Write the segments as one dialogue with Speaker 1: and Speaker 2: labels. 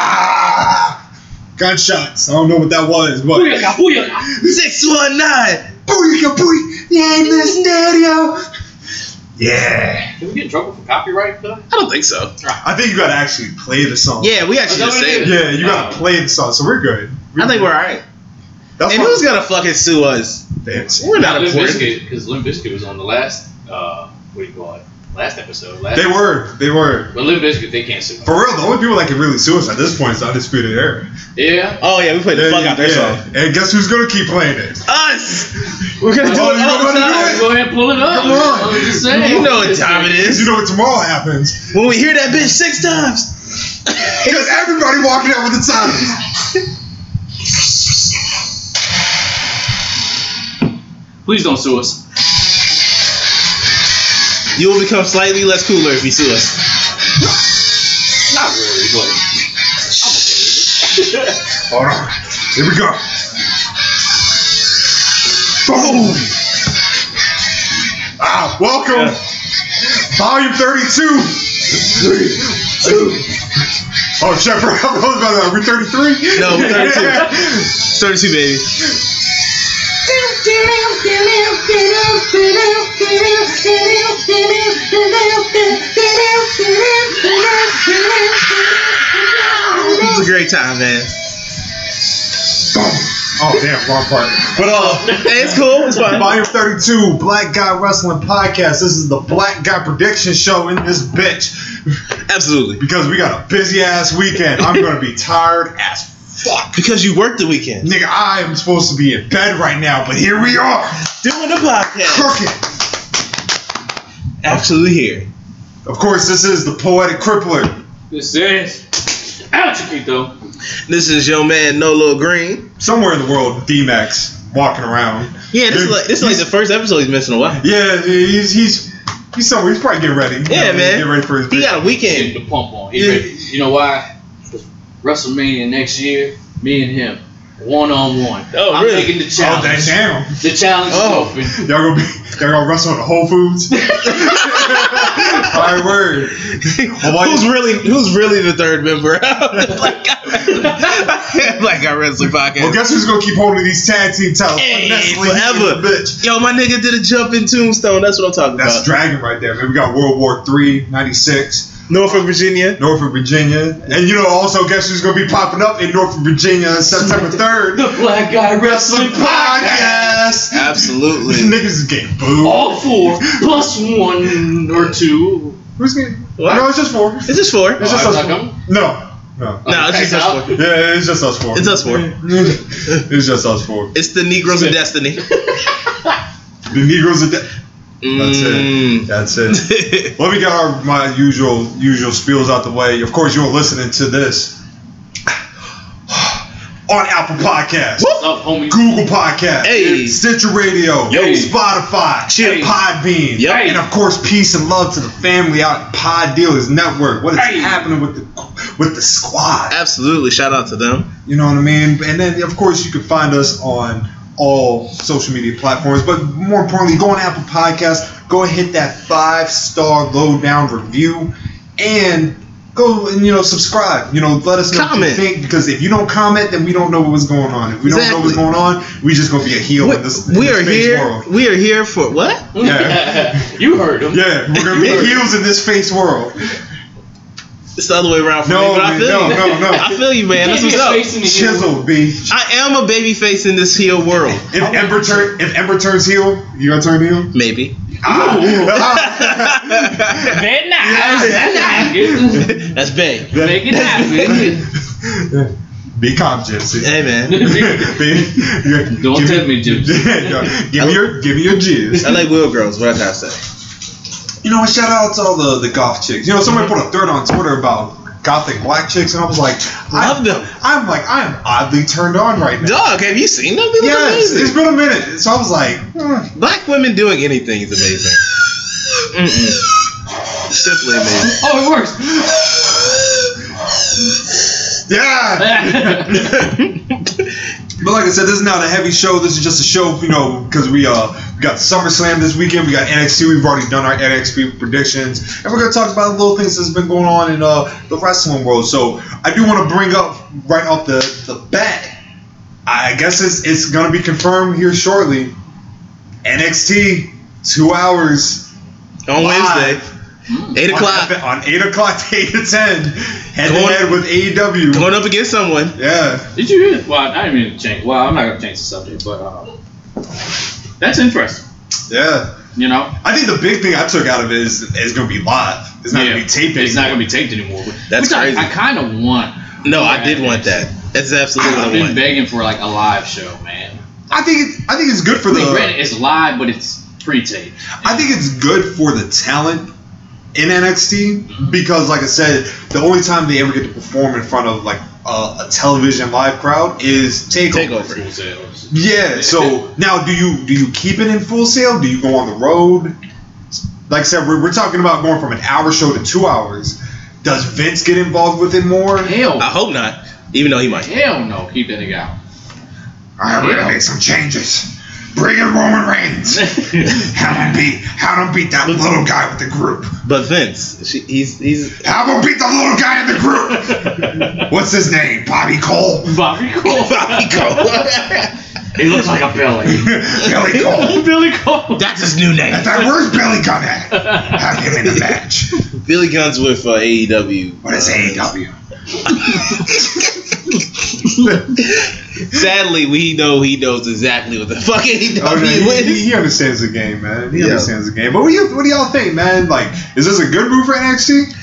Speaker 1: Ah! Gunshots. I don't know what that was, but
Speaker 2: Booyaka, booyaka.
Speaker 1: 619! Booyaka booy! Yeah, in the stereo! Yeah.
Speaker 2: Can we get in trouble for copyright though?
Speaker 3: I don't think so.
Speaker 1: I think you gotta actually play the song.
Speaker 3: Yeah, we actually
Speaker 2: Oh,
Speaker 3: just
Speaker 2: that was
Speaker 3: saved it.
Speaker 1: Yeah, you gotta
Speaker 2: Oh.
Speaker 1: play the song, so we're good.
Speaker 3: I think we're alright.
Speaker 1: That's
Speaker 3: and
Speaker 1: why-
Speaker 3: who's gonna fucking sue us?
Speaker 1: That's-
Speaker 3: We're not
Speaker 2: Limp
Speaker 3: important.
Speaker 2: Bizkit, because Limp Bizkit was on the last, uh, what do you call it? Last episode. Last
Speaker 1: They were. They were.
Speaker 2: But Limp Bizkit, they can't sue.
Speaker 1: For real, the only people that can really sue us at this point is Undisputed Era.
Speaker 2: Yeah.
Speaker 3: Oh yeah, we played
Speaker 1: Yeah,
Speaker 3: the fuck out their
Speaker 1: yeah.
Speaker 3: song.
Speaker 1: And guess who's gonna keep playing it?
Speaker 3: Us.
Speaker 1: We're gonna do it.
Speaker 3: All
Speaker 1: You know
Speaker 3: the
Speaker 1: what
Speaker 3: time.
Speaker 1: I'm
Speaker 2: Go ahead and pull it up.
Speaker 1: Come on.
Speaker 2: I'm just saying.
Speaker 3: You know what time it
Speaker 1: Because you
Speaker 3: is.
Speaker 1: know what tomorrow happens.
Speaker 3: When we hear that bitch six times.
Speaker 1: Because everybody walking out with the time.
Speaker 2: Please don't sue us.
Speaker 3: you will become slightly less cooler if you sue us.
Speaker 2: Not really, but I'm okay with it.
Speaker 1: Hold on. Here we go. Boom! Ah, welcome. Volume 32. Three, two. Oh, Jeff, I was about to, are we 33?
Speaker 3: No, we're 32.
Speaker 1: Yeah.
Speaker 3: 32, baby. It was a great time, man.
Speaker 1: Oh damn, wrong part.
Speaker 3: But uh, hey, it's cool. It's fun.
Speaker 1: Volume 32, Black Guy Wrestling Podcast. This is the Black Guy Prediction Show in this bitch.
Speaker 3: Absolutely.
Speaker 1: Because we got a busy ass weekend. I'm gonna be tired as fuck.
Speaker 3: Because you worked the weekend.
Speaker 1: Nigga, I am supposed to be in bed right now, but here we are,
Speaker 3: Doing the podcast.
Speaker 1: cooking.
Speaker 3: Absolutely here.
Speaker 1: Of course, this is the Poetic Crippler.
Speaker 2: This is. Out you keep though.
Speaker 3: This is your man Nolo Green.
Speaker 1: Somewhere in the world, D-Max walking around.
Speaker 3: Yeah, this is like this is like the first episode he's missing a while.
Speaker 1: Yeah, he's he's he's somewhere. He's probably getting ready. You
Speaker 3: Yeah,
Speaker 1: know,
Speaker 3: man.
Speaker 1: Getting ready for his
Speaker 3: He
Speaker 1: big-
Speaker 3: got a
Speaker 2: Get
Speaker 3: weekend.
Speaker 2: the pump on. He ready. You know why? 'Cause WrestleMania next year, me and him, one on one.
Speaker 3: Oh,
Speaker 2: I'm
Speaker 3: really?
Speaker 2: taking the
Speaker 1: Oh,
Speaker 2: challenge.
Speaker 1: damn.
Speaker 2: the challenge
Speaker 3: Oh.
Speaker 2: is open.
Speaker 1: Y'all gonna be y'all gonna wrestle at Whole Foods? Alright, word. why-
Speaker 3: who's really who's really the third member of the Black Guy, Black Guy Wrestling
Speaker 1: Well,
Speaker 3: Podcast?
Speaker 1: guess who's gonna keep holding these tag team titles?
Speaker 3: Hey,
Speaker 1: Finesse Lee,
Speaker 3: forever.
Speaker 1: you bitch.
Speaker 3: Yo, my nigga did a jump in tombstone. That's what I'm talking
Speaker 1: That's
Speaker 3: about.
Speaker 1: Dragon right there, man. We got World War III, 96,
Speaker 3: Norfolk, Virginia.
Speaker 1: Norfolk, Virginia. And you know, also, guess who's gonna be popping up in Norfolk, Virginia on September 3rd?
Speaker 2: The Black Guy Wrestling Podcast.
Speaker 1: Podcast! These
Speaker 3: Absolutely.
Speaker 1: niggas is getting booed.
Speaker 2: All four plus one or two.
Speaker 1: Who's getting.
Speaker 3: What?
Speaker 1: No, it's just four.
Speaker 3: Is this for?
Speaker 1: It's just
Speaker 2: Oh,
Speaker 1: us
Speaker 2: I'm
Speaker 1: four.
Speaker 2: not coming?
Speaker 1: No, no.
Speaker 2: Uh,
Speaker 3: No, it's just us four.
Speaker 1: Yeah, it's just us four.
Speaker 3: It's us four.
Speaker 1: it's just us four.
Speaker 3: It's the Negroes of Destiny.
Speaker 1: The Negroes are. De- That's
Speaker 3: Mm.
Speaker 1: it. That's it. Let me get our, my usual usual spiels out the way. Of course, you're listening to this on Apple Podcasts,
Speaker 2: What's up, Uh, homie?
Speaker 1: Google Podcasts,
Speaker 3: Hey.
Speaker 1: Stitcher Radio,
Speaker 2: Yo.
Speaker 1: Spotify,
Speaker 2: Hey.
Speaker 1: Podbean,
Speaker 3: Yep.
Speaker 1: and of course, peace and love to the family out at Pod Dealers Network. What is
Speaker 2: Hey.
Speaker 1: happening with the with the squad?
Speaker 3: Absolutely. Shout out to them.
Speaker 1: You know what I mean? And then, of course, you can find us on all social media platforms. But more importantly, go on Apple Podcasts, go and hit that five star lowdown review, and go and you know subscribe. You know, let us know what
Speaker 3: Comment.
Speaker 1: you think because if you don't comment, then we don't know what was going on. If we don't know what's
Speaker 3: Exactly.
Speaker 1: going on, we just gonna be a heel
Speaker 3: We,
Speaker 1: in this,
Speaker 3: we
Speaker 1: in
Speaker 3: are
Speaker 1: this face
Speaker 3: here.
Speaker 1: world.
Speaker 3: We are here for what?
Speaker 1: Yeah.
Speaker 2: you heard him.
Speaker 1: Yeah, we're gonna be
Speaker 3: We-
Speaker 1: heels in this face world.
Speaker 3: It's the other way around for
Speaker 1: No,
Speaker 3: me, but I
Speaker 1: man,
Speaker 3: feel
Speaker 1: no,
Speaker 3: you.
Speaker 1: no, no.
Speaker 3: I feel you, man. That's what's up.
Speaker 1: Chisel, B.
Speaker 3: I am a baby face in this heel world.
Speaker 1: If Ember turn, if Ember turns heel, you gonna turn heel?
Speaker 3: Maybe.
Speaker 1: Ah.
Speaker 3: That's
Speaker 2: That nice.
Speaker 3: big.
Speaker 2: Make it happen.
Speaker 1: Be calm, Gypsy.
Speaker 3: Hey man.
Speaker 1: Be-
Speaker 2: Don't
Speaker 1: give
Speaker 2: tempt me, Gypsy.
Speaker 1: No, give me your, give me your jizz.
Speaker 3: I like wheel girls, what I gotta say.
Speaker 1: You know, what? shout out to all the the goth chicks. You know, somebody put a thread on Twitter about gothic black chicks, and I was like, I-
Speaker 3: Love them.
Speaker 1: I'm like, I am oddly turned on right now.
Speaker 3: Dog, have you seen them? They look
Speaker 1: Yes, it's
Speaker 3: amazing.
Speaker 1: been a minute, so I was like, hmm.
Speaker 3: Black women doing anything is amazing. Mm-mm. Simply amazing.
Speaker 2: Oh, it works.
Speaker 1: yeah. But like I said, this is not a heavy show. This is just a show, you know, because we uh we got SummerSlam this weekend. We got NXT. We've already done our NXT predictions, and we're gonna talk about little things that's been going on in uh the wrestling world. So I do want to bring up right off the the bat. I guess it's it's gonna be confirmed here shortly. NXT two hours
Speaker 3: On
Speaker 1: Live.
Speaker 3: Wednesday, Oh, eight o'clock,
Speaker 1: on, on eight o'clock to eight to ten head to
Speaker 3: Going-
Speaker 1: head with AEW.
Speaker 3: going up against someone.
Speaker 1: yeah,
Speaker 2: Did you hear? Well, I didn't mean to change. Well, I'm not gonna change the subject, but uh, that's interesting.
Speaker 1: yeah.
Speaker 2: You know,
Speaker 1: I think the big thing I took out of it is it's gonna be live. It's not
Speaker 2: Yeah,
Speaker 1: gonna be taped.
Speaker 2: It's not
Speaker 1: anymore.
Speaker 2: gonna be taped anymore. Which
Speaker 3: That's
Speaker 2: I-
Speaker 3: crazy.
Speaker 2: I, kind of want.
Speaker 3: No, I did want that. That's absolutely
Speaker 2: I've
Speaker 3: what I
Speaker 2: been
Speaker 3: want.
Speaker 2: begging for like a live show, man.
Speaker 1: I think it's, I think it's good for
Speaker 2: I mean,
Speaker 1: the.
Speaker 2: granted, it's live, but it's pre-taped.
Speaker 1: I think it's good for the talent in NXT because, like I said, the only time they ever get to perform in front of like a, a television live crowd is takeover.
Speaker 3: Takeover.
Speaker 2: Full sales.
Speaker 1: Yeah. So now, do you do you keep it in full sale? Do you go on the road? Like I said, we're, we're talking about going from an hour show to two hours. Does Vince get involved with it more?
Speaker 2: Hell,
Speaker 3: I hope not, even though he might.
Speaker 2: hell no, keep that nigga out.
Speaker 1: All right, we're gonna make some changes. Bring in Roman Reigns. Have him beat, have him beat that little guy with the group.
Speaker 3: But Vince, she, he's he's
Speaker 1: Have him beat the little guy in the group. What's his name? Bobby Cole.
Speaker 2: Bobby Cole.
Speaker 3: Bobby Cole.
Speaker 2: he looks like a Billy.
Speaker 1: Billy Cole.
Speaker 2: Billy Cole.
Speaker 3: That's his new name.
Speaker 1: If I where's Billy Gunn at? Have him in the match.
Speaker 3: Billy Gunn's with uh, AEW.
Speaker 1: What is E AEW?
Speaker 3: Uh, Sadly, we know he knows exactly what the fuck AEW
Speaker 1: Oh, he,
Speaker 3: is.
Speaker 1: he understands the game, man. He
Speaker 3: Yeah.
Speaker 1: understands the game. But what do, you, what do y'all think, man? Like, is this a good move for NXT?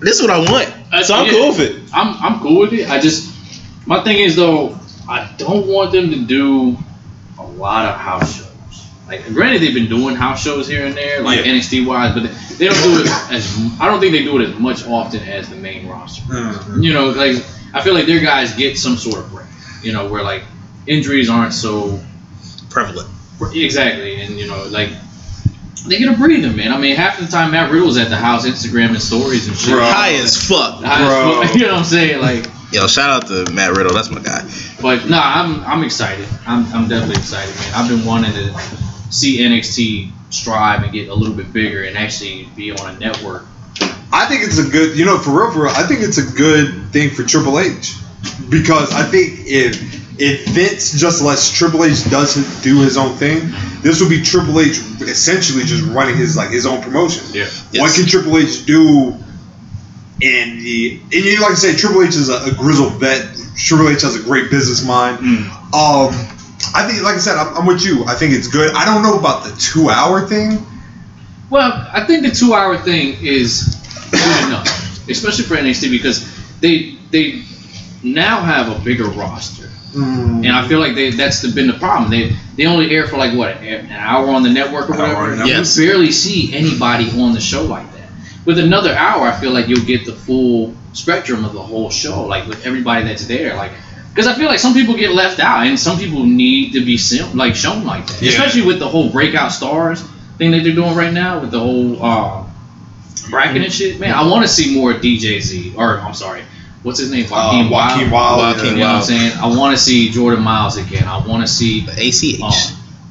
Speaker 3: This is what I want, so I'm
Speaker 2: Uh, yeah.
Speaker 3: cool with it.
Speaker 2: I'm I'm cool with it. I just my thing is though, I don't want them to do a lot of house shows. Like granted, they've been doing house shows here and there, like
Speaker 1: Yeah.
Speaker 2: NXT wise, but they don't do it as I don't think they do it as much often as the main roster.
Speaker 1: Hmm.
Speaker 2: You know, like I feel like their guys get some sort of break. You know, where like injuries aren't so
Speaker 3: Prevalent.
Speaker 2: Exactly, and you know, like they get a breather, man. I mean, half the time Matt Riddle's at the house, Instagram and stories and shit.
Speaker 1: Bro.
Speaker 3: High as fuck.
Speaker 2: High as
Speaker 1: Bro.
Speaker 2: fuck, you know what I'm saying? Like,
Speaker 3: Yo, shout out to Matt Riddle. That's my guy.
Speaker 2: but nah, I'm I'm excited. I'm I'm definitely excited, man. I've been wanting to see NXT strive and get a little bit bigger and actually be on a network.
Speaker 1: I think it's a good, you know, for real, for real. I think it's a good thing for Triple H because I think if if Vince just lets Triple H does his, do his own thing, this will be Triple H essentially just running his like his own promotion.
Speaker 2: Yeah.
Speaker 1: What
Speaker 3: Yes.
Speaker 1: can Triple H do in the and you know, like I say, Triple H is a, a grizzled vet. Triple H has a great business mind. Um, I think, like I said, I'm, I'm with you. I think it's good. I don't know about the two hour thing.
Speaker 2: Well, I think the two-hour thing is good enough, especially for NXT because they they now have a bigger roster.
Speaker 1: Mm,
Speaker 2: And I feel like they, that's the, been the problem. They they only air for like what an hour on the network or
Speaker 1: An hour on
Speaker 2: whatever.
Speaker 1: the
Speaker 2: You
Speaker 3: network.
Speaker 2: barely see anybody on the show like that. With another hour, I feel like you'll get the full spectrum of the whole show, like with everybody that's there. Like, because I feel like some people get left out, and some people need to be sim- like shown like that.
Speaker 1: Yeah.
Speaker 2: Especially with the whole breakout stars thing that they're doing right now with the whole uh, bracket and shit. Man, I want to see more DJZ or I'm sorry, what's his name?
Speaker 1: uh, Joaquin Wild.
Speaker 3: Joaquin
Speaker 2: you know what I'm saying? I want to see Jordan Miles again. I want to see
Speaker 3: ACH.
Speaker 2: um,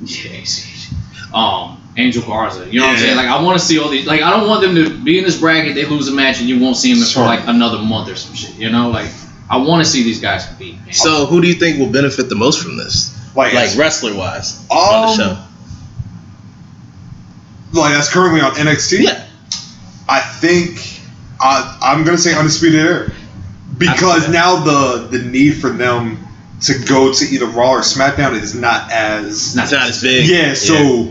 Speaker 2: yeah, ACH. um, Angel Garza. You know what I'm
Speaker 1: Yeah.
Speaker 2: saying? Like I want to see all these. Like I don't want them to be in this bracket. They lose a match and you won't see them
Speaker 1: Sure.
Speaker 2: for like another month or some shit. You know, like I want to see these guys compete. Man.
Speaker 3: So, who do you think will benefit the most from this?
Speaker 1: Like,
Speaker 3: Like wrestler wise on
Speaker 1: um,
Speaker 3: the show?
Speaker 1: like that's currently on NXT.
Speaker 3: Yeah.
Speaker 1: I think I, I'm gonna say undisputed era because
Speaker 3: Absolutely.
Speaker 1: now the the need for them to go to either Raw or SmackDown is not as
Speaker 2: It's not-
Speaker 3: It's not as big.
Speaker 1: yeah. So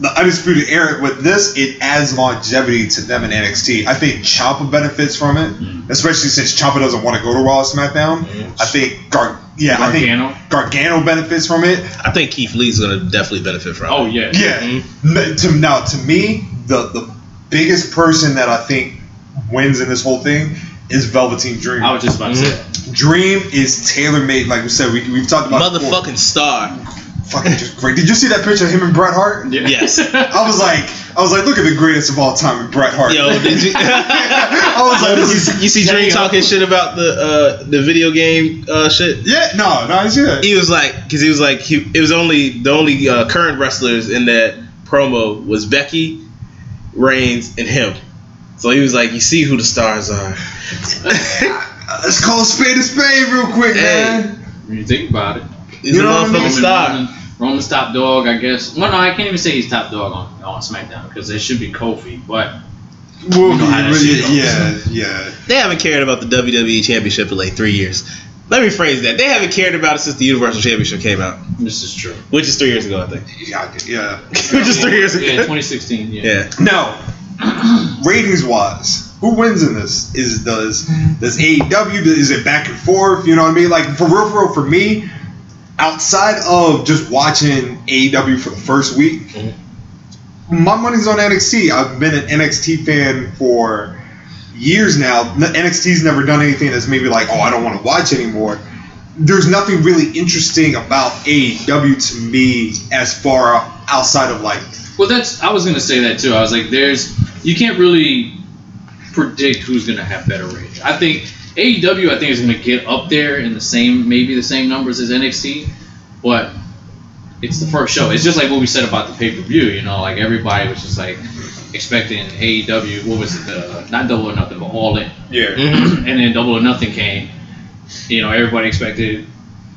Speaker 1: the undisputed era with this it adds longevity to them in NXT. I think Ciampa benefits from it, especially since Ciampa doesn't want to go to Raw or SmackDown. I think Gar yeah I
Speaker 2: Gargano.
Speaker 1: think Gargano benefits from it.
Speaker 3: I think Keith Lee's gonna definitely benefit from. it.
Speaker 2: Oh yeah.
Speaker 1: Yeah. Me- To, now, to me, the the biggest person that I think wins in this whole thing is Velveteen Dream.
Speaker 2: I was just about to say. that.
Speaker 1: Dream is tailor made, like we said. We we've talked about it before.
Speaker 3: motherfucking star.
Speaker 1: fucking just great. Did you see that picture of him and Bret Hart?
Speaker 3: Yes.
Speaker 1: Mm-hmm. I was like, I was like, look at the greatest of all time, with Bret Hart.
Speaker 3: Yo, did you?
Speaker 1: I was like,
Speaker 3: Yo, did
Speaker 1: this
Speaker 3: you,
Speaker 1: is,
Speaker 3: you see
Speaker 2: There
Speaker 3: Dre
Speaker 2: you go.
Speaker 3: talking shit about the uh, the video game uh, shit?
Speaker 1: yeah, no, no, it's yeah.
Speaker 3: He was like, because he was like, he, it was only the only uh, current wrestlers in that promo was Becky, Reigns, and him. So he was like, you see who the stars are.
Speaker 1: Let's call a spade a spade real quick,
Speaker 3: Hey.
Speaker 1: man.
Speaker 2: When you think about it,
Speaker 3: He's
Speaker 1: You
Speaker 3: a
Speaker 1: know what I
Speaker 3: motherfucking
Speaker 1: mean?
Speaker 3: star.
Speaker 2: Roman, Roman's top dog, I guess. Well, no, I can't even say he's top dog on, on SmackDown because it should be Kofi, but
Speaker 1: We'll
Speaker 2: You know how that shit
Speaker 1: be,
Speaker 2: goes.
Speaker 1: yeah, yeah.
Speaker 3: They haven't cared about the WWE Championship in like three years. Let me phrase that. They haven't cared about it since the Universal Championship came out,
Speaker 2: this is true.
Speaker 3: which is three years ago, I think.
Speaker 1: Yeah, yeah.
Speaker 3: which is three years ago.
Speaker 2: Yeah, 2016. Yeah.
Speaker 3: Yeah.
Speaker 1: Now, ratings wise, who wins in this? Is does does AEW does- is it back and forth? You know what I mean? Like for real, for real, for me, outside of just watching AEW for the first week,
Speaker 3: Mhm.
Speaker 1: my money's on NXT. I've been an NXT fan for years now. N- NXT's never done anything that's maybe like, oh, I don't want to watch anymore. There's nothing really interesting about AEW to me as far outside of like
Speaker 2: Well, that's. I was gonna say that too. I was like, there's. You can't really predict who's gonna have better ratings. I think AEW. I think is gonna get up there in the same, maybe the same numbers as NXT, but it's the first show. It's just like what we said about the pay per view. You know, like everybody was just like expecting AEW. What was it? The not double or nothing, but all in.
Speaker 1: yeah.
Speaker 2: and then Double or Nothing came. You know, everybody expected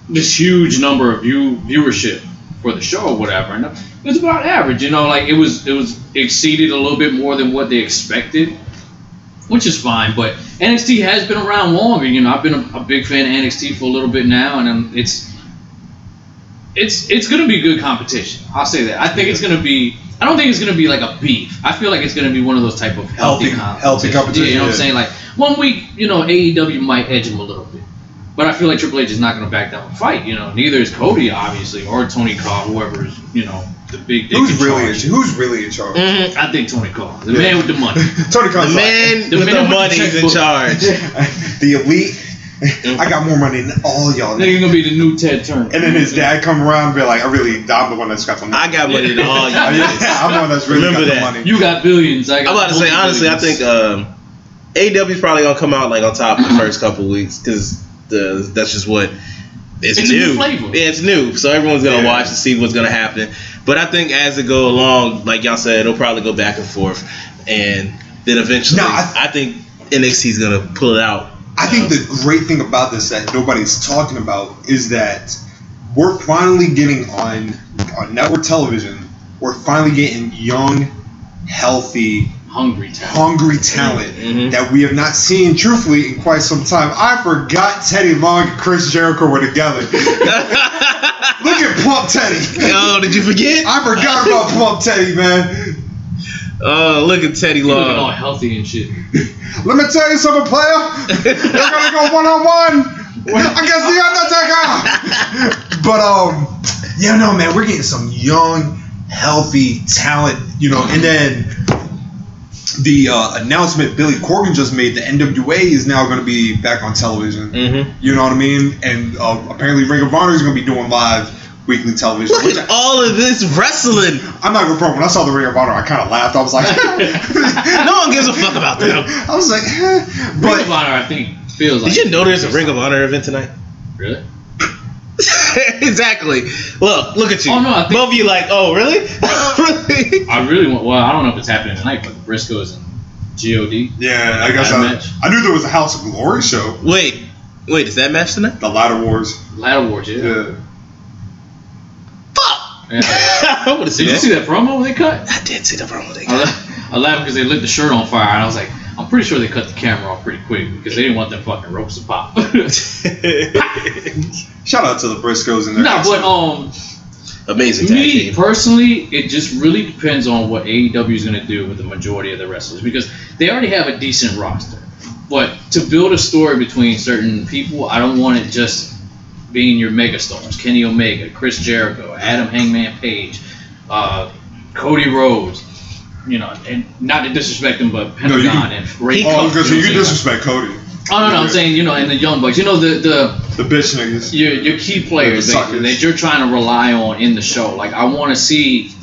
Speaker 2: this huge number of view viewership for the show or whatever, and it was about average. You know, like it was it was exceeded a little bit more than what they expected, which is fine. But NXT has been around longer. You know, I've been a, a big fan of NXT for a little bit now, and i it's it's it's gonna be good competition. I'll say that. I think it's gonna be. I don't think it's gonna be like a beef. I feel like it's gonna be one of those type of healthy,
Speaker 1: Healthy-
Speaker 2: competition.
Speaker 1: healthy competition,
Speaker 2: Yeah, you know what
Speaker 1: yeah.
Speaker 2: I'm saying? Like one week, you know, AEW might edge him a little bit, but I feel like Triple H is not gonna back down and fight. You know, neither is Cody obviously or Tony Khan, whoever is you know the big. dick in
Speaker 1: Who's really in,
Speaker 2: charge.
Speaker 1: who's really in charge?
Speaker 3: Mhm.
Speaker 2: I think Tony Khan, the
Speaker 1: Yeah.
Speaker 2: man with the money.
Speaker 1: Tony
Speaker 3: Mm. The
Speaker 1: Khan's
Speaker 3: man
Speaker 2: The
Speaker 3: with
Speaker 2: man
Speaker 3: the
Speaker 2: with the
Speaker 3: money is in
Speaker 2: checkbook.
Speaker 3: charge.
Speaker 1: like, the elite. I got more money than all y'all.
Speaker 2: Nigga gonna be the new Ted Turner.
Speaker 1: And then his dad come around and be like, "I really, I'm the one that's got the money.
Speaker 3: I got money than all you.
Speaker 1: I'm
Speaker 3: niggas.
Speaker 1: the one that's really
Speaker 3: Remember
Speaker 1: got
Speaker 3: that.
Speaker 1: the money."
Speaker 2: You got billions. I got
Speaker 3: I'm about to say
Speaker 2: only
Speaker 3: honestly, I
Speaker 2: billions.
Speaker 3: think um, AEW's probably gonna come out like on top the first couple weeks because the that's just what it's,
Speaker 2: It's a new
Speaker 3: new.
Speaker 2: flavor.
Speaker 3: Yeah, it's new, so everyone's gonna
Speaker 1: Yeah.
Speaker 3: watch to see what's gonna happen. But I think as it go along, like y'all said, it'll probably go back and forth, and then eventually,
Speaker 1: No, I-
Speaker 3: I, think NXT's gonna pull it out.
Speaker 1: I think the great thing about this that nobody's talking about is that we're finally getting on on network television. We're finally getting young, healthy,
Speaker 3: uh,
Speaker 2: hungry town.
Speaker 1: hungry talent
Speaker 3: Mhm.
Speaker 1: that we have not seen truthfully in quite some time. I forgot Teddy Long and Chris Jericho were together. Look at Plump Teddy.
Speaker 3: oh, did you forget?
Speaker 1: I forgot about Plump Teddy, man.
Speaker 3: Oh, look at Teddy
Speaker 2: Looking all
Speaker 3: Long.
Speaker 2: healthy and shit.
Speaker 1: Let me tell you something, player. They're gonna go one on one against the Undertaker. But um, yeah, no, man, we're getting some young, healthy talent, you know. And then the uh, announcement Billy Corgan just made: the NWA is now going to be back on television.
Speaker 3: Mm-hmm.
Speaker 1: You know what I mean? And uh, apparently, Ring of Honor is going to be doing live weekly television.
Speaker 3: Look
Speaker 1: Which
Speaker 3: at
Speaker 1: I,
Speaker 3: all of this wrestling.
Speaker 1: I'm not even from. When I saw the Ring of Honor, I kind of laughed. I was like,
Speaker 3: No one gives a fuck about them.
Speaker 1: I was like, eh.
Speaker 2: Ring of
Speaker 1: but
Speaker 2: Honor, I think, feels like.
Speaker 3: Did you know there's a Ring of Honor event tonight?
Speaker 2: Really?
Speaker 3: exactly. Look, look at you.
Speaker 2: Oh, no, I think-
Speaker 3: Both of you like, oh, really? really?
Speaker 2: I really want. Well, I don't know if it's happening tonight, but the Briscoes and God.
Speaker 1: yeah, I guess
Speaker 2: Ladder
Speaker 1: I,
Speaker 2: match.
Speaker 1: I knew there was a House of Glory show,
Speaker 3: Wait, wait, is that match tonight?
Speaker 1: the Ladder Wars.
Speaker 2: Ladder Wars. Yeah.
Speaker 1: Yeah.
Speaker 3: Fuck!
Speaker 2: yeah.
Speaker 3: I would have
Speaker 2: Did
Speaker 3: seen
Speaker 2: you
Speaker 3: that.
Speaker 2: see that promo they cut?
Speaker 3: I did see the promo they
Speaker 2: I,
Speaker 3: got.
Speaker 2: la- I laughed because they lit the shirt on fire, and I was like, I'm pretty sure they cut the camera off pretty quick because they didn't want them fucking ropes to pop.
Speaker 1: Shout out to the Briscoes and their
Speaker 2: no, but um,
Speaker 3: Amazing tag
Speaker 2: me
Speaker 3: team.
Speaker 2: personally, it just really depends on what AEW is going to do with the majority of the wrestlers because they already have a decent roster. But to build a story between certain people, I don't want it just being your megastars: Kenny Omega, Chris Jericho, Adam Hangman Page, uh, Cody Rhodes. You know, and not to disrespect them, but
Speaker 1: No, you
Speaker 2: Pentagon
Speaker 1: can-
Speaker 2: and Ray.
Speaker 1: oh,
Speaker 2: Cox,
Speaker 1: because
Speaker 2: you know
Speaker 1: you
Speaker 2: what I'm saying?
Speaker 1: disrespect Cody.
Speaker 2: Oh no, no, I'm
Speaker 1: Yeah.
Speaker 2: saying you know in the young bucks, you know the the
Speaker 1: The bitch niggas.
Speaker 2: your your key players
Speaker 1: The
Speaker 2: that,
Speaker 1: suckers.
Speaker 2: that you're trying to rely on in the show. Like I want to see,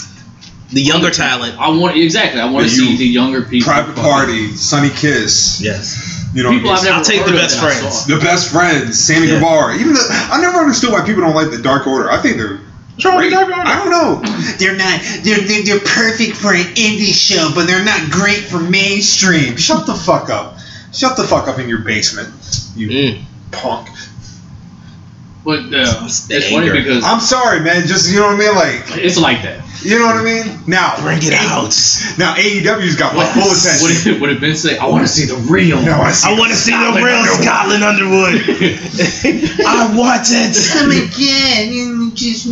Speaker 3: The younger talent.
Speaker 2: I want exactly, I want to
Speaker 1: The
Speaker 2: see
Speaker 1: youth.
Speaker 2: the younger people.
Speaker 1: Private
Speaker 2: fucking-
Speaker 1: Party, Sunny Kiss.
Speaker 3: Yes.
Speaker 1: You know,
Speaker 2: People I've never
Speaker 3: I'll take
Speaker 2: heard
Speaker 3: the
Speaker 2: of
Speaker 3: best
Speaker 2: that I
Speaker 3: friends.
Speaker 2: saw.
Speaker 1: the best friends, Sammy
Speaker 3: Yeah.
Speaker 1: Guevara. Even the, I never understood why people don't like the Dark Order. I think they're
Speaker 3: What's wrong with
Speaker 1: great.
Speaker 3: the Dark
Speaker 1: I
Speaker 3: Order?
Speaker 1: don't know.
Speaker 4: They're not. They're, they're they're perfect for an indie show, but they're not great for mainstream.
Speaker 1: Shut the fuck up. Shut the fuck up in your basement, you
Speaker 3: Mm.
Speaker 1: punk.
Speaker 2: But uh,
Speaker 3: It's
Speaker 2: it's
Speaker 3: the
Speaker 2: funny
Speaker 3: anger.
Speaker 2: because
Speaker 1: I'm sorry, man. Just you know what I mean. Like
Speaker 2: it's like that.
Speaker 1: you know what I mean. Now
Speaker 3: Bring it out.
Speaker 1: Now AEW's got my
Speaker 2: What,
Speaker 1: full
Speaker 2: what,
Speaker 1: attention.
Speaker 2: did, what did Ben say? I want to see the real.
Speaker 1: Now I see.
Speaker 3: I want to see the
Speaker 2: Scotland
Speaker 3: real
Speaker 2: Underwood.
Speaker 3: Scotland Underwood. I want it.
Speaker 4: Come again, and just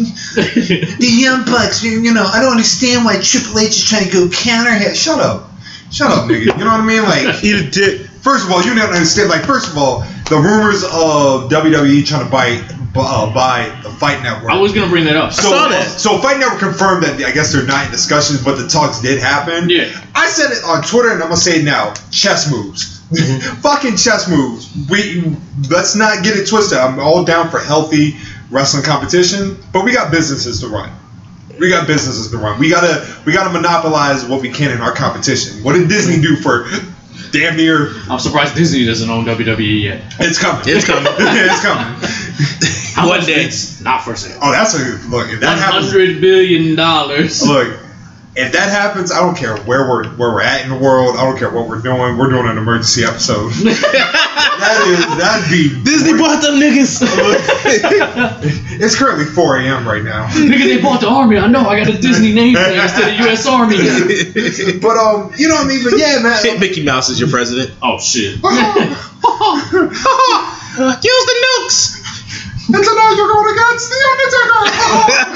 Speaker 4: the Young Bucks. You, you know, I don't understand why Triple H is trying to go counter him.
Speaker 1: Yeah, shut up. Shut up, nigga. You know what I mean? Like,
Speaker 3: Eat a dick.
Speaker 1: first of all, you don't understand. Like, first of all, the rumors of WWE trying to buy bu- uh, buy the Fight Network.
Speaker 2: I was gonna bring that up.
Speaker 1: so,
Speaker 3: saw that.
Speaker 1: so Fight Network confirmed that I guess they're not in discussions, but the talks did happen.
Speaker 2: Yeah.
Speaker 1: I said it on Twitter, and I'm gonna say it now: chess moves,
Speaker 2: Mm-hmm.
Speaker 1: fucking chess moves. We let's not get it twisted. I'm all down for healthy wrestling competition, but we got businesses to run. We got businesses to run. We gotta we gotta monopolize what we can in our competition. What did Disney do for damn near?
Speaker 2: I'm surprised Disney doesn't own WWE yet.
Speaker 1: It's coming.
Speaker 3: It's coming.
Speaker 1: it's coming.
Speaker 2: How
Speaker 3: One
Speaker 2: much
Speaker 3: day.
Speaker 2: it's not for sale.
Speaker 1: Oh, that's a look. If that
Speaker 2: One
Speaker 1: happens,
Speaker 2: hundred billion dollars.
Speaker 1: Look, if that happens, I don't care where we're where we're at in the world. I don't care what we're doing. We're doing an emergency episode. that is that'd be
Speaker 3: Disney bought them niggas.
Speaker 1: It's currently 4 a.m. right now.
Speaker 2: Nigga, they bought the army. I know. I got a Disney name tag instead of U.S. Army.
Speaker 1: But um, you know what I mean. But yeah, man.
Speaker 3: Mickey Mouse is your president.
Speaker 2: Oh shit.
Speaker 3: Use the nukes.
Speaker 1: It's an all you're going against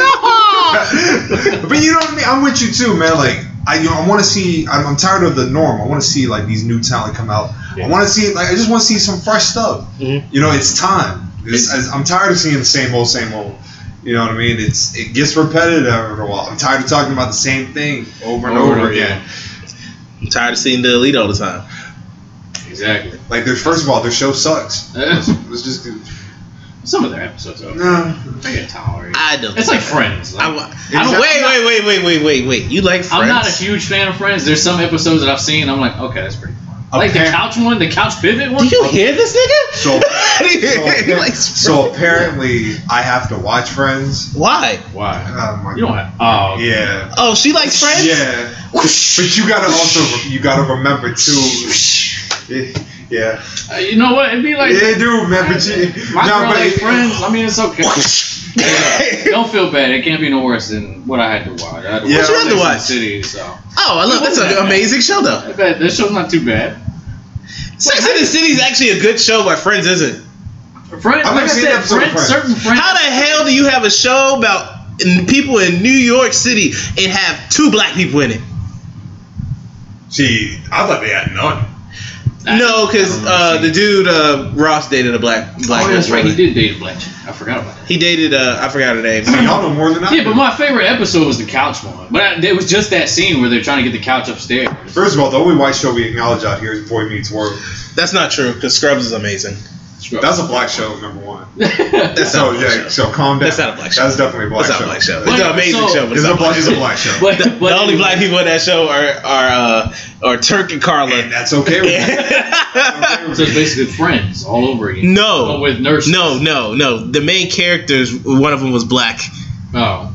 Speaker 1: the Undertaker. but you know what I mean. I'm with you too, man. Like I, you know, I want to see. I'm, I'm tired of the norm. I want to see like these new talent come out. I want to see like I just want to see some fresh stuff.
Speaker 3: Mhm.
Speaker 1: You know, it's time. It's, I- I'm tired of seeing the same old, same old. You know what I mean? It's it gets repetitive after a while. I'm tired of talking about the same thing over and over,
Speaker 2: Over and over
Speaker 1: again.
Speaker 3: I'm tired of seeing the elite all the time.
Speaker 2: Exactly.
Speaker 1: Like, there's first of all, their show sucks. It's just
Speaker 2: Some of their episodes are.
Speaker 1: no.
Speaker 2: I can tolerate.
Speaker 3: I don't.
Speaker 2: It's like Friends. Like,
Speaker 3: I,
Speaker 2: I'm,
Speaker 3: wa-
Speaker 1: I don't-
Speaker 3: wait, wait, wait, wait, wait, wait, wait. You like Friends?
Speaker 2: not a huge fan of Friends. There's some episodes that I've seen. I'm like, okay, that's pretty fun. Like the
Speaker 1: Apparent-
Speaker 2: couch one, the couch pivot one.
Speaker 3: Do you hear this nigga?
Speaker 1: So-
Speaker 3: He
Speaker 1: so,
Speaker 3: likes
Speaker 1: so
Speaker 3: Friends.
Speaker 1: apparently, I have to watch Friends.
Speaker 3: why?
Speaker 2: Why?
Speaker 1: Oh my
Speaker 2: You don't have. Oh. okay.
Speaker 1: Yeah.
Speaker 3: Oh, she likes Friends.
Speaker 1: Yeah.
Speaker 3: Whoosh.
Speaker 1: But you gotta also you gotta remember too. Yeah.
Speaker 2: Uh, you know what? It'd be like.
Speaker 1: Yeah, dude, man. But you
Speaker 2: My
Speaker 1: no,
Speaker 2: girl
Speaker 1: but
Speaker 2: ain't friends. I mean, it's okay.
Speaker 3: Whoosh.
Speaker 2: Don't feel bad. It can't be no worse than what I had to watch. I had to
Speaker 1: Yeah.
Speaker 2: watch
Speaker 1: What you
Speaker 3: had to
Speaker 2: Sex and the
Speaker 3: watch?
Speaker 2: City, so
Speaker 3: Oh, I love that's an amazing show though.
Speaker 2: I bet this show's not too bad.
Speaker 3: Sex and the City is actually a good show, but Friends isn't.
Speaker 2: Friends,
Speaker 1: I've
Speaker 2: like I
Speaker 1: never seen an
Speaker 2: said,
Speaker 1: episode of
Speaker 2: friends,
Speaker 1: Friends.
Speaker 2: certain friends.
Speaker 3: How the hell do you have a show about n- people in New York City and have two black people in it?
Speaker 1: See, I thought they had none.
Speaker 2: I-
Speaker 3: no, because uh, the dude uh, Ross dated a black black
Speaker 2: oh, that's right. He
Speaker 3: woman.
Speaker 2: did date a black chick. I forgot about that.
Speaker 3: He dated uh, I forgot her name.
Speaker 1: See, y'all know more than I.
Speaker 2: Yeah, but
Speaker 1: do.
Speaker 2: my favorite episode was the couch one. But I, it was just that scene where they're trying to get the couch upstairs.
Speaker 1: First of all, the only white show we acknowledge out here is Boy Meets World.
Speaker 3: That's not true because Scrubs is amazing.
Speaker 1: That's a black show, number one.
Speaker 2: but
Speaker 3: That's
Speaker 1: So
Speaker 3: not a black
Speaker 1: yeah,
Speaker 3: show.
Speaker 1: so calm down.
Speaker 3: That's not a black show.
Speaker 1: That's definitely a black
Speaker 3: That's not
Speaker 1: show.
Speaker 3: a black show.
Speaker 2: But-
Speaker 3: It's an amazing
Speaker 2: so-
Speaker 3: show, but
Speaker 1: It's
Speaker 3: it's
Speaker 1: a
Speaker 3: not
Speaker 1: black.
Speaker 3: black.
Speaker 1: It's a black show.
Speaker 2: but
Speaker 3: The, the only black people in that show are are uh, are Turk and Carla.
Speaker 1: And that's okay. with me. That's okay with
Speaker 2: So it's
Speaker 1: me.
Speaker 2: basically friends all over again.
Speaker 3: No.
Speaker 2: But with nurses.
Speaker 3: no, no, no. The main characters, one of them was black.
Speaker 2: Oh,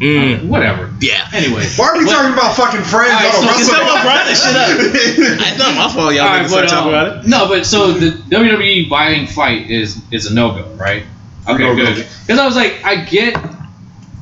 Speaker 3: Mm.
Speaker 2: whatever.
Speaker 3: Yeah.
Speaker 2: Anyway.
Speaker 1: Why are we
Speaker 2: What-
Speaker 1: talking about fucking friends?
Speaker 2: Alright,
Speaker 1: on a
Speaker 2: so-
Speaker 1: wrestling-
Speaker 3: Someone brought this shit up. It's not my fault. Y'all
Speaker 2: All right,
Speaker 3: niggas start
Speaker 2: but,
Speaker 3: talking
Speaker 2: um,
Speaker 3: about it.
Speaker 2: No, but so the WWE buying fight is is a no go, right? Okay,
Speaker 1: No-go.
Speaker 2: good. Because I was like, I get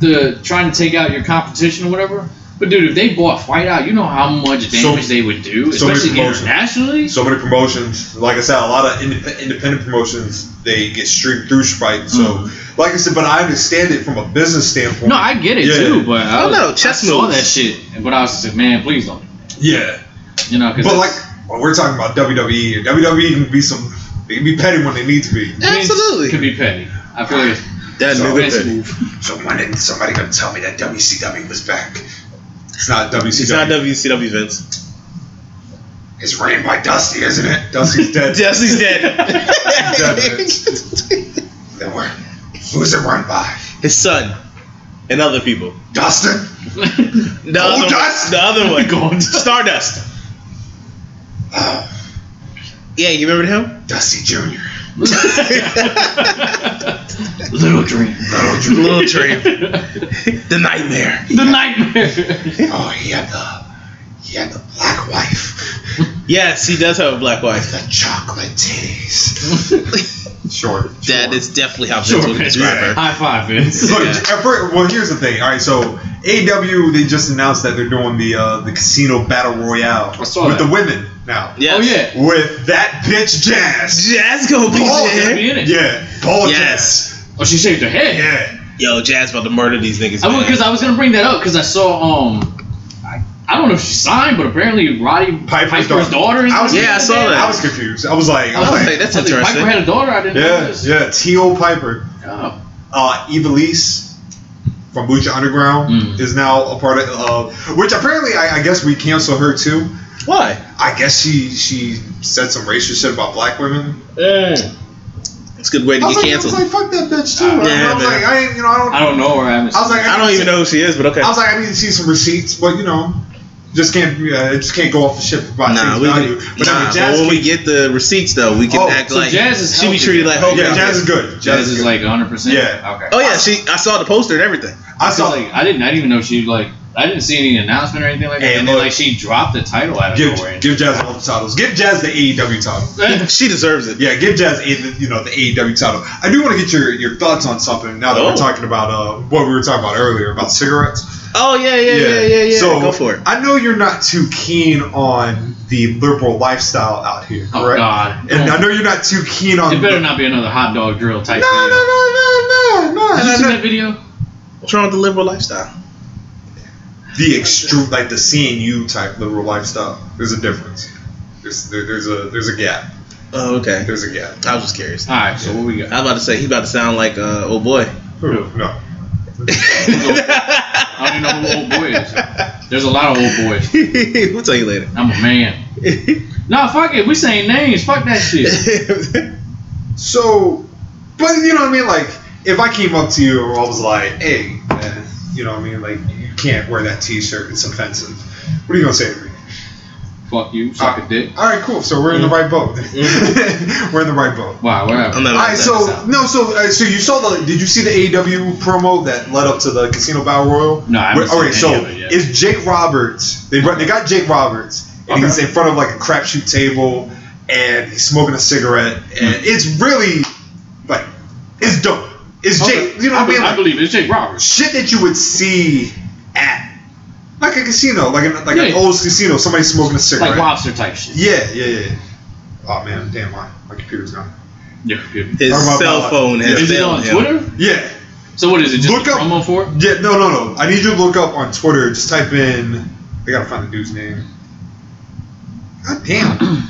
Speaker 2: the trying to take out your competition or whatever, but dude, if they bought fight out, you know how much
Speaker 1: So-
Speaker 2: damage they would do,
Speaker 1: so many
Speaker 2: especially
Speaker 1: promotions.
Speaker 2: internationally.
Speaker 1: so many promotions. Like I said, a lot of indep- independent promotions they get streamed through Sprite. So, like I said, but I understand it from a business standpoint.
Speaker 2: no, I get it
Speaker 1: Yeah.
Speaker 2: too, but I,
Speaker 3: Oh,
Speaker 2: was,
Speaker 3: no,
Speaker 2: I
Speaker 3: chess
Speaker 2: saw
Speaker 3: moves.
Speaker 2: that shit, but I was just like, man, please don't,
Speaker 1: yeah,
Speaker 2: you know, because
Speaker 1: but like well, we're talking about E. WWE. and WWE can be some. They can be petty when they need to be.
Speaker 3: Absolutely.
Speaker 2: could be petty. I feel like it's
Speaker 3: That
Speaker 1: So-
Speaker 3: nigga
Speaker 2: it's-
Speaker 3: petty.
Speaker 1: So when did somebody gonna tell me that WCW was back? It's not WCW.
Speaker 3: It's not WCW, Vince.
Speaker 1: It's ran by Dusty, isn't it? Dusty's dead.
Speaker 3: Jesse's dead.
Speaker 1: Then where? Who's it run by?
Speaker 3: His son and other people.
Speaker 1: Dustin?
Speaker 3: The other
Speaker 1: Goldust?
Speaker 3: one. The other one. Stardust.
Speaker 1: Oh,
Speaker 3: Yeah, you remember him?
Speaker 1: Dusty Jr.
Speaker 2: Little dream.
Speaker 1: Little Jr.
Speaker 3: Little Dream. the nightmare.
Speaker 2: The nightmare.
Speaker 1: Oh, he had the he had the black wife,
Speaker 3: Yes, he does have a black wife.
Speaker 1: the chocolate titties. Sure.
Speaker 3: That
Speaker 1: sure.
Speaker 3: is definitely how Vince
Speaker 2: Sure.
Speaker 3: would describe her.
Speaker 2: High five, Vince.
Speaker 1: Look,
Speaker 3: Yeah.
Speaker 1: at first- well, here's the thing. All right, so AW they just announced that they're doing the uh, the casino battle royale
Speaker 2: I saw
Speaker 1: with
Speaker 2: that.
Speaker 1: the women now.
Speaker 3: Yes.
Speaker 2: Oh yeah.
Speaker 1: With that bitch Jazz.
Speaker 3: Jazz gonna be
Speaker 1: Paul,
Speaker 2: gonna
Speaker 3: there.
Speaker 2: be in it.
Speaker 1: Yeah, Paul
Speaker 3: Yes.
Speaker 2: Oh, she shaved her head.
Speaker 1: Jazz. Yeah.
Speaker 3: Yo, Jazz about to murder these niggas. man.
Speaker 2: because I, was gonna bring that up because I saw um, I, I don't know if she signed, but apparently Roddy
Speaker 1: Piper's daughter.
Speaker 2: daughter. is
Speaker 1: I was-
Speaker 2: gonna be
Speaker 3: Yeah, I
Speaker 2: in
Speaker 3: saw
Speaker 2: there.
Speaker 3: that.
Speaker 1: I was confused. I was like, I was
Speaker 3: like,
Speaker 1: like,
Speaker 3: that's
Speaker 2: I was like,
Speaker 3: interesting.
Speaker 2: Piper had a daughter. I didn't know
Speaker 1: yeah,
Speaker 2: this.
Speaker 1: yeah. T.O. Piper,
Speaker 2: Oh.
Speaker 1: uh, Eva Lise from Lucha Underground
Speaker 2: Mm.
Speaker 1: is now a part of, uh, which apparently I, I guess we cancel her too.
Speaker 3: Why?
Speaker 1: I guess she she said some racist shit about black women.
Speaker 3: It's a good way
Speaker 1: Eh.
Speaker 3: to
Speaker 1: I was,
Speaker 3: get
Speaker 1: like,
Speaker 3: canceled.
Speaker 1: I
Speaker 3: I,
Speaker 1: was like, fuck that bitch too.
Speaker 3: Yeah,
Speaker 1: I was
Speaker 3: man.
Speaker 1: like, I ain't, you know, I don't.
Speaker 2: I don't know her. I haven't.
Speaker 1: I was like,
Speaker 3: don't even know who she is, but okay.
Speaker 1: I was like, I need to see some receipts, but you know, just can't, uh, just can't go off the ship about
Speaker 3: nah,
Speaker 1: face
Speaker 3: we,
Speaker 1: value. But
Speaker 3: nah,
Speaker 1: I mean,
Speaker 3: but
Speaker 1: Jazz,
Speaker 3: when we
Speaker 1: can-
Speaker 3: get the receipts though, we can
Speaker 1: Oh,
Speaker 3: act
Speaker 2: so
Speaker 3: like
Speaker 2: Jazz is
Speaker 3: she be
Speaker 2: healthy.
Speaker 3: treated like hope.
Speaker 1: yeah, Jazz is good.
Speaker 2: Jazz is
Speaker 1: good.
Speaker 2: like 100. percent
Speaker 1: Yeah.
Speaker 2: Okay.
Speaker 3: Oh yeah, she. I saw the poster and everything.
Speaker 1: I
Speaker 2: So
Speaker 1: saw.
Speaker 2: like I didn't I didn't even know she like I didn't see any announcement or anything like that.
Speaker 1: Hey,
Speaker 2: and then
Speaker 1: look.
Speaker 2: like she dropped the title out of
Speaker 1: Give,
Speaker 2: nowhere.
Speaker 1: give Jazz all the titles. Give Jazz the AEW title.
Speaker 3: She deserves it.
Speaker 1: Yeah, give Jazz a, the- you know the AEW title. I do want to get your, your thoughts on something now that
Speaker 3: Oh.
Speaker 1: we're talking about uh, what we were talking about earlier about cigarettes.
Speaker 3: Oh yeah, yeah, yeah, yeah, yeah.
Speaker 1: So
Speaker 3: Go for it.
Speaker 1: I know you're not too keen on the liberal lifestyle out here,
Speaker 2: oh
Speaker 1: correct?
Speaker 2: God.
Speaker 1: And I know you're not too keen on.
Speaker 2: it better not be another hot dog drill type.
Speaker 1: No,
Speaker 2: video.
Speaker 1: no, no, no, no,
Speaker 2: Did you
Speaker 1: no,
Speaker 2: see
Speaker 1: no.
Speaker 2: that video?
Speaker 3: What's wrong with the liberal lifestyle?
Speaker 1: The extreme, like the CNU type liberal lifestyle. There's a difference. There's there, there's a there's a gap.
Speaker 3: Oh okay.
Speaker 1: There's a gap.
Speaker 3: I was just curious.
Speaker 2: All right. So what we got?
Speaker 3: I was about to say he about to sound like uh, old boy.
Speaker 1: No.
Speaker 2: I don't even know who old boy is. There's a lot of old boys.
Speaker 3: we'll tell you later.
Speaker 2: I'm a man. Nah, fuck it. We saying names. Fuck that shit.
Speaker 1: So, but you know what I mean. Like, if I came up to you and I was like, "Hey, man, you know what I mean? Like, you can't wear that T-shirt. It's offensive." What are you gonna say to me?
Speaker 2: Fuck you. Suck a dick.
Speaker 1: All right, cool. So we're in the right boat. we're in the right boat.
Speaker 2: Wow.
Speaker 3: I'm
Speaker 2: Whatever.
Speaker 3: not
Speaker 1: All right,
Speaker 3: upset.
Speaker 1: so no, so uh, so you saw the? Did you see the AEW promo that led up to the Casino Battle Royal?
Speaker 2: No, I haven't
Speaker 1: Wait, all right,
Speaker 2: seen
Speaker 1: so
Speaker 2: any of it yet.
Speaker 1: it's Jake Roberts. They brought, they got Jake Roberts, and
Speaker 2: Okay.
Speaker 1: he's in front of like a crapshoot table, and he's smoking a cigarette, and
Speaker 2: Hmm.
Speaker 1: it's really like it's dope. It's
Speaker 2: Okay.
Speaker 1: Jake, you know what I
Speaker 2: be-
Speaker 1: mean?
Speaker 2: I
Speaker 1: Like,
Speaker 2: believe it's Jake Roberts.
Speaker 1: shit that you would see at like a casino, like an, like an
Speaker 2: Yeah.
Speaker 1: old casino, somebody smoking a
Speaker 2: Like
Speaker 1: cigarette.
Speaker 2: lobster type shit.
Speaker 1: Yeah, yeah, yeah. Oh man, damn, my my computer's gone.
Speaker 2: Yeah. good.
Speaker 3: his
Speaker 1: Or my
Speaker 3: cell
Speaker 1: ballot.
Speaker 3: phone has
Speaker 2: Is it
Speaker 3: failed
Speaker 2: on
Speaker 3: him.
Speaker 2: Twitter?
Speaker 1: Yeah.
Speaker 2: So what is it? Just
Speaker 1: Look
Speaker 2: a
Speaker 1: up-
Speaker 2: promo for it?
Speaker 1: Yeah, no, no, no. I need you to look up on Twitter. Just type in. I gotta find the dude's name. God damn.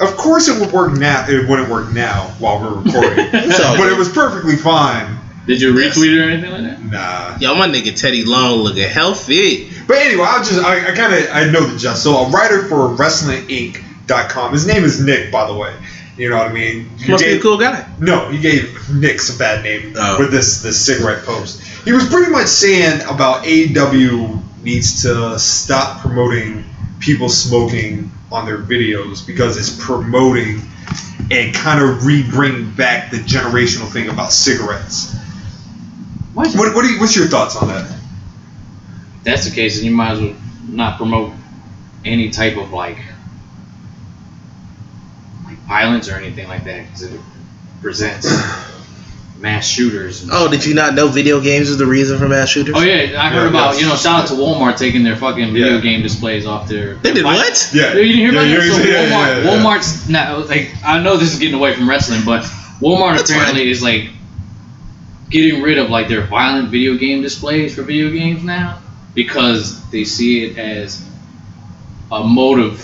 Speaker 1: of course, it would work now. It wouldn't work now while we're recording,
Speaker 3: It's all
Speaker 1: but
Speaker 3: good.
Speaker 1: it was perfectly fine.
Speaker 2: Did you retweet it or anything like that?
Speaker 1: Nah.
Speaker 3: Yo, my nigga Teddy Long looking healthy.
Speaker 1: But anyway, I'll just. I, I kind of. I know the just. So, a writer for WrestlingInc.com. His name is Nick, by the way. You know what I mean? You
Speaker 3: Must be a
Speaker 1: gave-
Speaker 3: cool guy.
Speaker 1: No, he gave Nix a bad name
Speaker 3: Oh.
Speaker 1: with this this cigarette post. He was pretty much saying about AEW needs to stop promoting people smoking on their videos because it's promoting and kind of re-bring back the generational thing about cigarettes.
Speaker 2: What?
Speaker 1: What, what are you, what's your thoughts on that?
Speaker 2: If that's the case, then you might as well not promote any type of like, like violence or anything like that because it presents mass shooters. And
Speaker 3: Oh, did you not know video games was the reason for mass shooters?
Speaker 2: Oh yeah, I heard
Speaker 1: Yeah,
Speaker 2: about
Speaker 1: yes.
Speaker 2: you know shout out to Walmart taking their fucking video
Speaker 1: Yeah.
Speaker 2: game displays off their.
Speaker 3: They
Speaker 2: their-
Speaker 3: did what?
Speaker 1: Yeah,
Speaker 2: You didn't hear about
Speaker 1: yeah,
Speaker 2: that?
Speaker 1: yeah,
Speaker 2: So
Speaker 1: yeah,
Speaker 2: Walmart,
Speaker 1: yeah, yeah.
Speaker 2: Walmart's now like I know this is getting away from wrestling, but Walmart
Speaker 3: That's
Speaker 2: apparently is like getting rid of like their violent video game displays for video games now because they see it as a motive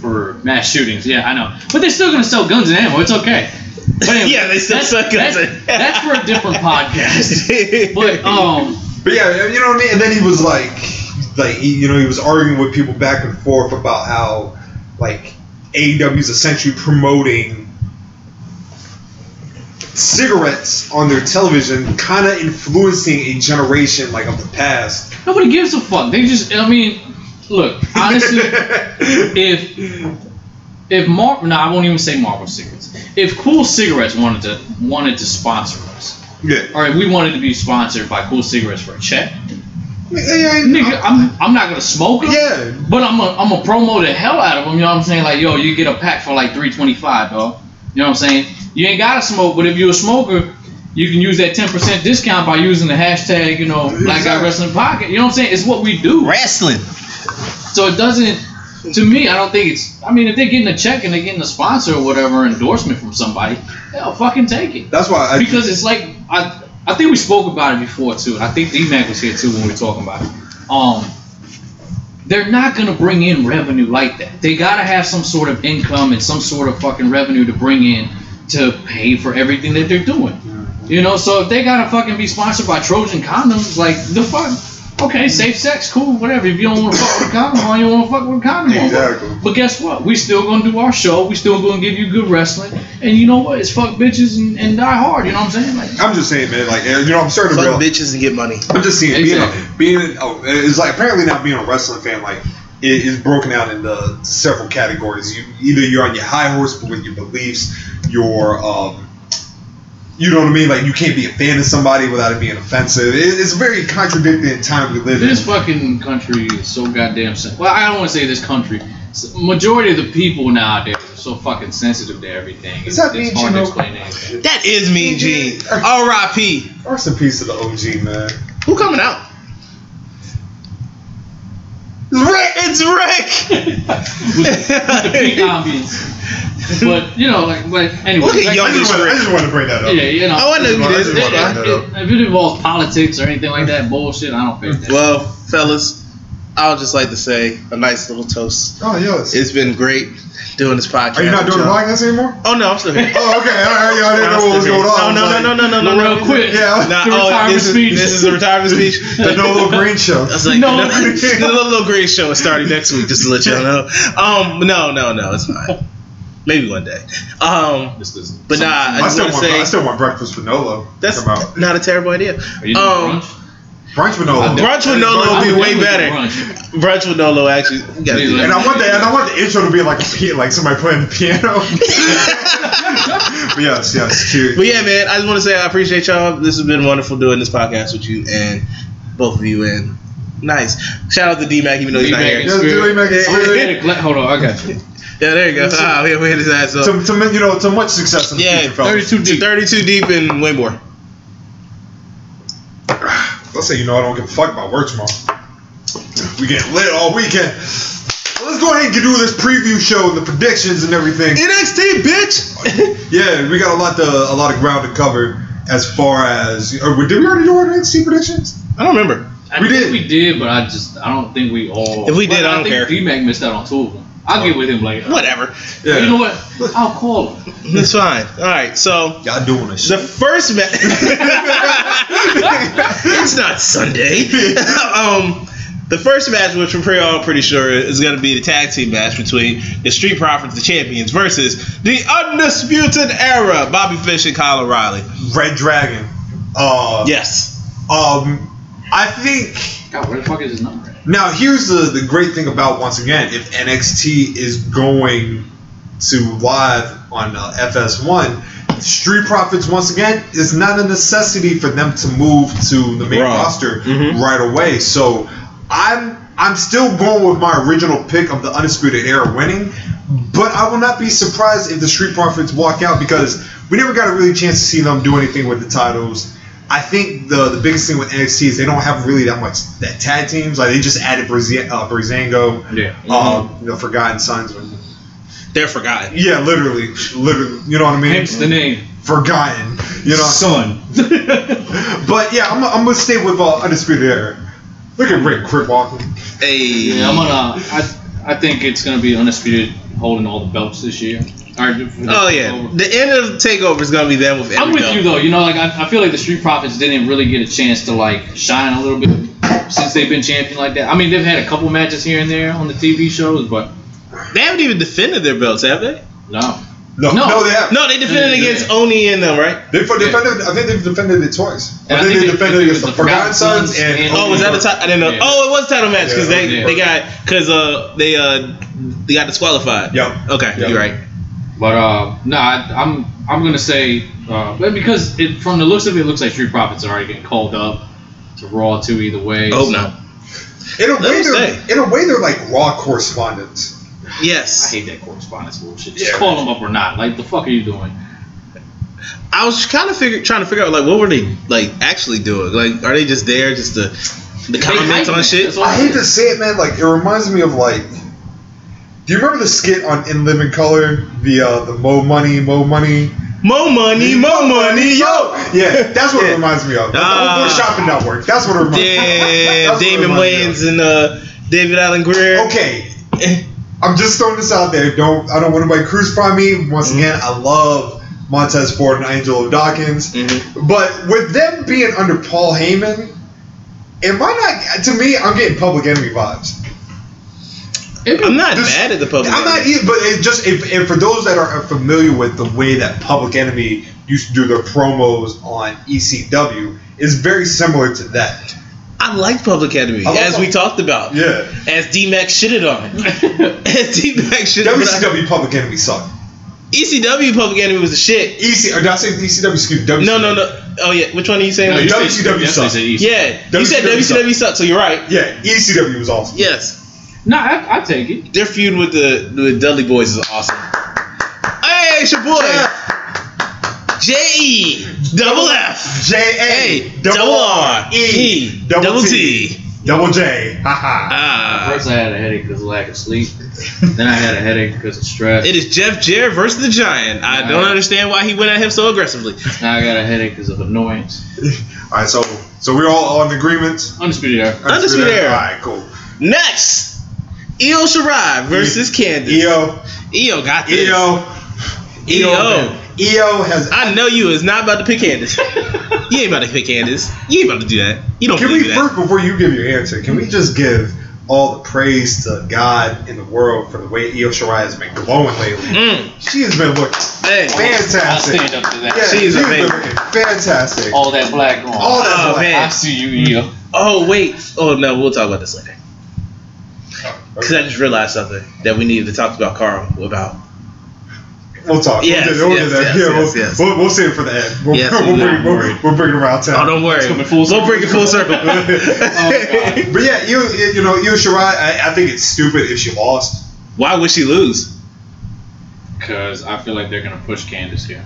Speaker 2: for mass shootings. Yeah, I know, but they're still gonna sell guns and ammo. It's okay. But anyway,
Speaker 3: Yeah, they still
Speaker 2: that's-
Speaker 3: sell guns
Speaker 2: that's-
Speaker 3: and-
Speaker 2: that's for a different podcast. But um.
Speaker 1: But yeah, you know what I mean. And then he was like, like he, you know, he was arguing with people back and forth about how like AEW's essentially promoting cigarettes on their television, kind of influencing a generation like of the past.
Speaker 2: Nobody gives a fuck. They just, I mean, look, honestly, if if Mar, no, I won't even say Marvel cigarettes. If Cool Cigarettes wanted to wanted to sponsor us,
Speaker 1: yeah,
Speaker 2: or if we wanted to be sponsored by Cool Cigarettes for a check,
Speaker 1: yeah,
Speaker 2: nigga, I'm I'm not gonna smoke them.
Speaker 1: Uh-huh. yeah.
Speaker 2: But I'm gonna I'm gonna promo the hell out of them. You know what I'm saying? Like, yo, you get a pack for like three twenty five, dog. You know what I'm saying? You ain't gotta smoke, but if you're a smoker, you can use that ten percent discount by using the hashtag, you know, Black Guy Wrestling Pocket. You know what I'm saying? It's what we do.
Speaker 4: Wrestling.
Speaker 2: So it doesn't. To me, I don't think it's. I mean, if they're getting a check and they're getting a sponsor or whatever endorsement from somebody, hell, fucking take it.
Speaker 1: That's why I
Speaker 2: Because it's like I. I think we spoke about it before too, and I think D Mac was here too when we were talking about it. Um, they're not gonna bring in revenue like that. They gotta have some sort of income and some sort of fucking revenue to bring in to pay for everything that they're doing. You know, so if they gotta fucking be sponsored by Trojan condoms, like the fuck, okay, safe sex, cool, whatever. If you don't want to fuck with a condom on, you don't want to fuck with a condom on.
Speaker 1: Exactly.
Speaker 2: But guess what? We still gonna do our show. We still gonna give you good wrestling. And you know what? It's fuck bitches and, and die hard. You know what I'm saying? Like,
Speaker 1: I'm just saying, man. Like you know, I'm starting to
Speaker 3: Fuck
Speaker 1: realize.
Speaker 3: bitches and get money.
Speaker 1: I'm just seeing
Speaker 2: Exactly.
Speaker 1: being a, being oh, it's like apparently not being a wrestling fan like it is broken out into several categories. You either you're on your high horse with your beliefs, your um, you know what I mean. Like you can't be a fan of somebody without it being offensive. It, it's a very contradicting time we live
Speaker 2: This
Speaker 1: in.
Speaker 2: fucking country is so goddamn. Sen- well, I don't want to say this country. S- Majority of the people nowadays are so fucking sensitive to everything. It's,
Speaker 1: Does that mean
Speaker 2: it's hard
Speaker 1: you
Speaker 2: to
Speaker 1: know-
Speaker 2: explain anything.
Speaker 3: That is
Speaker 1: Mhm.
Speaker 3: Mean Gene. R.I.P.
Speaker 1: Rest in peace to the OG man.
Speaker 3: Who coming out? Rick, it's Rick.
Speaker 2: With the peak ambience. But you know, like, but anyway.
Speaker 3: Look at
Speaker 2: like-
Speaker 1: I
Speaker 3: youngest
Speaker 1: just, wanted, I just wanted to bring that
Speaker 2: Yeah,
Speaker 1: up.
Speaker 2: you know.
Speaker 3: Oh, I know
Speaker 1: I
Speaker 3: you
Speaker 1: just wanted to
Speaker 3: did.
Speaker 1: bring
Speaker 2: If
Speaker 1: that up.
Speaker 2: it- if it involves politics or anything like that bullshit, I don't think that.
Speaker 3: Well, fellas, I would just like to say a nice little toast.
Speaker 1: Oh yes.
Speaker 3: It's been great doing this podcast.
Speaker 1: Are you not doing the
Speaker 3: with y'all.
Speaker 1: podcast anymore?
Speaker 3: Oh no, I'm still here.
Speaker 1: Oh okay. All right, y'all didn't know what was going on.
Speaker 3: No, no, no, no, no, no, no,
Speaker 2: Real quick.
Speaker 1: Yeah.
Speaker 3: Nah,
Speaker 2: The
Speaker 3: oh,
Speaker 2: retirement
Speaker 3: this,
Speaker 2: speech.
Speaker 3: Is, this is the retirement speech.
Speaker 1: The Nolo Green show.
Speaker 3: I was like,
Speaker 2: No.
Speaker 3: no, the little green show is starting next week. Just to let y'all know. Um, no, no, no, it's fine. Maybe one day. Um,
Speaker 2: This is-
Speaker 3: but nah, I
Speaker 1: I
Speaker 3: just
Speaker 1: still
Speaker 3: want
Speaker 1: want
Speaker 3: to say
Speaker 1: I still want breakfast with Nolo.
Speaker 3: that's
Speaker 1: Come out.
Speaker 3: not a terrible idea.
Speaker 2: Are you doing
Speaker 3: Um,
Speaker 2: brunch?
Speaker 1: brunch with Nolo.
Speaker 3: brunch with
Speaker 1: Brunch
Speaker 3: Nolo
Speaker 2: I'm
Speaker 3: would be
Speaker 2: down
Speaker 3: way
Speaker 2: with the
Speaker 3: better.
Speaker 2: brunch.
Speaker 3: Brunch with Nolo actually. we gotta do
Speaker 1: And
Speaker 3: that.
Speaker 1: I want the and I want the intro to be like a pi- like somebody playing the piano. but yes, yes, cute.
Speaker 3: But yeah, man, I just want to say I appreciate y'all. This has been wonderful doing this podcast with you and both of you. And nice shout out to D Mac, even though he's not
Speaker 2: D-Mac
Speaker 3: here.
Speaker 2: is-
Speaker 1: Yes, do we make it
Speaker 2: I'm
Speaker 1: spirit?
Speaker 2: gonna glad- Hold on, I got you.
Speaker 3: Yeah, there you go. Ah, we, we hit his ass up.
Speaker 1: To, to min- you know to much success in the
Speaker 3: Yeah,
Speaker 1: future, fellas.
Speaker 2: Thirty-two deep.
Speaker 3: 32 deep and way more.
Speaker 1: Let's say you know I don't give a fuck about work tomorrow. We get lit all weekend. Well, let's go ahead and do this preview show and the predictions and everything.
Speaker 3: NXT, bitch.
Speaker 1: Yeah, we got a lot to a lot of ground to cover as far as or did we already do our NXT predictions?
Speaker 3: I don't remember.
Speaker 2: I
Speaker 1: We
Speaker 2: think
Speaker 1: did.
Speaker 2: We did, but I just I don't think we all.
Speaker 3: If we did, I don't
Speaker 2: think
Speaker 3: care.
Speaker 2: D-Mac missed out on two of them. I'll get with him later.
Speaker 3: Whatever.
Speaker 1: Yeah,
Speaker 2: You know what? I'll call him.
Speaker 3: It's fine. All right. So
Speaker 1: y'all doing this.
Speaker 3: the
Speaker 1: shit.
Speaker 3: first match. it's not Sunday. um, the first match, which we're pretty all pretty sure is going to be the tag team match between the Street Profits, the champions, versus the Undisputed Era, Bobby Fish and Kyle O'Reilly.
Speaker 1: Red Dragon. Uh,
Speaker 3: Yes.
Speaker 1: Um, I think.
Speaker 2: God, where the fuck is his number? at?
Speaker 1: Now, here's the, the great thing about once again, if NXT is going to live on uh, FS1, Street Profits once again is not a necessity for them to move to the main
Speaker 3: Raw.
Speaker 1: roster
Speaker 2: Mm-hmm.
Speaker 3: Mhm.
Speaker 1: right away. So I'm I'm still going with my original pick of the Undisputed Era winning, but I will not be surprised if the Street Profits walk out because we never got a really chance to see them do anything with the titles. I think the the biggest thing with NXT is they don't have really that much that tag teams. Like they just added Brazi- uh, Brazango,
Speaker 2: Yeah.
Speaker 1: um, the Forgotten Sons.
Speaker 3: They're forgotten.
Speaker 1: Yeah, literally, literally. You know what I mean?
Speaker 2: Hence the name.
Speaker 1: Forgotten. You know.
Speaker 3: Son.
Speaker 1: But yeah, I'm, I'm gonna stay with uh, Undisputed Era. Look at Rick Crip walking.
Speaker 3: Hey.
Speaker 2: yeah, I'm gonna. I I think it's gonna be undisputed holding all the belts this year. All right, for the
Speaker 3: Oh yeah,
Speaker 2: takeover.
Speaker 3: the end of the takeover is gonna be them with. Every
Speaker 2: I'm with
Speaker 3: belt.
Speaker 2: you though. You know, like I, I feel like the Street Profits didn't really get a chance to like shine a little bit since they've been champion like that. I mean, they've had a couple matches here and there on the TV shows, but
Speaker 3: They haven't even defended their belts, have they?
Speaker 2: No.
Speaker 1: No,
Speaker 2: No.
Speaker 1: no, they have.
Speaker 3: No, they defended
Speaker 2: Yeah.
Speaker 3: against Oni and them, right?
Speaker 1: They f- defended. I think they've defended it twice.
Speaker 2: And
Speaker 1: I
Speaker 2: I
Speaker 1: think
Speaker 2: think
Speaker 1: they
Speaker 2: they-
Speaker 1: defended
Speaker 2: they
Speaker 1: against the
Speaker 2: defended
Speaker 1: Forgotten Sons and.
Speaker 3: Oh, was that the title? I didn't know.
Speaker 2: Yeah.
Speaker 3: Oh, it was a title match because
Speaker 1: Yeah,
Speaker 3: they
Speaker 2: yeah.
Speaker 3: they got because uh they uh they got disqualified.
Speaker 1: Yeah.
Speaker 3: Okay,
Speaker 1: Yeah.
Speaker 3: you're right.
Speaker 2: But uh, no, I, I'm I'm gonna say, uh, but because it, from the looks of it, it looks like Street Profits are already getting called up to Raw too either way.
Speaker 3: Oh
Speaker 2: so-
Speaker 3: no.
Speaker 1: In a
Speaker 3: Let
Speaker 1: way,
Speaker 3: me
Speaker 1: they're in a way they're like raw correspondents.
Speaker 2: I
Speaker 3: Yes,
Speaker 2: hate that correspondence bullshit. Just
Speaker 1: Yeah.
Speaker 2: call them up or not. Like the fuck are you doing?
Speaker 3: I was kind of figure, trying to figure out like what were they like actually doing? Like, are they just there just to the comments
Speaker 2: hyping
Speaker 3: on
Speaker 2: it,
Speaker 3: shit?
Speaker 2: that's all.
Speaker 1: I hate to say it, man. Like it reminds me of like. Do you remember the skit on In Living Color? The uh, the Mo Money, Mo Money.
Speaker 3: Mo money, mo money, yo.
Speaker 1: Yeah, that's what
Speaker 3: Yeah.
Speaker 1: it reminds me of. The
Speaker 3: Ah.
Speaker 1: Old Boy Shopping Network. That's what it reminds me
Speaker 3: Yeah,
Speaker 1: of. That's what it
Speaker 3: Damon
Speaker 1: reminds me of.
Speaker 3: Wayans and uh, David Allen Greer.
Speaker 1: Okay,
Speaker 3: Okay.
Speaker 1: I'm just throwing this out there. Don't I don't want anybody crucify me. Once
Speaker 3: Mhm.
Speaker 1: again, I love Montez Ford and Angelo Dawkins.
Speaker 3: Mm-hmm.
Speaker 1: But with them being under Paul Heyman, am I not? To me, I'm getting Public Enemy vibes.
Speaker 2: It'd be-
Speaker 3: I'm not
Speaker 1: This-
Speaker 3: mad at the public.
Speaker 1: I'm not either, but it just if, if for those that are familiar with the way that Public Enemy used to do their promos on E ECW, is very similar to that.
Speaker 3: I like Public Enemy,
Speaker 1: I like
Speaker 3: as we
Speaker 1: Public-
Speaker 3: talked about.
Speaker 1: e- Yeah,
Speaker 3: As D Mac shitted on. As D Mac shitted on.
Speaker 1: WCW Public Enemy sucked.
Speaker 3: ECW E Public Enemy was the shit.
Speaker 1: EC, or did I say ECW? Excuse me.
Speaker 3: No, no, no. Oh, yeah. Which one are you saying?
Speaker 2: No, you
Speaker 1: WCW
Speaker 2: said- you
Speaker 1: sucks.
Speaker 2: said East.
Speaker 3: yeah. You said
Speaker 1: WCW
Speaker 3: WCW sucked, so you're right.
Speaker 1: Yeah, ECW was awesome.
Speaker 3: Yes.
Speaker 2: Nah, I, I take it.
Speaker 3: Their feud with the, the Dudley Boys is awesome. Hey, it's your boy. J double F.
Speaker 1: J
Speaker 3: A
Speaker 1: A double R E double T double J. Haha.
Speaker 3: Ah.
Speaker 2: First, I had a headache because of lack of sleep. then I had a headache because of stress.
Speaker 3: It is Jeff Jarrett versus the Giant. I don't
Speaker 2: Alright.
Speaker 3: understand why he went at him so aggressively.
Speaker 2: now I got a headache because of annoyance.
Speaker 1: All right, so so we're all on agreement.
Speaker 2: Undisputed era.
Speaker 3: Undisputed era.
Speaker 1: All right, cool.
Speaker 3: Next, Io Shirai versus Candice.
Speaker 1: EO,
Speaker 3: Io got this.
Speaker 1: EO, E
Speaker 3: Io.
Speaker 1: EO has.
Speaker 3: E I know you is not about to pick Candice. you ain't about to pick Candice. You ain't about to do that. You don't
Speaker 1: Can
Speaker 3: really
Speaker 1: we
Speaker 3: do that.
Speaker 1: first before you give your answer? Can we just give all the praise to God in the world for the way Io Shirai has been glowing lately?
Speaker 3: Mm.
Speaker 1: She has been looking
Speaker 3: Hey.
Speaker 2: I
Speaker 1: fantastic.
Speaker 2: stand up to that.
Speaker 1: Yeah,
Speaker 3: She
Speaker 1: she's
Speaker 3: is
Speaker 1: been
Speaker 3: amazing.
Speaker 1: looking fantastic.
Speaker 2: All that black on.
Speaker 1: All that
Speaker 3: Oh,
Speaker 1: black.
Speaker 3: man.
Speaker 2: I see you, Eo.
Speaker 3: Oh wait. Oh no, we'll talk about this later. Cause
Speaker 1: Okay,
Speaker 3: I just realized something that we needed to talk about Carl about.
Speaker 1: We'll talk.
Speaker 3: Yes,
Speaker 1: we'll do, we'll do
Speaker 3: yes,
Speaker 1: that.
Speaker 3: yes,
Speaker 1: yeah, we'll,
Speaker 3: yes, yes.
Speaker 1: We'll, we'll save it for the end. We'll,
Speaker 3: Yes,
Speaker 1: we'll,
Speaker 3: no,
Speaker 1: bring,
Speaker 3: I'm
Speaker 1: we'll,
Speaker 3: worried.
Speaker 1: we'll bring it around town.
Speaker 3: Oh, don't worry.
Speaker 2: It's coming full
Speaker 3: We'll bring it full circle. Oh,
Speaker 2: God.
Speaker 1: But yeah, you you- you know, Io Shirai, I, I think it's stupid if she lost.
Speaker 3: Why would she lose?
Speaker 2: Because I feel like they're going to push Candace here.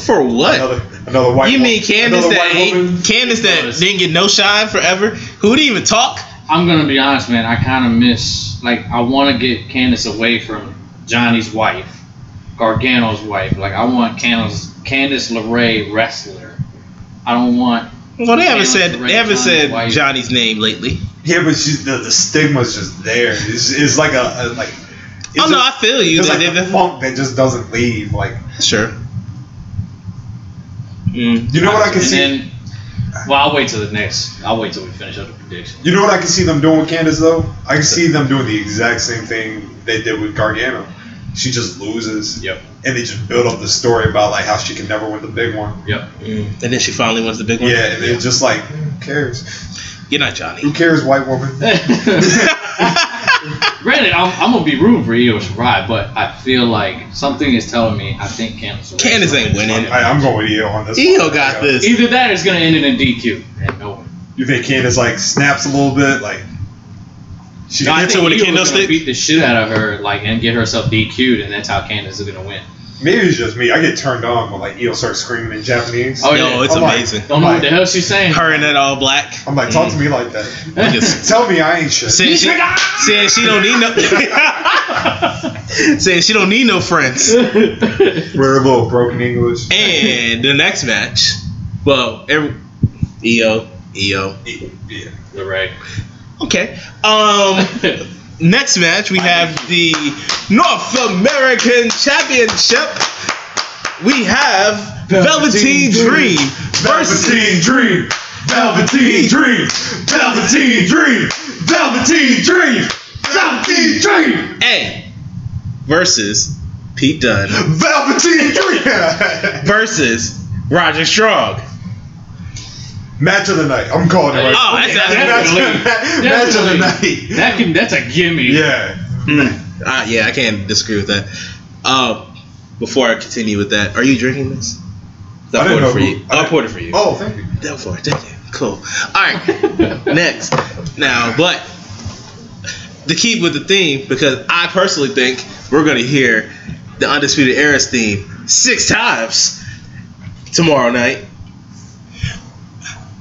Speaker 3: For what?
Speaker 1: Another another white.
Speaker 3: you
Speaker 1: wo-
Speaker 3: mean Candace
Speaker 1: another
Speaker 3: that
Speaker 1: white
Speaker 3: ain't
Speaker 1: woman?
Speaker 3: Candace that
Speaker 2: Honest.
Speaker 3: didn't get no shine forever? Who didn't even talk?
Speaker 2: I'm going to be honest, man. I kind of miss, like, I want to get Candace away from Johnny's wife, Gargano's wife. Like, I want Candace, Candace LeRae wrestler. I don't want.
Speaker 3: Well, they haven't
Speaker 2: Candace
Speaker 3: said
Speaker 2: Ray
Speaker 3: they haven't
Speaker 2: Johnny
Speaker 3: said
Speaker 2: White.
Speaker 3: Johnny's name lately.
Speaker 1: Yeah, but she's, the the stigma's just there. It's, it's like a, a like. It's
Speaker 3: oh no, I
Speaker 1: just-
Speaker 3: feel you.
Speaker 1: it's
Speaker 3: They-
Speaker 1: like
Speaker 3: they-
Speaker 1: a
Speaker 3: they-
Speaker 1: funk that just doesn't leave. Like
Speaker 3: sure. Mm.
Speaker 1: you know what I can
Speaker 2: and
Speaker 1: see.
Speaker 2: Then, well, I'll wait till the next. I'll wait till we finish up the prediction.
Speaker 1: you know what I can see them doing with Candace though. I can see them doing the exact same thing they did with Gargano. She just loses,
Speaker 2: Yep.
Speaker 1: and they just build up the story about like how she can never win the big one.
Speaker 2: Yep.
Speaker 3: Mm. And then she finally wins the big one.
Speaker 1: Yeah, and it's just like who cares?
Speaker 3: You're not
Speaker 1: Who
Speaker 3: Johnny.
Speaker 1: cares, white woman?
Speaker 2: Granted, I'm, I'm gonna be rooting for Io Shirai, but I feel like something is telling me I think Candace. LeRae
Speaker 3: Candace ain't
Speaker 2: is gonna
Speaker 3: winning.
Speaker 2: win.
Speaker 1: I, I'm going with Io on this.
Speaker 3: Eo
Speaker 1: one.
Speaker 3: E got
Speaker 1: Yeah.
Speaker 3: this.
Speaker 2: Either that or it's gonna end in a DQ. And no one.
Speaker 1: You think Candace like snaps a little bit, like she
Speaker 2: No, I
Speaker 3: hits
Speaker 2: think
Speaker 3: her with a
Speaker 2: Io is gonna
Speaker 3: candlestick?
Speaker 2: Beat the shit out of her, like, and get herself DQ'd, and that's how Candace is gonna win.
Speaker 1: maybe it's just me. I get turned on when like Eel starts screaming in Japanese.
Speaker 2: Oh,
Speaker 3: Yo,
Speaker 2: yeah.
Speaker 3: it's
Speaker 1: I'm like-
Speaker 3: amazing.
Speaker 2: Don't know what the hell she's saying.
Speaker 3: Her in that all black.
Speaker 1: I'm like, talk to me like that. Tell me I ain't shit.
Speaker 3: Saying she, saying she don't need no saying she don't need no friends.
Speaker 1: We're a little broken English.
Speaker 3: And the next match, well, every, EO, EO.
Speaker 1: Yeah.
Speaker 2: Lorraine.
Speaker 3: Okay. Um, next match we have the North American Championship. We have
Speaker 1: Velveteen
Speaker 3: Velveteen
Speaker 1: Dream.
Speaker 3: Dream versus
Speaker 1: Velveteen Dream! Velveteen Dream! Velveteen Dream! Velveteen Dream! Velveteen Dream!
Speaker 3: Hey, versus Pete Dunne
Speaker 1: Velveteen Dream.
Speaker 3: versus Roger Strong.
Speaker 1: match of the night. I'm calling it right.
Speaker 3: Oh,
Speaker 1: now.
Speaker 3: that's-
Speaker 1: match, match, match of the night.
Speaker 2: That can that's a gimme.
Speaker 1: Yeah. Mm.
Speaker 3: Uh, yeah, I can't disagree with that. Uh, before I continue with that, are you drinking this?
Speaker 1: I
Speaker 3: I'll
Speaker 1: didn't
Speaker 3: pour
Speaker 1: know
Speaker 3: it for
Speaker 1: who-
Speaker 3: you.
Speaker 1: I
Speaker 3: I'll
Speaker 1: didn't-
Speaker 3: pour it for you.
Speaker 1: Oh, thank you.
Speaker 3: That for it. Thank you. Cool. All right. Next. Now, but to keep with the theme, because I personally think we're going to hear the Undisputed Era's theme six times tomorrow night.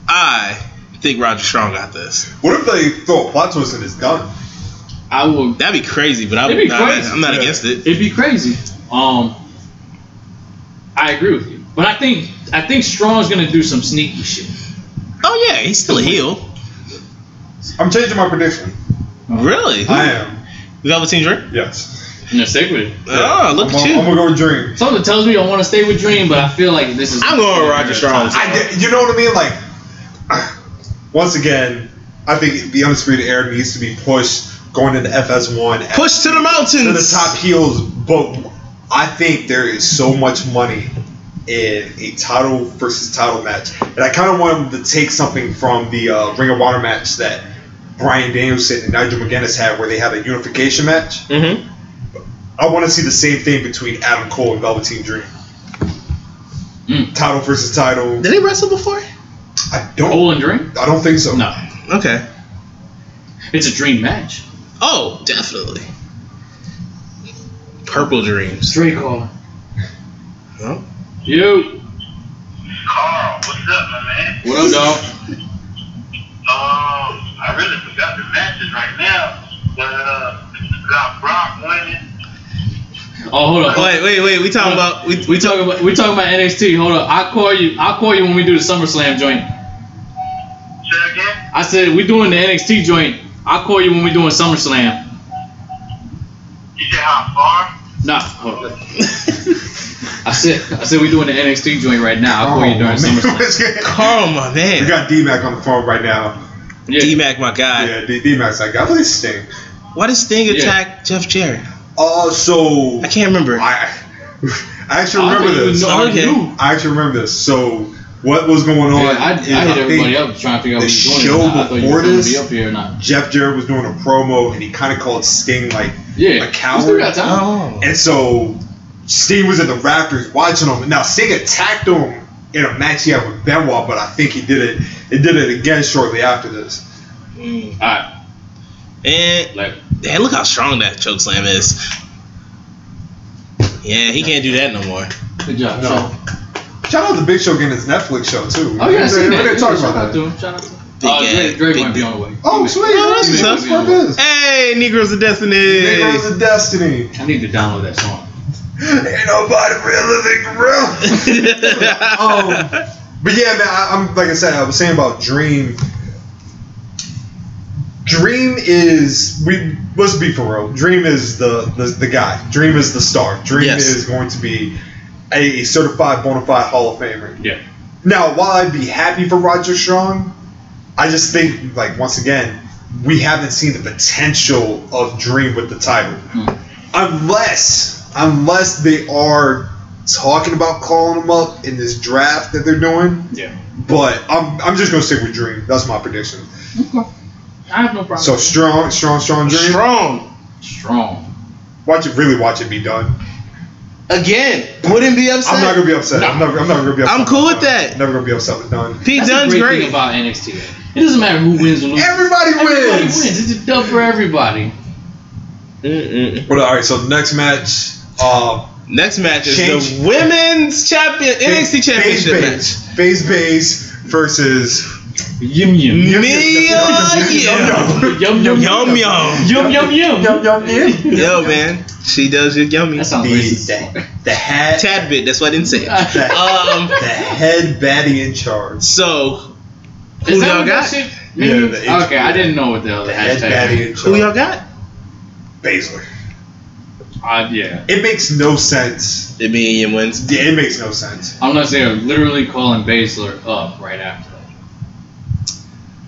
Speaker 3: I think Roger Strong got this.
Speaker 1: What if they throw a plot twist in his gun?
Speaker 2: I will.
Speaker 3: That'd be crazy, but
Speaker 2: It'd be
Speaker 3: I'm not,
Speaker 2: crazy.
Speaker 3: I'm not
Speaker 1: Yeah.
Speaker 3: against it.
Speaker 2: It'd be crazy. Um, I agree with you, but I think I think Strong's gonna do some sneaky shit.
Speaker 3: Oh, yeah, he's still a heel.
Speaker 1: I'm changing my prediction.
Speaker 3: Really?
Speaker 1: Oh. I am.
Speaker 3: Velveteen Dream?
Speaker 1: Yes.
Speaker 2: No segway.
Speaker 3: Oh, look
Speaker 1: I'm gonna-
Speaker 3: at
Speaker 1: I'm
Speaker 3: you.
Speaker 1: gonna go with Dream.
Speaker 2: Something tells me I want to stay with Dream, but I feel like this is.
Speaker 3: I'm going with Roger Strong.
Speaker 1: I get, you know what I mean? Like, once again, I think the Undisputed Era needs to be pushed going into FS1 at-
Speaker 3: Push to the mountains.
Speaker 1: to the top heels, but I think there is so much money in a title versus title match. And I kind of want them to take something from the uh, Ring of Honor match that Brian Danielson and Nigel McGuinness had where they had a unification match.
Speaker 3: Mm-hmm.
Speaker 1: I want to see the same thing between Adam Cole and Velveteen Dream.
Speaker 2: Mm.
Speaker 1: Title versus title.
Speaker 3: Did they wrestle before?
Speaker 1: I don't
Speaker 2: Hole and Dream?
Speaker 1: I don't think so.
Speaker 2: No,
Speaker 3: Okay.
Speaker 2: it's a dream match.
Speaker 3: Oh, definitely. Purple dreams.
Speaker 2: Straight call.
Speaker 3: Huh?
Speaker 2: You.
Speaker 5: Carl, what's up, my man?
Speaker 2: What up, dog?
Speaker 5: Um, I really forgot the matches right now, but uh, we got Brock winning.
Speaker 2: Oh, hold up.
Speaker 3: Wait, wait, wait. We talking about we,
Speaker 2: We talking about we talking about NXT. Hold up, I call you. I call you when we do the SummerSlam joint.
Speaker 5: Say again?
Speaker 2: I said we doing the NXT joint. I call you when we doing SummerSlam.
Speaker 5: You said how far?
Speaker 2: Nah, hold up. I said I said we doing the NXT joint right now. I call you during
Speaker 1: Oh, man.
Speaker 2: SummerSlam.
Speaker 3: Carl, my
Speaker 1: we
Speaker 3: man.
Speaker 1: got D Mac on the phone right now.
Speaker 2: Yeah.
Speaker 3: D Mac, my guy.
Speaker 1: Yeah, D Mac's like, I play Sting.
Speaker 3: Why does Sting
Speaker 2: Yeah.
Speaker 3: attack Jeff Jarrett?
Speaker 1: Uh, so
Speaker 3: I can't remember.
Speaker 1: I, I actually
Speaker 2: I
Speaker 1: remember
Speaker 2: don't even
Speaker 1: this.
Speaker 2: know- I
Speaker 3: Okay.
Speaker 2: knew.
Speaker 1: I actually remember this. So what was going on?
Speaker 2: Yeah, I, I
Speaker 1: is
Speaker 2: hit everybody
Speaker 1: think
Speaker 2: up trying to figure out
Speaker 1: the
Speaker 2: what you
Speaker 1: show
Speaker 2: doing. and I thought you
Speaker 1: before
Speaker 2: were going
Speaker 1: this-
Speaker 2: to be up here or not.
Speaker 1: Jeff Jarrett was doing a promo and he kind of called Sting like
Speaker 2: Yeah,
Speaker 1: a coward.
Speaker 2: We still got time.
Speaker 3: oh.
Speaker 1: And so Sting was in the Raptors watching him. Now Sting attacked him in a match he had with Benoit, but I think he did it. He did it again shortly after this.
Speaker 3: Mm.
Speaker 2: All right,
Speaker 3: And
Speaker 2: like
Speaker 3: hey, look how strong that choke slam is. Yeah, he can't do that no more.
Speaker 2: good job.
Speaker 1: No.
Speaker 2: Sean.
Speaker 1: Shout out to Big Show getting his Netflix show too.
Speaker 2: Oh yeah, I
Speaker 1: We're
Speaker 2: seen that.
Speaker 1: gonna talk
Speaker 2: Shout
Speaker 1: about
Speaker 2: out to
Speaker 1: that.
Speaker 2: him. Shout out to him.
Speaker 3: Big
Speaker 2: Uh,
Speaker 3: ass,
Speaker 2: Drake, Drake
Speaker 3: big
Speaker 2: might be
Speaker 3: dick.
Speaker 2: on the way.
Speaker 1: Oh sweet,
Speaker 3: No, that's
Speaker 1: that's,
Speaker 3: what's
Speaker 1: that's
Speaker 2: up.
Speaker 1: what it is.
Speaker 3: Hey, Negroes of Destiny.
Speaker 1: Negroes of Destiny.
Speaker 2: I need to download that song.
Speaker 1: Ain't nobody real living real. Um, but yeah, man, I, I'm like I said, I was saying about Dream. Dream is we let's be for real. Dream is the the, the guy. Dream is the star. Dream
Speaker 3: Yes.
Speaker 1: is going to be a certified bona fide Hall of Famer.
Speaker 2: Yeah.
Speaker 1: Now, while I'd be happy for Roger Strong, I just think like once again we haven't seen the potential of Dream with the title,
Speaker 2: Hmm.
Speaker 1: unless unless they are talking about calling him up in this draft that they're doing.
Speaker 2: Yeah.
Speaker 1: But I'm, I'm just gonna stick with Dream. That's my prediction.
Speaker 2: I have no problem.
Speaker 1: So strong, strong, strong Dream.
Speaker 3: Strong
Speaker 2: strong.
Speaker 1: Watch it, really watch it be done.
Speaker 3: again. Wouldn't be upset.
Speaker 1: I'm not gonna be upset. I'm not. I'm not gonna be. Upset
Speaker 3: I'm cool with
Speaker 1: Done.
Speaker 3: that.
Speaker 1: Never gonna be upset with done.
Speaker 3: Pete
Speaker 2: That's
Speaker 3: Dunne's
Speaker 2: the great,
Speaker 3: great.
Speaker 2: thing about NXT. It doesn't matter who wins or loses.
Speaker 1: Everybody
Speaker 2: Everybody
Speaker 1: wins.
Speaker 2: It's a dub for everybody.
Speaker 3: Mm-mm.
Speaker 1: Well, all right. So the next match, uh,
Speaker 3: Next match is
Speaker 1: Change-
Speaker 3: the women's champion NXT championship
Speaker 1: Base
Speaker 3: match.
Speaker 1: Base Base versus
Speaker 2: Yum yum.
Speaker 3: Mia
Speaker 2: Yum
Speaker 3: Yum
Speaker 2: yum
Speaker 3: Yum Yum.
Speaker 2: Yum yum yum.
Speaker 1: Yum, yum, yum.
Speaker 3: Yo man, she does your yummy.
Speaker 2: That sounds racist.
Speaker 1: the, the hat,
Speaker 3: Tad bit. That's why I didn't say.
Speaker 2: Is
Speaker 3: It. Um.
Speaker 1: the head baddie in charge.
Speaker 3: So Who
Speaker 2: that what
Speaker 3: y'all
Speaker 2: that
Speaker 3: got?
Speaker 2: shit?
Speaker 1: Yeah,
Speaker 2: means?
Speaker 1: the-
Speaker 2: okay, I didn't know what the other
Speaker 1: The head
Speaker 2: hashtag.
Speaker 1: baddie in charge.
Speaker 3: who y'all got?
Speaker 1: Baszler.
Speaker 2: Uh, yeah,
Speaker 1: It makes no sense.
Speaker 3: The Mia wins.
Speaker 1: Yeah, it makes no sense.
Speaker 2: I'm not saying I'm literally calling Baszler up right after that.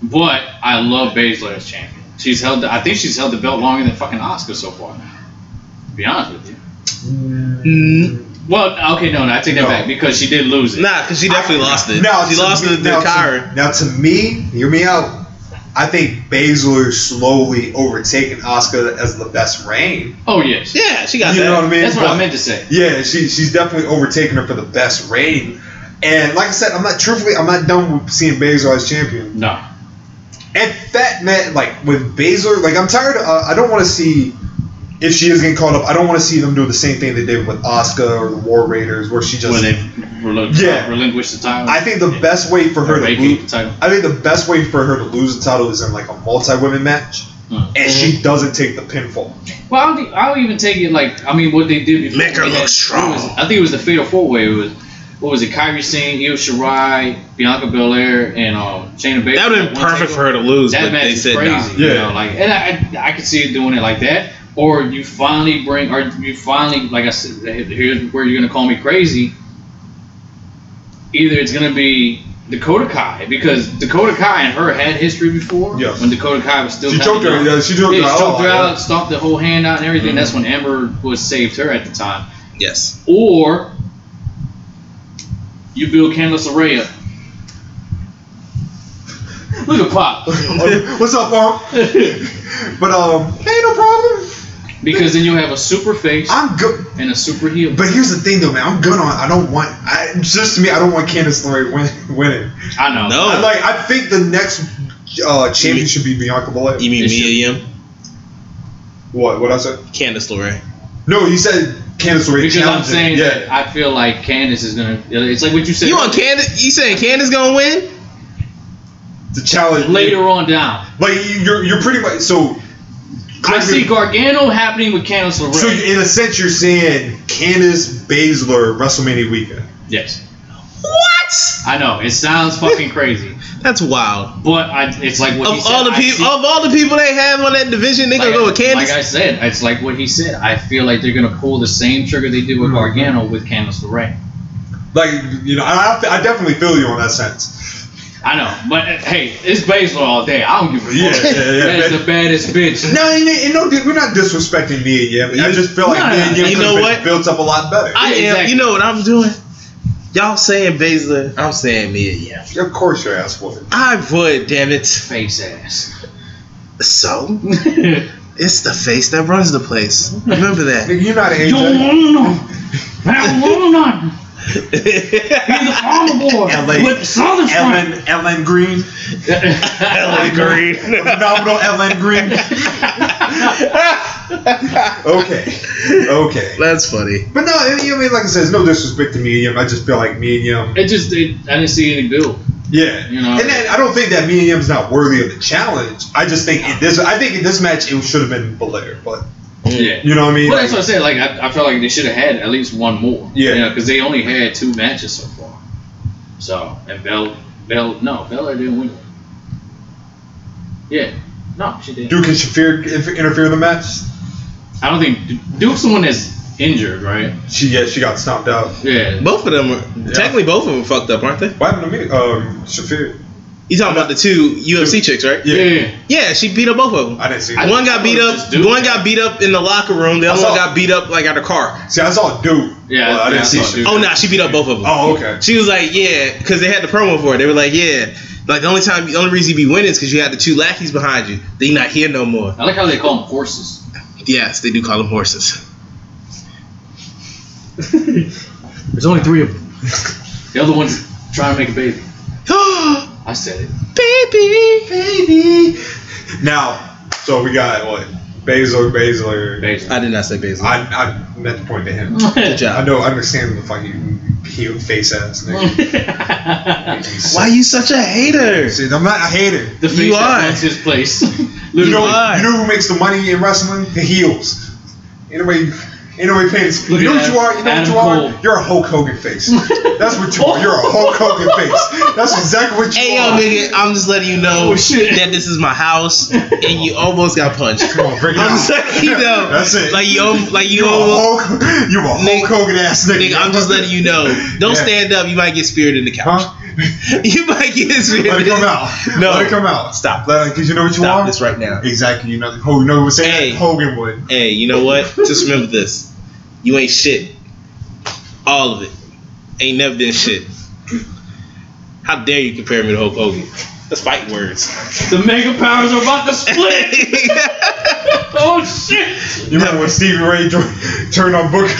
Speaker 2: But I love Baszler as champion. She's held. The, I think she's held the belt longer than fucking Oscar so far. To be honest with you.
Speaker 3: Mm,
Speaker 2: Well, okay, no, no, I take that
Speaker 1: No.
Speaker 2: back because she did lose it.
Speaker 3: nah, because she definitely lost it.
Speaker 1: Now
Speaker 3: she
Speaker 1: to
Speaker 3: lost
Speaker 1: me-
Speaker 3: it to
Speaker 1: now
Speaker 3: Kyra.
Speaker 1: Now to me, hear me out. I think Baszler slowly overtaking Oscar as the best reign.
Speaker 2: Oh yes,
Speaker 3: Yeah, she got
Speaker 1: You
Speaker 3: that.
Speaker 1: know what I mean?
Speaker 2: that's what
Speaker 1: But-
Speaker 2: I meant to say.
Speaker 1: Yeah, she she's definitely overtaken her for the best reign. And like I said, I'm not truthfully, I'm not done with seeing Baszler as champion.
Speaker 2: No,
Speaker 1: And Fat Man, like with Baszler, like I'm tired. Of, uh, I don't want to see if she is getting called up. I don't want to see them do the same thing they did with Oscar or the War Raiders, where she just.
Speaker 2: where they relin-
Speaker 1: Yeah.
Speaker 2: relinquished the title.
Speaker 1: I think the best way for her to
Speaker 2: Vacate
Speaker 1: lose,
Speaker 2: the title.
Speaker 1: I think the best way for her to lose the title is in like a multi-women match,
Speaker 2: Mm.
Speaker 1: and she doesn't take the pinfall.
Speaker 2: Well, I'll, do- I'll even take it like I mean what they did before.
Speaker 3: Make her
Speaker 2: They
Speaker 3: look
Speaker 2: had-
Speaker 3: strong.
Speaker 2: it was- I think it was the fatal four way. It was what was it? Kyrie Singh, Io Shirai, Bianca Belair, and uh, Shayna Baszler.
Speaker 3: That would have been
Speaker 2: One
Speaker 3: perfect
Speaker 2: takeover.
Speaker 3: for her to lose,
Speaker 2: That
Speaker 3: but
Speaker 2: match
Speaker 3: they
Speaker 2: is
Speaker 3: said
Speaker 2: crazy.
Speaker 3: nah.
Speaker 2: You
Speaker 1: Yeah.
Speaker 2: know, like and I, I I could see it doing it like that. Or you finally bring, or you finally, like I said, here's where you're gonna call me crazy. Either it's gonna be Dakota Kai because Dakota Kai and her had history before.
Speaker 1: Yeah.
Speaker 2: When Dakota Kai was still
Speaker 1: She
Speaker 2: kinda
Speaker 1: choked her.
Speaker 2: young.
Speaker 1: Yeah, she choked her. Mm-hmm.
Speaker 2: Yeah,
Speaker 1: out.
Speaker 2: she choked her out, stomped the whole hand out, and everything. That's when Amber was saved her at the time.
Speaker 3: Yes.
Speaker 2: Or you build Candice LeRae up. Look at Pop,
Speaker 1: Oh, What's up, mom? But um, hey, no problem.
Speaker 2: because then you have a super face
Speaker 1: I'm good.
Speaker 2: and a super heel.
Speaker 1: But here's the thing, though, man. I'm good on. I don't want. I just to me, I don't want Candice LeRae win, winning.
Speaker 2: I know.
Speaker 3: No.
Speaker 1: I, like I think the next uh, champion should be Bianca Belair.
Speaker 3: You mean
Speaker 2: It should-
Speaker 3: Mia Yim?
Speaker 1: What? What I said?
Speaker 3: Candice LeRae.
Speaker 1: No, you said Candice LeRae.
Speaker 2: Because I'm
Speaker 1: challenging.
Speaker 2: saying
Speaker 1: yeah.
Speaker 2: that I feel like Candice is gonna. It's like what you said.
Speaker 3: You on Candice? You saying Candice gonna win?
Speaker 1: the challenge
Speaker 2: later on down.
Speaker 1: Like you're you're pretty much so.
Speaker 2: I see Gargano happening with Candice LeRae.
Speaker 1: So in a sense, you're saying Candice Baszler WrestleMania weekend.
Speaker 2: yes,
Speaker 3: What?
Speaker 2: I know. It sounds fucking crazy,
Speaker 3: That's wild.
Speaker 2: but I, it's like what
Speaker 3: Of
Speaker 2: he said,
Speaker 3: all the
Speaker 2: I
Speaker 3: people,
Speaker 2: see-
Speaker 3: of all the people they have on that division, they gonna
Speaker 2: like,
Speaker 3: go with
Speaker 2: like
Speaker 3: Candice.
Speaker 2: I said, it's like what he said. I feel like they're gonna pull the same trigger they did with Gargano with Candice LeRae.
Speaker 1: Like you know, I, I definitely feel you on that sense.
Speaker 2: I know, but uh, hey, it's Baszler all day. I don't give a
Speaker 1: Yeah,
Speaker 2: fuck.
Speaker 1: yeah, yeah.
Speaker 2: That's the baddest bitch.
Speaker 1: No, and, and no, we're not disrespecting Mia Yim. I just feel like
Speaker 2: No, no,
Speaker 1: Mia Yim
Speaker 2: no.
Speaker 3: You
Speaker 1: could've
Speaker 3: know
Speaker 1: been
Speaker 3: what?
Speaker 1: built up a lot better.
Speaker 3: I am.
Speaker 2: Yeah, exactly.
Speaker 3: You know what I'm doing? Y'all saying Baszler, I'm saying Mia Yim.
Speaker 1: of course, your ass would.
Speaker 3: I would, damn it.
Speaker 2: Face ass.
Speaker 3: So
Speaker 2: you
Speaker 3: it's the face that runs the place. Remember that.
Speaker 1: Nigga, You're not an
Speaker 2: don't
Speaker 1: AJ.
Speaker 2: want none. I don't want none. He's an armor boy
Speaker 1: LA.
Speaker 2: with the Southern
Speaker 1: Ellen,
Speaker 2: Strike.
Speaker 1: Ellen Green,
Speaker 3: Ellen Green.
Speaker 1: phenomenal Ellen Green. Okay, okay.
Speaker 3: That's funny.
Speaker 1: But no, I mean, I mean, like I said, it's no disrespect to Mia Yim. I just feel like Mia Yim.
Speaker 2: It just, it, I didn't see any build.
Speaker 1: Yeah,
Speaker 2: You know?
Speaker 1: and then I don't think that Mia Yim's not worthy of the challenge. I just think in this, I think in this match it should have been Belair, but
Speaker 2: Yeah.
Speaker 1: you know what I mean.
Speaker 2: Well, that's what I
Speaker 1: Like,
Speaker 2: said. Like, I, I felt like they should have had at least one more.
Speaker 1: Yeah.
Speaker 2: Because they only had two matches so far. So, and Bell, Bell, no, Bella didn't win it. Yeah. No, she didn't.
Speaker 1: Duke and Shafir inf- interfere in the match.
Speaker 2: I don't think Du- Duke's the one that's injured, right?
Speaker 1: She yeah, she got stomped out.
Speaker 2: Yeah.
Speaker 3: Both of them, are, technically, both of them fucked up, aren't they?
Speaker 1: What happened to me? Um, Shafir.
Speaker 3: You talking about the two UFC chicks, right?
Speaker 1: Yeah.
Speaker 2: yeah.
Speaker 3: Yeah, she beat up both of them.
Speaker 1: I didn't see.
Speaker 2: I-
Speaker 1: That.
Speaker 3: one got beat
Speaker 2: I was just
Speaker 3: up.
Speaker 2: doing
Speaker 3: One
Speaker 2: that.
Speaker 3: got beat up in the locker room. The
Speaker 1: I
Speaker 3: other one
Speaker 1: saw-
Speaker 3: got beat up like at a car.
Speaker 1: See, I saw Duke.
Speaker 2: Yeah,
Speaker 1: Well, I
Speaker 2: yeah,
Speaker 1: didn't
Speaker 2: I
Speaker 1: see.
Speaker 2: saw
Speaker 1: Shafir.
Speaker 2: Duke.
Speaker 3: Oh no, she beat up both of them.
Speaker 1: Oh, okay.
Speaker 3: She was like, yeah, because they had the promo for it. They were like, yeah, like the only time, the only reason you be winning is because you had the two lackeys behind you. They not here no more.
Speaker 2: I like how they call them horses.
Speaker 3: Yes, they do call them horses.
Speaker 2: There's only three of them. The other one's trying to make a baby.
Speaker 3: baby,
Speaker 2: I said it.
Speaker 3: baby.
Speaker 1: Now, so we got what? Baszler, Baszler.
Speaker 2: Basil.
Speaker 3: I did not say basil.
Speaker 1: I I meant to point to him.
Speaker 3: Good
Speaker 1: I
Speaker 3: job.
Speaker 1: know. I understand the fucking heel face ass nigga.
Speaker 3: Why you such a hater?
Speaker 1: See, I'm not a hater.
Speaker 2: the face
Speaker 3: You
Speaker 2: that
Speaker 3: are.
Speaker 2: runs his place.
Speaker 1: You know,
Speaker 2: Literally.
Speaker 3: Why?
Speaker 1: you know who makes the money in wrestling? The heels. Anyway, anyway, Pence, you
Speaker 2: Look
Speaker 1: know
Speaker 2: at
Speaker 1: what you are? You know
Speaker 2: Adam
Speaker 1: what you
Speaker 2: Cole.
Speaker 1: are? You're a Hulk Hogan face. That's what you are. You're a Hulk Hogan face. That's exactly what you
Speaker 3: Hey yo,
Speaker 1: are.
Speaker 3: nigga, I'm just letting you know
Speaker 2: Oh, shit.
Speaker 3: that this is my house, and you almost got punched.
Speaker 1: Come on, bring it
Speaker 3: I'm
Speaker 1: out.
Speaker 3: just letting you know.
Speaker 1: That's it.
Speaker 3: Like you, al- like you,
Speaker 1: you're a
Speaker 3: almost.
Speaker 1: Hulk. You're a
Speaker 3: Nigga-
Speaker 1: Hulk Hogan ass nigga.
Speaker 3: Nigga, I'm just letting you know. Don't
Speaker 1: Yeah.
Speaker 3: stand up. You might get speared in the couch.
Speaker 1: Huh?
Speaker 3: You might get speared.
Speaker 1: Let it come out.
Speaker 3: No.
Speaker 1: Let it come out.
Speaker 3: Stop.
Speaker 1: Because you know what you
Speaker 3: Stop
Speaker 1: are?
Speaker 3: this right now.
Speaker 1: oh, Exactly. You know, Hogan, you know what I'm saying?
Speaker 3: Hey.
Speaker 1: Hogan would.
Speaker 3: Hey, you know what? Just remember this. You ain't shit. All of it. Ain't never been shit. How dare you compare me to Hulk Hogan? That's fight words.
Speaker 2: The mega powers are about to split. oh shit!
Speaker 1: You remember when Stevie Ray jo- turned on Booker?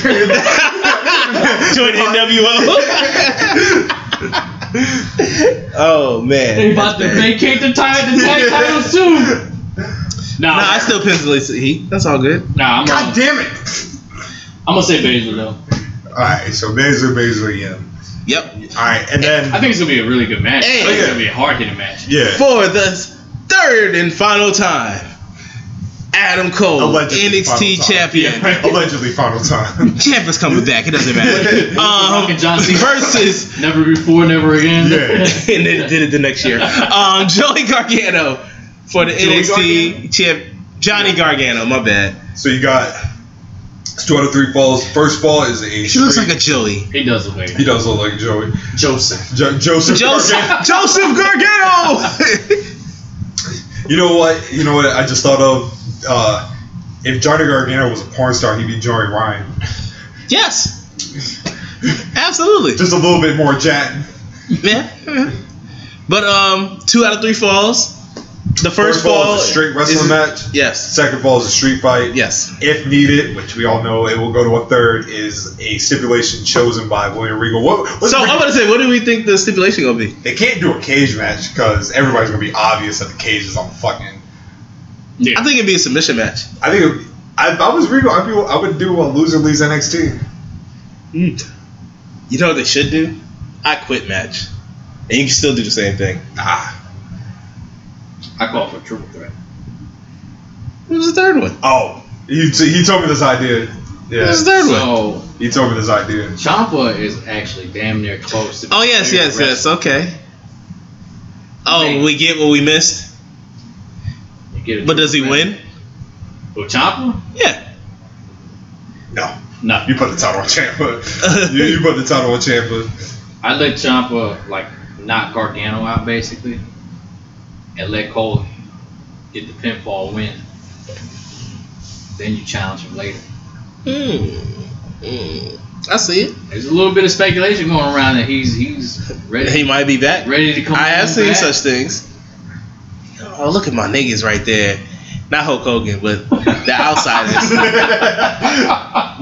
Speaker 3: Join NWO. oh man.
Speaker 2: They about to vacate the tag the tag title soon. Nah,
Speaker 3: Nah, I still pencil it to Heat. That's all good.
Speaker 2: nah. I'm,
Speaker 1: God
Speaker 2: gonna,
Speaker 1: damn it!
Speaker 2: I'm gonna say Baszler though.
Speaker 1: All right, so Baszler, Baszler, yeah.
Speaker 3: Yep.
Speaker 1: All right, and then
Speaker 2: I think it's gonna be a really good match. I
Speaker 3: Hey.
Speaker 2: think it's gonna be a hard hitting match.
Speaker 1: yeah,
Speaker 3: For the third and final time, Adam Cole,
Speaker 1: Allegedly final
Speaker 3: NXT
Speaker 1: time.
Speaker 3: champion.
Speaker 2: Yeah, right.
Speaker 1: allegedly final time.
Speaker 3: Champ is coming back. It doesn't matter.
Speaker 2: Rock
Speaker 3: um,
Speaker 2: and John Cena.
Speaker 3: versus,
Speaker 2: Never before, never again.
Speaker 1: Yeah.
Speaker 3: and then did it the next year. Um, Joey Gargano for the
Speaker 2: Joey
Speaker 3: NXT champ. Johnny Gargano, my bad.
Speaker 1: so you got it's two out of three falls. First fall is the
Speaker 3: She looks like a Joey.
Speaker 2: he does look like
Speaker 1: he does look like Joey
Speaker 2: Joseph.
Speaker 1: jo- Joseph.
Speaker 3: Joseph,
Speaker 1: Gargano.
Speaker 3: Joseph Gargano.
Speaker 1: You know what? You know what? I just thought of uh, if Johnny Gargano was a porn star, he'd be Johnny Ryan.
Speaker 3: yes, absolutely.
Speaker 1: Just a little bit more jack.
Speaker 3: Yeah. But um, two out of three falls. The first, fall
Speaker 1: is a straight wrestling
Speaker 3: is-
Speaker 1: match.
Speaker 3: Yes.
Speaker 1: Second fall is a street fight.
Speaker 3: Yes.
Speaker 1: If needed, which we all know it will go to a third, is a stipulation chosen by William Regal. What, what's
Speaker 3: So
Speaker 1: the-
Speaker 3: I'm gonna say, what do we think the stipulation gonna be?
Speaker 1: they can't do a cage match because everybody's gonna be obvious that the cage is on fucking.
Speaker 2: Yeah.
Speaker 3: I think it'd be a submission match.
Speaker 1: I think it- I, if I was Regal, I'd be, I would do a loser leaves NXT.
Speaker 3: Mm. You know what they should do? I quit match, and you can still do the same thing.
Speaker 1: Nah.
Speaker 2: I call for triple threat.
Speaker 3: What was the third one?
Speaker 1: Oh, he, he told me this idea.
Speaker 3: What
Speaker 1: Yeah,
Speaker 3: was the third one?
Speaker 2: So
Speaker 1: he told me this idea.
Speaker 2: Champa is actually damn near close. To
Speaker 3: Oh yes,
Speaker 2: being
Speaker 3: yes,
Speaker 2: wrestler.
Speaker 3: yes. Okay. Oh,
Speaker 2: Man.
Speaker 3: we get what we missed.
Speaker 2: You get a
Speaker 3: But does he
Speaker 2: triple
Speaker 3: win?
Speaker 2: threat. Who Champa?
Speaker 3: Yeah.
Speaker 1: No,
Speaker 2: No.
Speaker 1: you put the title on Champa. you, you put the title on Champa.
Speaker 2: I let Champa like knock Gargano out basically, and let Cole get the pinfall win. Then you challenge him later.
Speaker 3: Hmm. Hmm. I see it.
Speaker 2: There's a little bit of speculation going around that he's he's ready
Speaker 3: He might be back.
Speaker 2: ready to come.
Speaker 3: I have
Speaker 2: back.
Speaker 3: seen such things. Oh, look at my niggas right there. Not Hulk Hogan, but the outsiders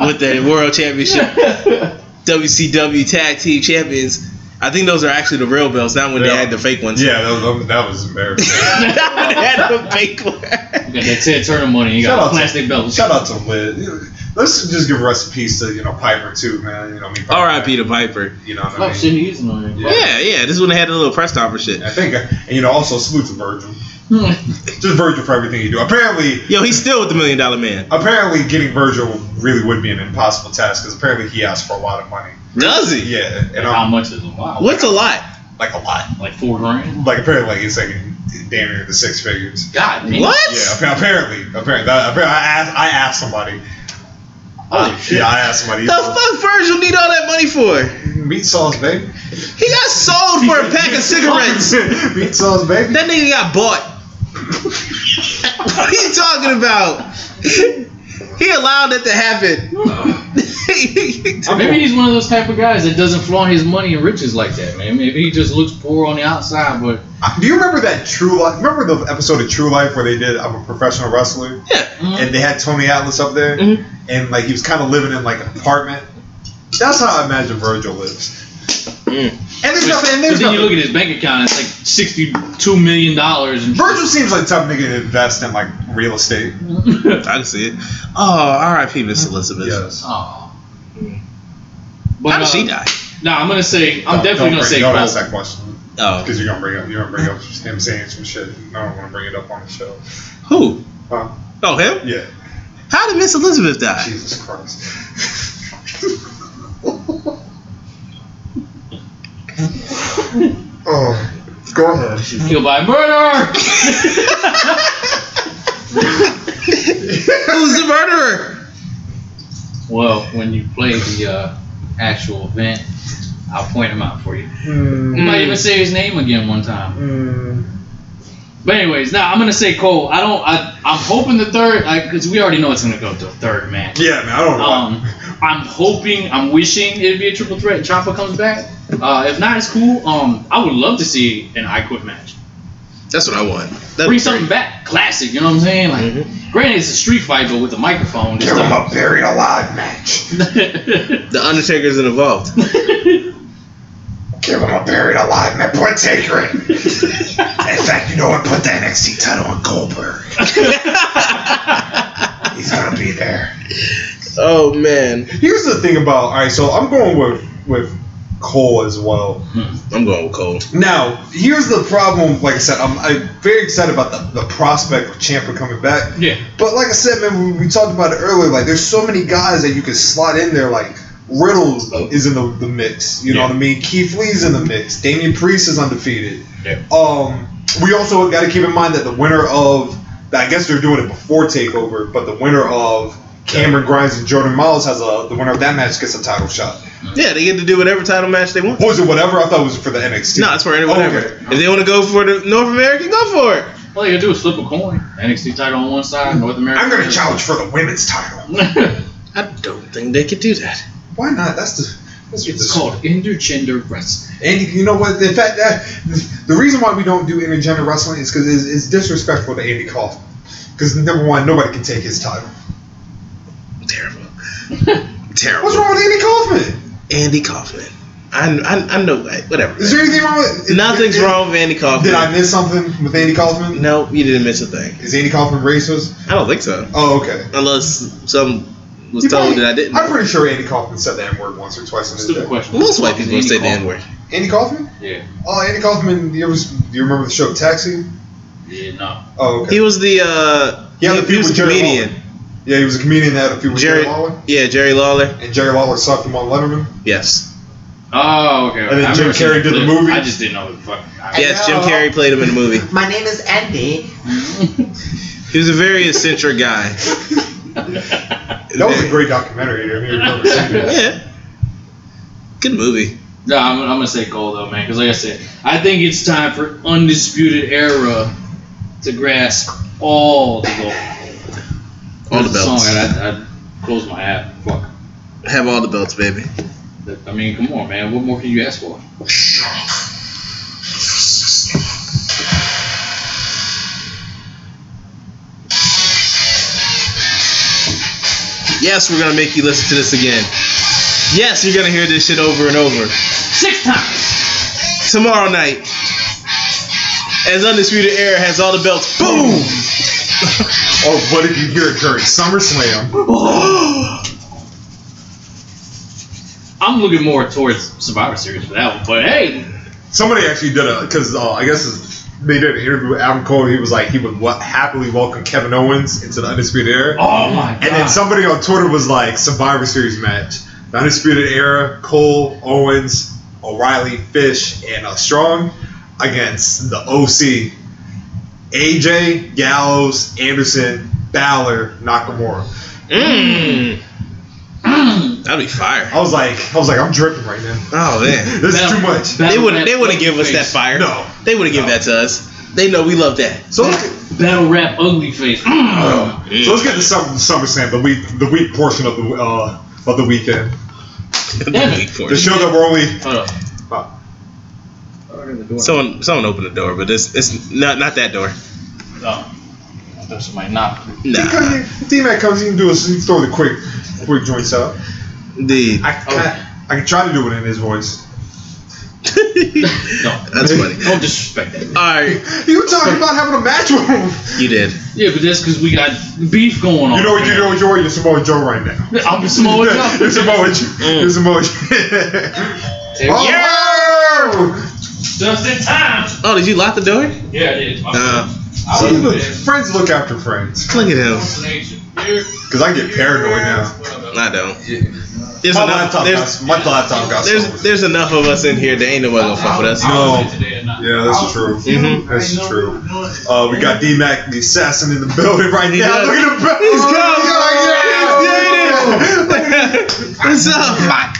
Speaker 3: with the World Championship, WCW Tag Team Champions. I think those are actually the real belts, not when they
Speaker 1: Yeah.
Speaker 3: had the fake ones.
Speaker 1: yeah, that was, that was embarrassing.
Speaker 3: not when they had the fake ones.
Speaker 2: You got that Ted Turner money. You
Speaker 1: Shout out
Speaker 2: got
Speaker 1: to-
Speaker 2: plastic belts.
Speaker 1: Shout out to Liz. Let's just give rest in peace to you know Piper too, man. You know, I mean, Piper,
Speaker 3: R.I.P. to Piper.
Speaker 1: You know what
Speaker 2: Oh,
Speaker 1: I mean?
Speaker 2: shit, he is on there.
Speaker 3: Yeah, yeah. This is when they had the little press conference shit.
Speaker 1: I think, and you know, also salute to Virgil. Just Virgil for everything you do. Apparently,
Speaker 3: Yo, he's still with the Million Dollar Man.
Speaker 1: apparently getting Virgil really would be an impossible task because apparently he asked for a lot of money.
Speaker 3: Does he?
Speaker 1: Yeah, and
Speaker 2: How
Speaker 1: I'm
Speaker 2: much is a lot?
Speaker 3: What's a lot?
Speaker 1: like a lot.
Speaker 2: Like four grand?
Speaker 1: Like apparently, like it's like damn near the six figures.
Speaker 2: God damn.
Speaker 3: What?
Speaker 1: Yeah, appa- apparently, apparently, that- apparently I asked, I asked somebody.
Speaker 2: Holy shit.
Speaker 1: Oh, Yeah, I asked somebody.
Speaker 3: The fuck Virgil need all that money for?
Speaker 1: Meat sauce, baby.
Speaker 3: He got sold for a pack of cigarettes.
Speaker 1: Meat sauce, baby.
Speaker 3: That nigga got bought. what are you talking about? He allowed it to happen.
Speaker 2: Maybe he's one of those type of guys that doesn't flaunt his money and riches like that, man. Maybe he just looks poor on the outside, but
Speaker 1: Uh, Do you remember that True Life? Remember the episode of True Life where they did "I'm a professional wrestler"
Speaker 3: yeah.
Speaker 2: uh,
Speaker 1: and they had Tony Atlas up there,
Speaker 3: Mhm.
Speaker 1: and like he was kind of living in like an apartment. That's how I imagine Virgil lives.
Speaker 3: Mm.
Speaker 1: And there's
Speaker 2: but
Speaker 1: nothing. And
Speaker 2: then
Speaker 1: there's
Speaker 2: you
Speaker 1: nothing.
Speaker 2: look at his bank account, it's like sixty-two million dollars. and
Speaker 1: Virgil seems like the type of nigga to invest in like real estate.
Speaker 3: I can see it. Oh, R.I.P. Miss Elizabeth.
Speaker 1: Yes.
Speaker 2: Aw. Oh. But,
Speaker 3: How did
Speaker 2: uh,
Speaker 3: she die?
Speaker 2: Nah, I'm gonna say. I'm
Speaker 1: Don't-
Speaker 2: definitely
Speaker 1: don't
Speaker 2: gonna
Speaker 1: bring-
Speaker 2: say
Speaker 1: Don't
Speaker 2: Cole. Uh,
Speaker 1: ask that question
Speaker 3: Oh,
Speaker 1: because you're gonna bring up you're gonna bring up him saying some shit. and I don't want to bring it up on the show.
Speaker 3: who?
Speaker 1: Huh?
Speaker 3: Oh, him?
Speaker 1: Yeah.
Speaker 3: How did Miss Elizabeth die?
Speaker 1: Jesus Christ. oh, go ahead.
Speaker 2: Killed by murder.
Speaker 3: Who's the murderer?
Speaker 2: well, when you play the uh, actual event, I'll point him out for you. You
Speaker 1: Hmm.
Speaker 2: might even say his name again one time. But anyways, now I'm gonna say Cole. I don't. I, I'm hoping the third, because we already know it's gonna go to a third match.
Speaker 1: Yeah, man, I don't know.
Speaker 2: Um,
Speaker 1: why.
Speaker 2: I'm hoping, I'm wishing it'd be a triple threat. Ciampa comes back. Uh, if not, it's cool. Um, I would love to see an I Quit match.
Speaker 3: That's what I want. That'd
Speaker 2: Bring
Speaker 3: be
Speaker 2: something
Speaker 3: great. Mm-hmm.
Speaker 2: back, classic. You know what I'm saying? Like, granted, it's a street fight, but with a microphone. it's
Speaker 1: Give him
Speaker 2: like-
Speaker 1: a buried alive match.
Speaker 3: The Undertaker's involved.
Speaker 1: Give him a buried alive match. Put Taker in. In fact, you know what? Put the NXT title on Goldberg. He's gonna be there.
Speaker 3: oh man,
Speaker 1: Here's the thing about all right. So I'm going with with Cole as well.
Speaker 3: I'm going with Cole.
Speaker 1: Now, here's the problem. Like I said, I'm, I'm very excited about the, the prospect of Champa coming back.
Speaker 2: yeah.
Speaker 1: But like I said, man, we, we talked about it earlier. Like, there's so many guys that you can slot in there. Like, Riddle is in the, the mix. You know
Speaker 2: Yeah.
Speaker 1: what I mean? Keith Lee's in the mix. Damian Priest is undefeated.
Speaker 2: Yeah.
Speaker 1: Um, we also got to keep in mind that the winner of, I guess they're doing it before Takeover, but the winner of Cameron Grimes and Jordan Miles has a the winner of that match gets a title shot.
Speaker 3: Yeah, they get to do whatever title match they want.
Speaker 1: What was it? Whatever. I thought it was for the NXT.
Speaker 3: No, it's for any
Speaker 1: Okay.
Speaker 3: whatever. If they want to go for the North American, go for it.
Speaker 2: All you gotta do is flip a coin. NXT title on one side, North America.
Speaker 1: I'm gonna challenge for the women's title.
Speaker 3: I don't think they could do that.
Speaker 1: Why not? That's the. That's what
Speaker 2: it's
Speaker 1: this-
Speaker 2: called intergender wrestling.
Speaker 1: And you know what? In fact, that the reason why we don't do intergender wrestling is because it's, it's disrespectful to Andy Kaufman. Because number one, nobody can take his title.
Speaker 3: Terrible.
Speaker 1: What's
Speaker 3: Terrible.
Speaker 1: wrong with Andy Kaufman?
Speaker 3: Andy Kaufman. I, I, I know that. Whatever.
Speaker 1: Is there anything wrong with?
Speaker 3: Nothing's wrong with Andy
Speaker 1: Did I
Speaker 3: Kaufman.
Speaker 1: miss something with Andy Kaufman?
Speaker 3: No, you didn't miss a thing.
Speaker 1: Is Andy Kaufman racist?
Speaker 3: I don't think so.
Speaker 1: Oh, okay.
Speaker 3: Unless some was
Speaker 1: He
Speaker 3: told
Speaker 1: probably-
Speaker 3: that I didn't.
Speaker 1: I'm pretty sure Andy Kaufman said that word once or twice in his
Speaker 2: Stupid
Speaker 1: day.
Speaker 2: question.
Speaker 3: Most white people would say the
Speaker 2: Andy
Speaker 3: N word.
Speaker 1: Andy Kaufman?
Speaker 2: Kaufman. Yeah.
Speaker 1: Oh, Andy Kaufman. You ever, do you remember the show Taxi?
Speaker 2: Yeah. No.
Speaker 1: Oh, okay.
Speaker 3: He was the uh,
Speaker 1: Yeah, the
Speaker 3: he, he was a
Speaker 1: people Jerry
Speaker 3: comedian.
Speaker 1: yeah, he was a comedian that had a few with Jerry
Speaker 3: Jerry,
Speaker 1: Lawler,
Speaker 3: yeah, Jerry Lawler.
Speaker 1: and Jerry Lawler sucked him on Letterman.
Speaker 3: Yes,
Speaker 2: Oh, okay.
Speaker 1: And then
Speaker 2: I
Speaker 1: Jim
Speaker 2: remember seeing
Speaker 1: Carrey did the
Speaker 2: clip.
Speaker 1: movie.
Speaker 2: I just didn't know what the fuck. I-
Speaker 3: yes. Jim Carrey played him in the movie.
Speaker 4: My name is Andy.
Speaker 3: He was a very eccentric guy.
Speaker 1: That was a great documentary. I mean, I remember seeing it.
Speaker 3: Yeah, good movie.
Speaker 2: no, I'm, I'm gonna say Cole though, man, because like I said, I think it's time for undisputed era to grasp all the gold.
Speaker 3: All the
Speaker 2: There's a
Speaker 3: belts.
Speaker 2: Song and I, I closed my app. Fuck.
Speaker 3: Have all the belts, baby.
Speaker 2: I mean, come on, man. What more can you ask for?
Speaker 3: Yes, we're gonna make you listen to this again. Yes, you're gonna hear this shit over and over.
Speaker 2: Six times.
Speaker 3: Tomorrow night, as Undisputed Era has all the belts. Boom.
Speaker 1: Or oh, what if you hear it during SummerSlam?
Speaker 2: I'm looking more towards Survivor Series for that one, but hey,
Speaker 1: Somebody actually did a because uh, I guess it's- they did an interview with Adam Cole. He was like he would wa- happily welcome Kevin Owens into the Undisputed Era.
Speaker 2: oh my god.
Speaker 1: and then somebody on Twitter was like Survivor Series match, the Undisputed Era, Cole, Owens, O'Reilly, Fish, and uh, Strong against the OC, AJ, Gallows, Anderson, Balor, Nakamura.
Speaker 3: Mmm. That'd be fire.
Speaker 1: I was like, I was like, I'm dripping right now.
Speaker 3: Oh man.
Speaker 1: This is
Speaker 2: Battle-
Speaker 1: too much.
Speaker 2: battle
Speaker 3: They wouldn't.
Speaker 2: rap
Speaker 3: They wouldn't give us
Speaker 2: Uglyface.
Speaker 3: that fire.
Speaker 1: No.
Speaker 3: They wouldn't give that to us. They know we love that.
Speaker 1: So let's get,
Speaker 2: Battle rap ugly face. Mm.
Speaker 1: So let's get to Summer, SummerSlam, the week, the week portion of the uh, of the weekend.
Speaker 2: Damn it.
Speaker 3: Weak for
Speaker 1: The
Speaker 3: it.
Speaker 1: show that we're only
Speaker 2: Hold up.
Speaker 1: oh,
Speaker 3: Someone, someone opened the door, but it's it's not not that door.
Speaker 2: Oh. I thought somebody knocked.
Speaker 3: Nah.
Speaker 1: D Mac comes, you can do a you can throw the quick quick joints out.
Speaker 3: Dude.
Speaker 1: I can I can try to do it in his voice.
Speaker 2: No.
Speaker 3: That's funny.
Speaker 2: Don't disrespect that.
Speaker 3: All right,
Speaker 1: You were talking about having a match with him.
Speaker 3: you did.
Speaker 2: Yeah, but that's because we got beef going on.
Speaker 1: You know what you know what you're you're Samoa Joe right now.
Speaker 2: I'm a Samoa
Speaker 1: You're
Speaker 2: Joe.
Speaker 1: Samoa Joe. You're Samoa Joe. Oh!
Speaker 2: Just in time.
Speaker 3: Oh, did you lock the door?
Speaker 2: Yeah, it is. I
Speaker 3: Uh,
Speaker 1: See,
Speaker 2: was
Speaker 1: look,
Speaker 2: there.
Speaker 1: friends look after friends.
Speaker 3: look at him.
Speaker 1: Cause I get paranoid now.
Speaker 3: I don't. There's
Speaker 1: My
Speaker 3: enough.
Speaker 1: laptop
Speaker 3: There's,
Speaker 1: got, my laptop got
Speaker 3: there's
Speaker 1: stolen.
Speaker 3: there's enough of us in here. They ain't nobody gonna fuck with us.
Speaker 1: No. Yeah, this is true.
Speaker 3: Mhm.
Speaker 1: This is true. Uh, we got D Mac, the assassin, in the building right
Speaker 3: He
Speaker 1: now.
Speaker 3: does.
Speaker 1: Look at him.
Speaker 3: He's
Speaker 1: Oh,
Speaker 3: gone.
Speaker 1: yeah, yeah, yeah.
Speaker 3: What's up? Fuck.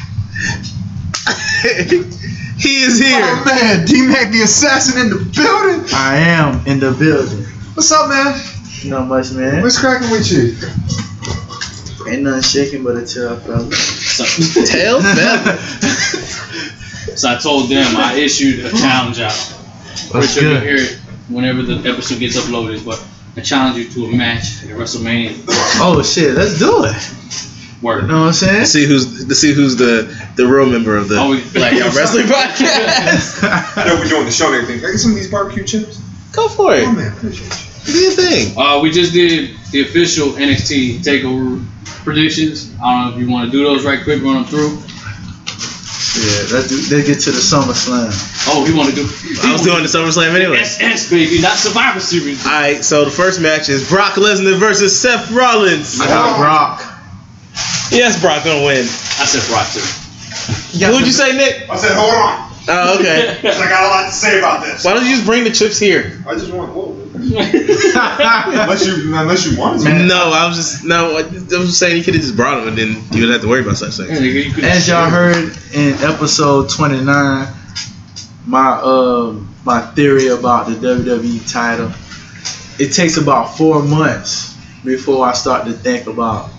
Speaker 3: he is
Speaker 1: Oh
Speaker 3: here.
Speaker 1: man, D Mac, the assassin, in the building.
Speaker 4: I am in the building.
Speaker 1: What's up, man?
Speaker 4: Not much, man.
Speaker 1: What's cracking with you?
Speaker 6: Ain't nothing shaking but a tail fella.
Speaker 2: So,
Speaker 3: Tail feather.
Speaker 2: so I told them I issued a challenge out.
Speaker 7: That's
Speaker 2: Richard, you'll
Speaker 7: good.
Speaker 2: hear it whenever the episode gets uploaded, but I challenge you to a match at WrestleMania.
Speaker 6: Oh shit, let's do it.
Speaker 2: Word.
Speaker 6: You know what I'm saying?
Speaker 3: see who's to see who's the the real member of the
Speaker 2: Oh, we-
Speaker 3: Black Y'all Wrestling Podcast.
Speaker 1: I know we're doing the show and everything. Can I get some of these barbecue chips?
Speaker 3: Go for
Speaker 1: Oh,
Speaker 3: it.
Speaker 1: man, appreciate you.
Speaker 3: Do your thing.
Speaker 2: Uh, we just did the official NXT takeover predictions. I don't know if you want to do those right quick, run them through.
Speaker 6: Yeah, let's do. Let's get to the summer slam.
Speaker 2: Oh, you want to do?
Speaker 3: I was doing the SummerSlam anyway.
Speaker 2: SS baby, not Survivor Series.
Speaker 3: All right, so the first match is Brock Lesnar versus Seth Rollins.
Speaker 1: got
Speaker 6: Brock.
Speaker 3: Yes, Brock gonna win.
Speaker 2: I said Brock too.
Speaker 3: Who would you say, Nick?
Speaker 1: I said, hold on.
Speaker 3: Oh, okay.
Speaker 1: 'cause I got a lot to say about this.
Speaker 3: Why don't you just bring the chips here?
Speaker 1: I just want a little bit. Unless you, unless you want it.
Speaker 3: No, I was just no. I I was just saying you could have just brought them, and then you would have to worry about such things.
Speaker 6: As y'all heard in episode 29, my uh my theory about the WWE title, it takes about four months before I start to think about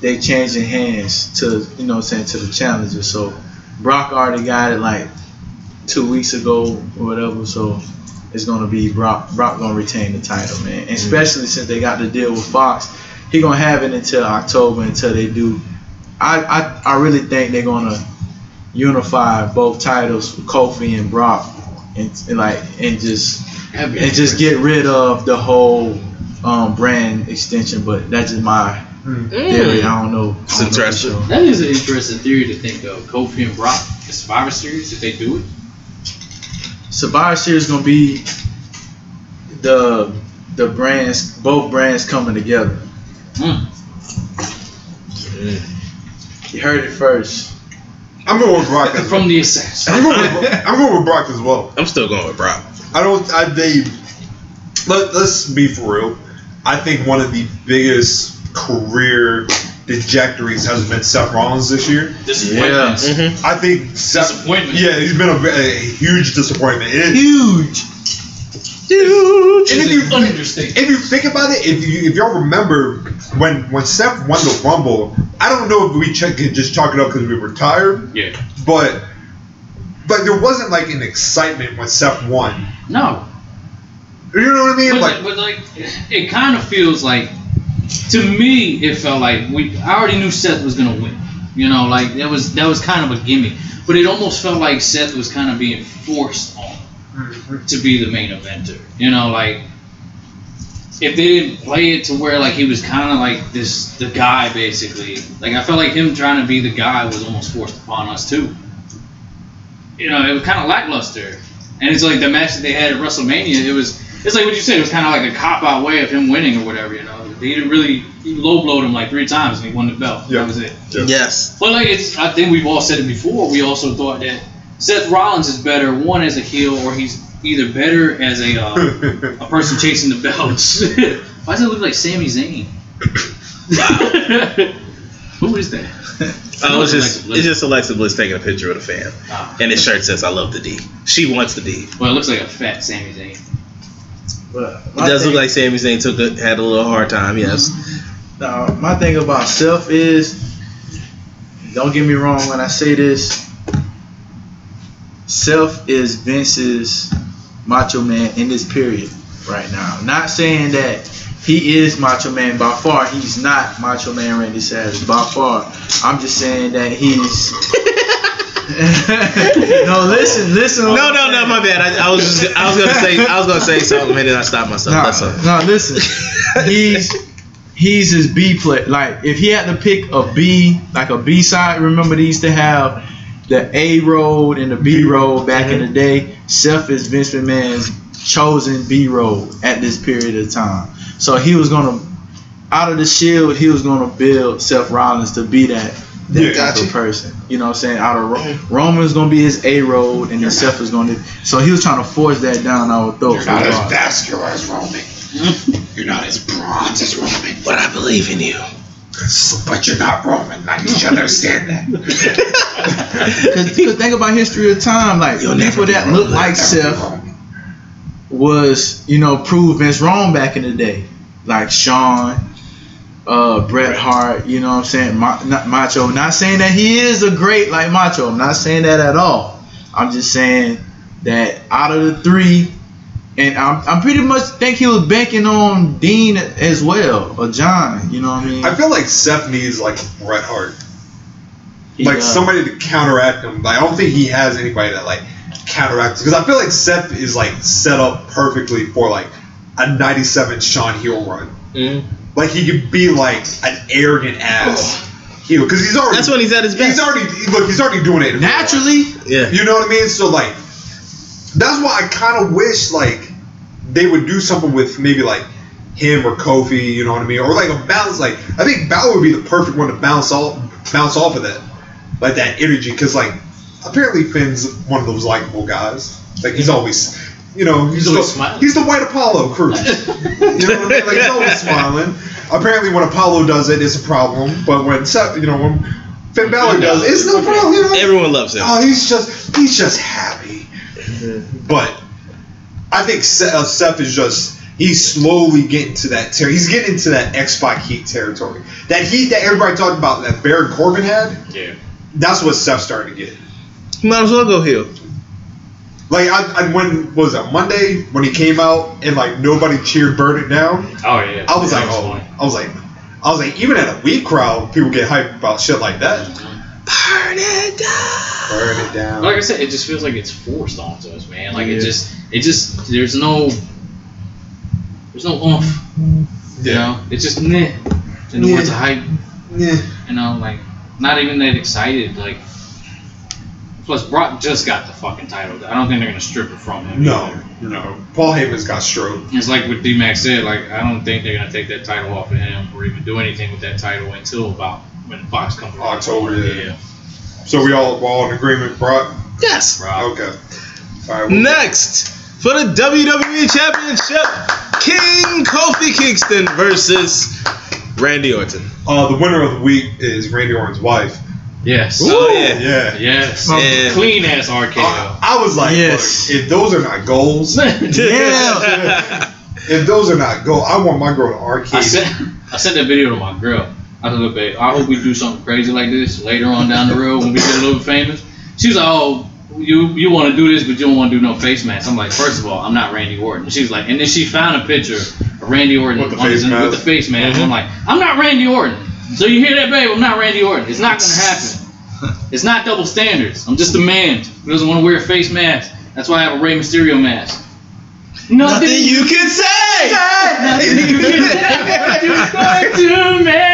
Speaker 6: they changing hands to you know what I'm saying to the challenger. So Brock already got it like two weeks ago or whatever. So it's gonna be Brock. Brock gonna retain the title, man. And especially since they got the deal with Fox, he gonna have it until October until they do. I I, I really think they're gonna unify both titles, Kofi and Brock, and, and like and just and just get rid of the whole um, brand extension. But that's just my theory.
Speaker 3: Mm.
Speaker 6: I don't know.
Speaker 3: It's
Speaker 6: I don't know for
Speaker 3: interesting.
Speaker 6: sure.
Speaker 2: That is an interesting theory to think of. Kofi and Brock, the Survivor Series, if they do it.
Speaker 6: Survivor Series gonna be the the brands, both brands coming together.
Speaker 2: Mm.
Speaker 6: You heard it first.
Speaker 1: I'm going with Brock.
Speaker 2: From the assassin.
Speaker 1: I'm going with, I'm going with Brock as well.
Speaker 3: I'm still going with Brock.
Speaker 1: I don't. I they. Let, let's be for real. I think one of the biggest career trajectories has been Seth Rollins this year.
Speaker 2: Disappointment.
Speaker 1: I think Seth.
Speaker 2: Disappointment.
Speaker 1: Yeah, he's been a, a huge disappointment. It-
Speaker 6: Huge.
Speaker 1: and if
Speaker 2: It's an
Speaker 1: you
Speaker 2: understatement.
Speaker 1: if you think about it, if you if y'all remember when when Seth won the Rumble, I don't know if we ch- could just chalk it up because we were tired,
Speaker 2: Yeah.
Speaker 1: but but there wasn't like an excitement when Seth won.
Speaker 2: No.
Speaker 1: You know what I mean?
Speaker 2: But
Speaker 1: Like
Speaker 2: like, but like, it kind of feels like, to me, it felt like we. I already knew Seth was gonna win. You know, like that was that was kind of a gimme. But it almost felt like Seth was kind of being forced on
Speaker 1: Mm-hmm.
Speaker 2: to be the main eventer. You know, like if they didn't play it to where like he was kind of like this the guy basically. Like I felt like him trying to be the guy was almost forced upon us too. You know, it was kind of lackluster. And it's like the match that they had at WrestleMania. It was it's like what you said. It was kind of like a cop out way of him winning or whatever. You know, they didn't really he low blowed him like three times and he won the belt.
Speaker 1: Yeah.
Speaker 2: That was it.
Speaker 3: Yes.
Speaker 2: But like it's, I think we've all said it before. We also thought that Seth Rollins is better one as a heel, or he's either better as a uh, a person chasing the belts. Why does it look like Sami Zayn? Who is that?
Speaker 3: I was
Speaker 2: Alexa
Speaker 3: just
Speaker 2: Bliss.
Speaker 3: Oh, it's just Alexa Bliss taking a picture with a fan,
Speaker 2: Ah.
Speaker 3: and his shirt says "I love the D." She wants the D.
Speaker 2: Well, it looks like a fat Sami Zayn.
Speaker 6: But
Speaker 3: It
Speaker 6: my
Speaker 3: does look
Speaker 6: thing-
Speaker 3: like Sami Zayn took a, had a little hard time. Yes.
Speaker 6: Now, my thing about self is, don't get me wrong when I say this. Self is Vince's Macho Man in this period right now. Not saying that he is Macho Man by far. He's not Macho Man Randy Savage by far. I'm just saying that he's. no, listen, listen.
Speaker 3: No, no, no. My bad. I, I was just I was gonna say I was gonna say something, and then I stopped myself. That's all.
Speaker 6: No, no, listen. he's he's his B play. Like if he had to pick a B, like a B side. Remember they used to have the A road and the B road back in the day. Seth is Vince McMahon's chosen B road at this period of time. So he was gonna out of the shield. He was gonna build Seth Rollins to be that. That
Speaker 1: Yeah.
Speaker 6: type of person, you know what I'm saying? Out of Ro- Roman's gonna be his A road, and then Seth is gonna. So he was trying to force that down our throats. regardless.
Speaker 1: vascular as Roman. You're not as bronze as Roman,
Speaker 3: But I believe in you.
Speaker 1: but you're not Roman. I need you to understand that.
Speaker 6: Because think about history of time, like
Speaker 3: You'll never
Speaker 6: people
Speaker 3: be
Speaker 6: that
Speaker 3: wrong.
Speaker 6: look like Seth was, you know, proved Vince wrong back in the day, like Sean, uh, Bret Hart, you know what I'm saying? Ma- not Macho. Not saying that he is a great like Macho. I'm not saying that at all. I'm just saying that out of the three, and I'm, I'm pretty much think he was banking on Dean as well, or John, you know what I mean?
Speaker 1: I feel like Seth needs like Bret Hart,
Speaker 6: He,
Speaker 1: like
Speaker 6: uh,
Speaker 1: somebody to counteract him. Like I don't think he has anybody that like counteracts because I feel like Seth is like set up perfectly for like a '97 Sean Heel run.
Speaker 3: Mm.
Speaker 1: Like he could be like an arrogant ass heel because he's already
Speaker 3: That's when he's at his best.
Speaker 1: he's already look he's already doing it
Speaker 6: naturally.
Speaker 3: yeah.
Speaker 1: You know what I mean? So like, that's why I kind of wish like they would do something with maybe like him or Kofi. You know what I mean? Or like a balance. Like I think Balor would be the perfect one to bounce off, bounce off of that, like that energy. Because like apparently Finn's one of those likable guys. Like he's always, you know, he's,
Speaker 2: He's always
Speaker 1: the,
Speaker 2: smiling.
Speaker 1: He's the white Apollo crew. You know what I mean? Like he's always smiling. Apparently, when Apollo does it, it's a problem. But when Seth- you know when Finn Balor does, it, it's no problem. You know?
Speaker 3: Everyone loves him.
Speaker 1: Oh, he's just he's just happy. But I think Se- uh, Seth is just he's slowly getting to that ter- he's getting into that X Pac heat territory. That heat that everybody talked about that Baron Corbin had,
Speaker 2: Yeah.
Speaker 1: that's what Seth's starting to get.
Speaker 3: Might as well go heel.
Speaker 1: Like I, I when what was that Monday when he came out and like nobody cheered Burn It Down,
Speaker 2: Oh yeah.
Speaker 1: I was
Speaker 2: That
Speaker 1: like oh
Speaker 2: funny.
Speaker 1: I was like I was like even at a weak crowd people get hyped about shit like that.
Speaker 3: Burn it down.
Speaker 1: Mm-hmm. Burn it down.
Speaker 2: Like I said, it just feels like it's forced onto us, man. Like
Speaker 6: Yeah.
Speaker 2: it just, it just, there's no, there's no oomph. You
Speaker 1: yeah.
Speaker 2: know, it's just meh. In the words of hype,
Speaker 1: Yeah.
Speaker 2: you know, like not even that excited. Like, plus Brock just got the fucking title. I don't think they're gonna strip it from him.
Speaker 1: No,
Speaker 2: either.
Speaker 1: no. Paul Heyman's got stroke.
Speaker 2: It's like what D Max said. Like, I don't think they're gonna take that title off of him or even do anything with that title until about when Fox comes around.
Speaker 1: October, yeah.
Speaker 2: Yeah.
Speaker 1: So we all we're all in agreement, Brock. Ah,
Speaker 3: Yes.
Speaker 2: Brock.
Speaker 1: Okay. All right. well,
Speaker 3: Next, for the WWE Championship, King Kofi Kingston versus Randy Orton.
Speaker 1: Uh, the winner of the week is Randy Orton's wife.
Speaker 2: Yes.
Speaker 3: Oh, yeah.
Speaker 1: Yeah.
Speaker 2: Yes.
Speaker 3: Yeah.
Speaker 2: Clean ass RKO.
Speaker 1: I, I was like,
Speaker 6: Yes.
Speaker 1: look, if those are not goals,
Speaker 3: Yeah.
Speaker 1: if those are not goals, I want my girl to
Speaker 2: I
Speaker 1: arcade.
Speaker 2: sent I sent that video to my girl. I said, look, babe, I hope we do something crazy like this later on down the road when we get a little bit famous. She was like, oh, you you want to do this, but you don't want to do no face mask. I'm like, first of all, I'm not Randy Orton. She was like, and then she found a picture of Randy Orton
Speaker 1: With the
Speaker 2: on his-
Speaker 1: face mask. Mm-hmm.
Speaker 2: with the face mask. I'm like, I'm not Randy Orton. So you hear that, babe? I'm not Randy Orton. It's not gonna happen. It's not double standards. I'm just a man who doesn't want to wear a face mask. That's why I have a Rey Mysterio mask. Nothing,
Speaker 3: Nothing you can
Speaker 2: you
Speaker 3: say.
Speaker 2: can do to me.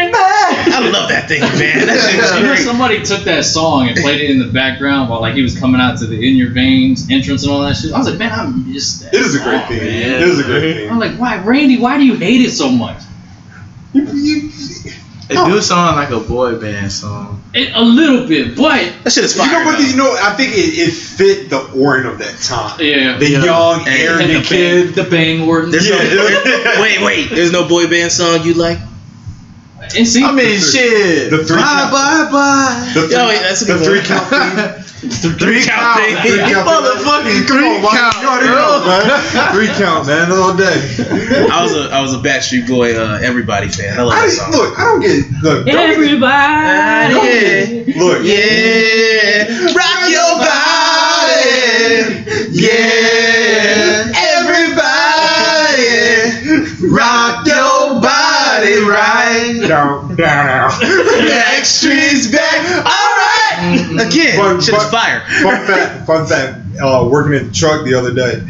Speaker 3: I love that thing, man. That thing
Speaker 2: You know,
Speaker 3: was great.
Speaker 2: somebody took that song and played it in the background while like he was coming out to the In Your Veins entrance and all that shit. I was like, man, I missed that.
Speaker 1: It is a great
Speaker 2: song,
Speaker 1: thing.
Speaker 2: "Oh, man.
Speaker 1: It is a great thing.
Speaker 2: I'm like, why, Randy? Why do you hate it so much?
Speaker 1: You- you-
Speaker 6: It do sound like a boy band song.
Speaker 2: It, a little bit, but
Speaker 3: That shit is fire.
Speaker 1: you know, but
Speaker 3: though.
Speaker 1: you know, I think it, it fit the Orton of that time.
Speaker 2: yeah,
Speaker 1: The
Speaker 6: Yeah.
Speaker 1: young,
Speaker 3: And-
Speaker 2: And
Speaker 1: arrogant
Speaker 2: the
Speaker 1: kid.
Speaker 2: bang, the bang word.
Speaker 3: There's
Speaker 1: Yeah.
Speaker 3: no, wait, wait. There's no boy band song you like?
Speaker 2: And see,
Speaker 6: I mean,
Speaker 1: three-
Speaker 6: shit.
Speaker 1: the three-
Speaker 6: bye, bye, bye.
Speaker 1: The three,
Speaker 3: Yeah, wait, that's a
Speaker 1: the
Speaker 3: good
Speaker 1: three
Speaker 3: one.
Speaker 1: count thing.
Speaker 3: Three count thing.
Speaker 1: Three count thing.
Speaker 6: Motherfucking
Speaker 1: Come
Speaker 6: three
Speaker 1: on, why-
Speaker 6: count,
Speaker 1: You already
Speaker 6: bro.
Speaker 1: know, man. Three count, man. All day.
Speaker 3: I was a I was a Backstreet Boy uh, everybody fan. I love
Speaker 1: I
Speaker 3: that
Speaker 1: just,
Speaker 3: song.
Speaker 1: look, I don't get look. Don't get,
Speaker 2: everybody.
Speaker 1: look,
Speaker 3: Yeah, rock your body. Yeah, everybody, rock your body right.
Speaker 1: down, down, down.
Speaker 3: Backstreet's back. All right. Mm-hmm. Again,
Speaker 1: But-
Speaker 3: shit is
Speaker 1: but-
Speaker 3: fire.
Speaker 1: Fun fact, fun fact. Uh, working in the truck the other day,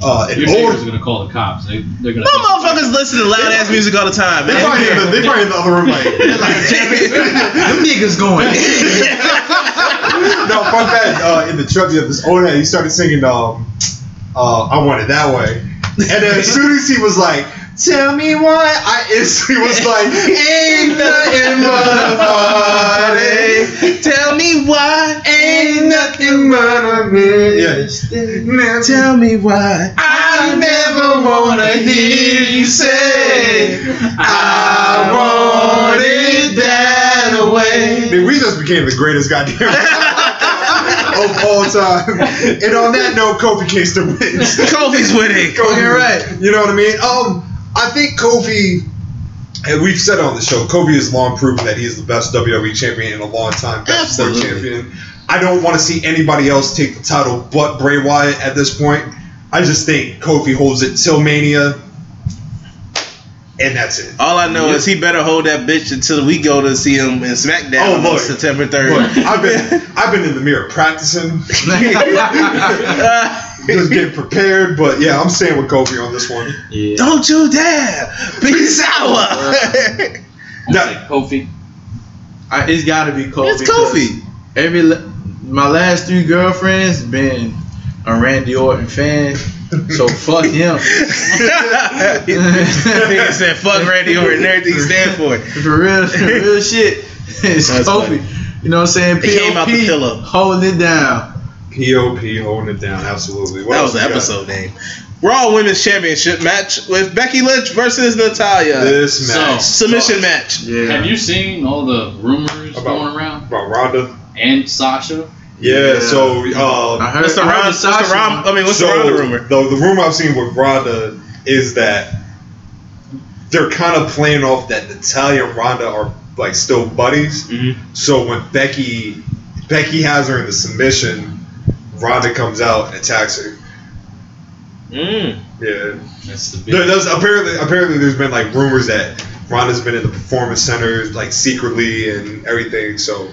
Speaker 1: uh, an
Speaker 2: Your neighbors are
Speaker 1: old.
Speaker 2: gonna call the cops. They, they're gonna.
Speaker 3: My motherfuckers listen to loud ass music all the time,
Speaker 1: They
Speaker 3: man.
Speaker 1: probably, in the, they probably in the other room like,
Speaker 6: Them niggas going.
Speaker 1: no fun fact. Uh, in the truck, yeah, this old head he started singing um, uh, "I Want It That Way," and then as soon as he was like, "Tell me why," I instantly was like, "Ain't nothing but a party."
Speaker 3: Tell me why.
Speaker 1: Ain't nothing but a minute.
Speaker 3: Tell me why.
Speaker 1: I never wanna hear you say I want it that way. Dude, we just became the greatest goddamn of all time. And on that note, Kofi Kingston wins.
Speaker 3: Kofi's winning.
Speaker 1: Kofi, you know what I mean? Um, I think Kofi and we've said on the show, Kobe has long proven that he is the best WWE champion in a long time, best third
Speaker 3: Absolutely.
Speaker 1: champion. I don't want to see anybody else take the title but Bray Wyatt at this point. I just think Kofi holds it till Mania, and that's it.
Speaker 3: All I know is he better hold that bitch until we go to see him in SmackDown
Speaker 1: Oh,
Speaker 3: on
Speaker 1: look.
Speaker 3: September
Speaker 1: Look,
Speaker 3: 3rd.
Speaker 1: I've been I've been in the mirror practicing,
Speaker 3: Uh,
Speaker 1: just getting prepared. But yeah, I'm staying with Kofi on this one.
Speaker 6: Yeah.
Speaker 3: don't you dare be sour.
Speaker 2: I'm
Speaker 1: Now-
Speaker 2: gonna say Kofi.
Speaker 6: I, it's got to be Kofi.
Speaker 3: it's Kofi.
Speaker 6: because Every la- my last three girlfriends been a Randy Orton fan, so fuck him.
Speaker 3: Nigga said, fuck Randy Orton and everything he stand for. it."
Speaker 6: For real, for real shit. It's
Speaker 3: That's
Speaker 6: Kofi.
Speaker 3: funny.
Speaker 6: You know what I'm saying?
Speaker 3: He came out the
Speaker 6: POP,
Speaker 3: pillow.
Speaker 6: holding it down.
Speaker 1: POP holding it down, absolutely. What
Speaker 3: That
Speaker 1: else
Speaker 3: was the
Speaker 1: we got?
Speaker 3: episode name. Raw Women's Championship match with Becky Lynch versus Natalia.
Speaker 1: This
Speaker 2: So-
Speaker 1: match
Speaker 3: Submission match.
Speaker 2: Have
Speaker 6: Yeah.
Speaker 2: you seen all the rumors
Speaker 1: About-
Speaker 2: going around?
Speaker 1: about Ronda.
Speaker 2: And Sasha.
Speaker 1: Yeah,
Speaker 6: Yeah.
Speaker 1: so uh,
Speaker 6: I heard,
Speaker 3: What's the
Speaker 6: I heard
Speaker 3: Ron? What's the
Speaker 6: Sasha
Speaker 3: Ron? I mean, what's
Speaker 1: so,
Speaker 3: the Ronda rumor?
Speaker 1: The, the rumor I've seen with Ronda is that they're kind of playing off that Natalia and Ronda are like still buddies.
Speaker 2: Mhm.
Speaker 3: Mm-hmm.
Speaker 1: So when Becky Becky has her in the submission, Ronda comes out and attacks her.
Speaker 3: Mm.
Speaker 1: Yeah,
Speaker 2: That's the big.
Speaker 1: there, there's, apparently apparently there's been like rumors that Ronda's been in the performance center like secretly and everything. So,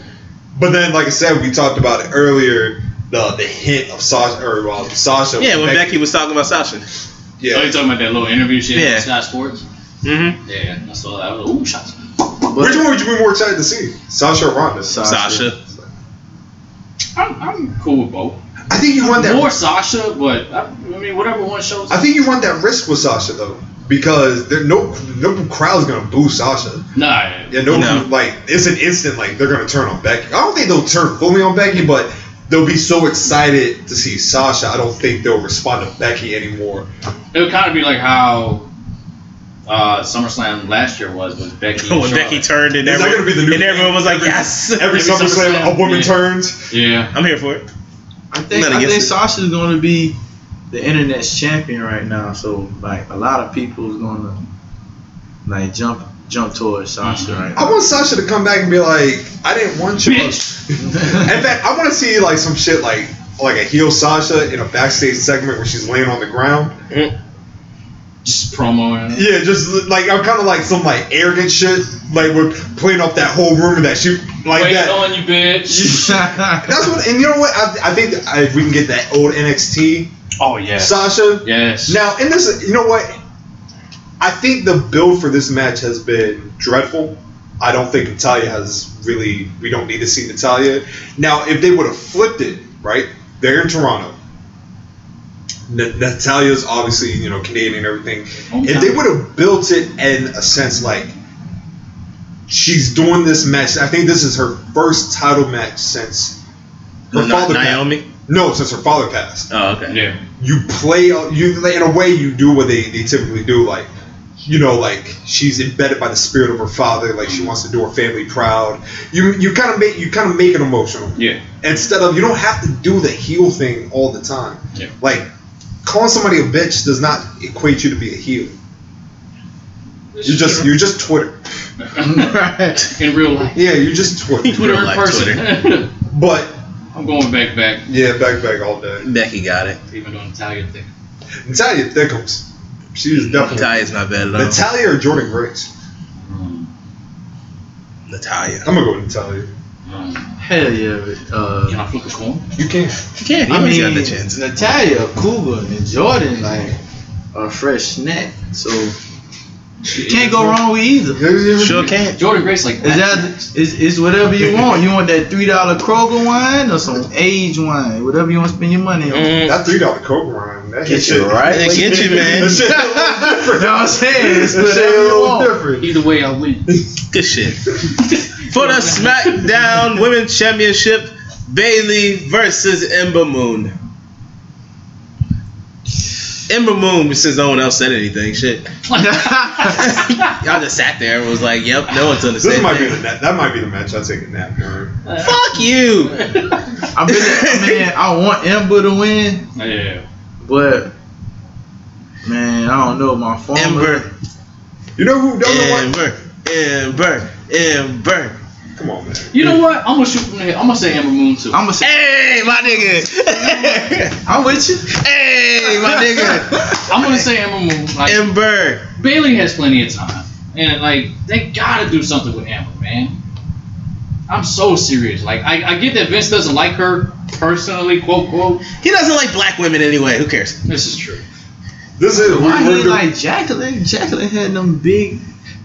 Speaker 1: but then like I said, we talked about it earlier. The, the hint of Sasha or uh, Sasha.
Speaker 3: Yeah, when Becky was talking about Sasha.
Speaker 2: Oh, you
Speaker 1: Yeah.
Speaker 2: talking about that little interview she did
Speaker 3: Yeah.
Speaker 2: on Sky Sports?
Speaker 3: Mm-hmm.
Speaker 2: Yeah, I saw that. I was like, ooh, shots.
Speaker 1: Which one would you be more excited to see, Sasha or Ronda?
Speaker 6: Sasha.
Speaker 3: Sasha.
Speaker 2: I'm, I'm cool with both.
Speaker 1: I think you want that.
Speaker 2: More Sasha, but I, I mean, whatever one shows.
Speaker 1: I think you want that risk with Sasha though, because there no no crowd's gonna boo Sasha.
Speaker 2: nah,
Speaker 1: Yeah, no,
Speaker 3: No.
Speaker 1: like it's an instant like they're gonna turn on Becky. I don't think they'll turn fully on Becky, but they'll be so excited to see Sasha. I don't think they'll respond to Becky anymore.
Speaker 2: it would kind of be like how uh, SummerSlam last year was with Becky. and
Speaker 3: When Becky
Speaker 2: Charlotte.
Speaker 3: turned and
Speaker 1: Is that
Speaker 3: everyone,
Speaker 1: gonna be the new
Speaker 3: and everyone was like,
Speaker 1: every-
Speaker 3: yes.
Speaker 1: Every
Speaker 2: Every SummerSlam,
Speaker 1: SummerSlam, a woman
Speaker 2: yeah.
Speaker 1: turns.
Speaker 2: yeah,
Speaker 3: I'm here for it.
Speaker 6: I think,
Speaker 3: Nothing
Speaker 6: I think
Speaker 3: against
Speaker 6: Sasha's going to be the internet's champion right now. So like a lot of people is going to like jump jump towards Sasha right
Speaker 1: I want Sasha to come back and be like, I didn't want you.
Speaker 2: bitch.
Speaker 1: In fact, I want to see like some shit like like a heel Sasha in a backstage segment where she's laying on the ground.
Speaker 2: Just promo. And,
Speaker 1: Yeah, just like I'm kind of like some like arrogant shit. Like we're playing off that whole rumor that she like
Speaker 2: Waiting
Speaker 1: that.
Speaker 2: on you, bitch.
Speaker 6: now.
Speaker 1: That's what, and you know what? I, I think that if we can get that old NXT
Speaker 2: Oh yeah.
Speaker 1: Sasha.
Speaker 2: yes.
Speaker 1: Now, in this, you know what? I think the build for this match has been dreadful. I don't think Natalia has really. We don't need to see Natalia. Now, if they would have flipped it, right? They're in Toronto. N- Natalia's obviously, you know, Canadian and everything. If they would have built it in a sense like she's doing this match, I think this is her first title match since her
Speaker 3: Not
Speaker 1: father.
Speaker 3: Naomi.
Speaker 1: Passed. No, since her father passed.
Speaker 3: Oh, okay.
Speaker 2: yeah.
Speaker 1: You play you in a way you do what they, they typically do, like you know, like she's embedded by the spirit of her father, like she wants to do her family proud. You you kind of make you kind of make it emotional
Speaker 2: Yeah.
Speaker 1: instead of you don't have to do the heel thing all the time.
Speaker 2: Yeah.
Speaker 1: Like calling somebody a bitch does not equate you to be a heel. You just you're just Twitter.
Speaker 2: in real life.
Speaker 1: Yeah, you're just Twitter.
Speaker 2: Twitter in
Speaker 3: like
Speaker 2: person.
Speaker 1: But
Speaker 2: I'm going back, back,
Speaker 1: yeah, back back all day.
Speaker 3: Becky got it.
Speaker 2: even though Natalia thing.
Speaker 1: Natalia Thickums. She was definitely
Speaker 3: Natalia's not bad at all.
Speaker 1: Natalia or Jordan Grace.
Speaker 6: Hmm.
Speaker 3: Natalia.
Speaker 1: I'm gonna go with Natalia.
Speaker 2: Can
Speaker 6: Hell yeah. but, Uh,
Speaker 2: I flip a coin?
Speaker 1: You can.
Speaker 3: Yeah,
Speaker 6: I
Speaker 3: Naomi's got
Speaker 6: mean,
Speaker 3: the chance.
Speaker 6: Natalia, Kuba, and Jordan like are fresh snack. So you can't go wrong with either.
Speaker 3: Sure can.
Speaker 2: Jordan Grace, like
Speaker 6: Is that is is whatever you want? You want that three dollar Kroger wine or some aged wine? Whatever you want to spend your money on.
Speaker 3: Mm.
Speaker 1: That three dollar Cobra rhyme. That
Speaker 3: Get
Speaker 1: hit
Speaker 3: you right. That get you, man.
Speaker 1: That shit a little
Speaker 6: You know
Speaker 1: different.
Speaker 6: what I'm saying? It's
Speaker 1: That shit a
Speaker 6: whatever you
Speaker 1: little
Speaker 6: want.
Speaker 1: different.
Speaker 2: Either way, I win.
Speaker 3: Good shit. For the SmackDown Women's Championship, Bailey versus Ember Moon. Ember Moon, since no one else said anything, shit. Y'all just sat there and was like, "Yep, no one's
Speaker 1: This
Speaker 3: understanding."
Speaker 1: might be the that, that might be the match I take a nap during.
Speaker 3: Fuck you.
Speaker 6: I really, I mean, I want Ember to win,
Speaker 2: yeah.
Speaker 6: but man, I don't know my former
Speaker 3: Ember,
Speaker 1: You know who? Don't know what?
Speaker 3: Amber, Amber, Amber.
Speaker 1: Come on, man.
Speaker 2: You know what? I'm gonna shoot from the head. I'm gonna say Amber Moon too.
Speaker 6: I'm gonna say,
Speaker 3: Hey, my nigga.
Speaker 6: I'm with you.
Speaker 3: hey, my nigga.
Speaker 2: I'm gonna say Amber Moon. Like
Speaker 3: Amber.
Speaker 2: Bailey has plenty of time, and like they gotta do something with Amber, man. I'm so serious. Like I, I get that Vince doesn't like her personally, quote quote.
Speaker 3: He doesn't like black women anyway. Who cares?
Speaker 2: This is true.
Speaker 1: This is
Speaker 6: Why
Speaker 1: we're-
Speaker 6: he
Speaker 1: we're-
Speaker 6: like Jacqueline? Jacqueline had them big,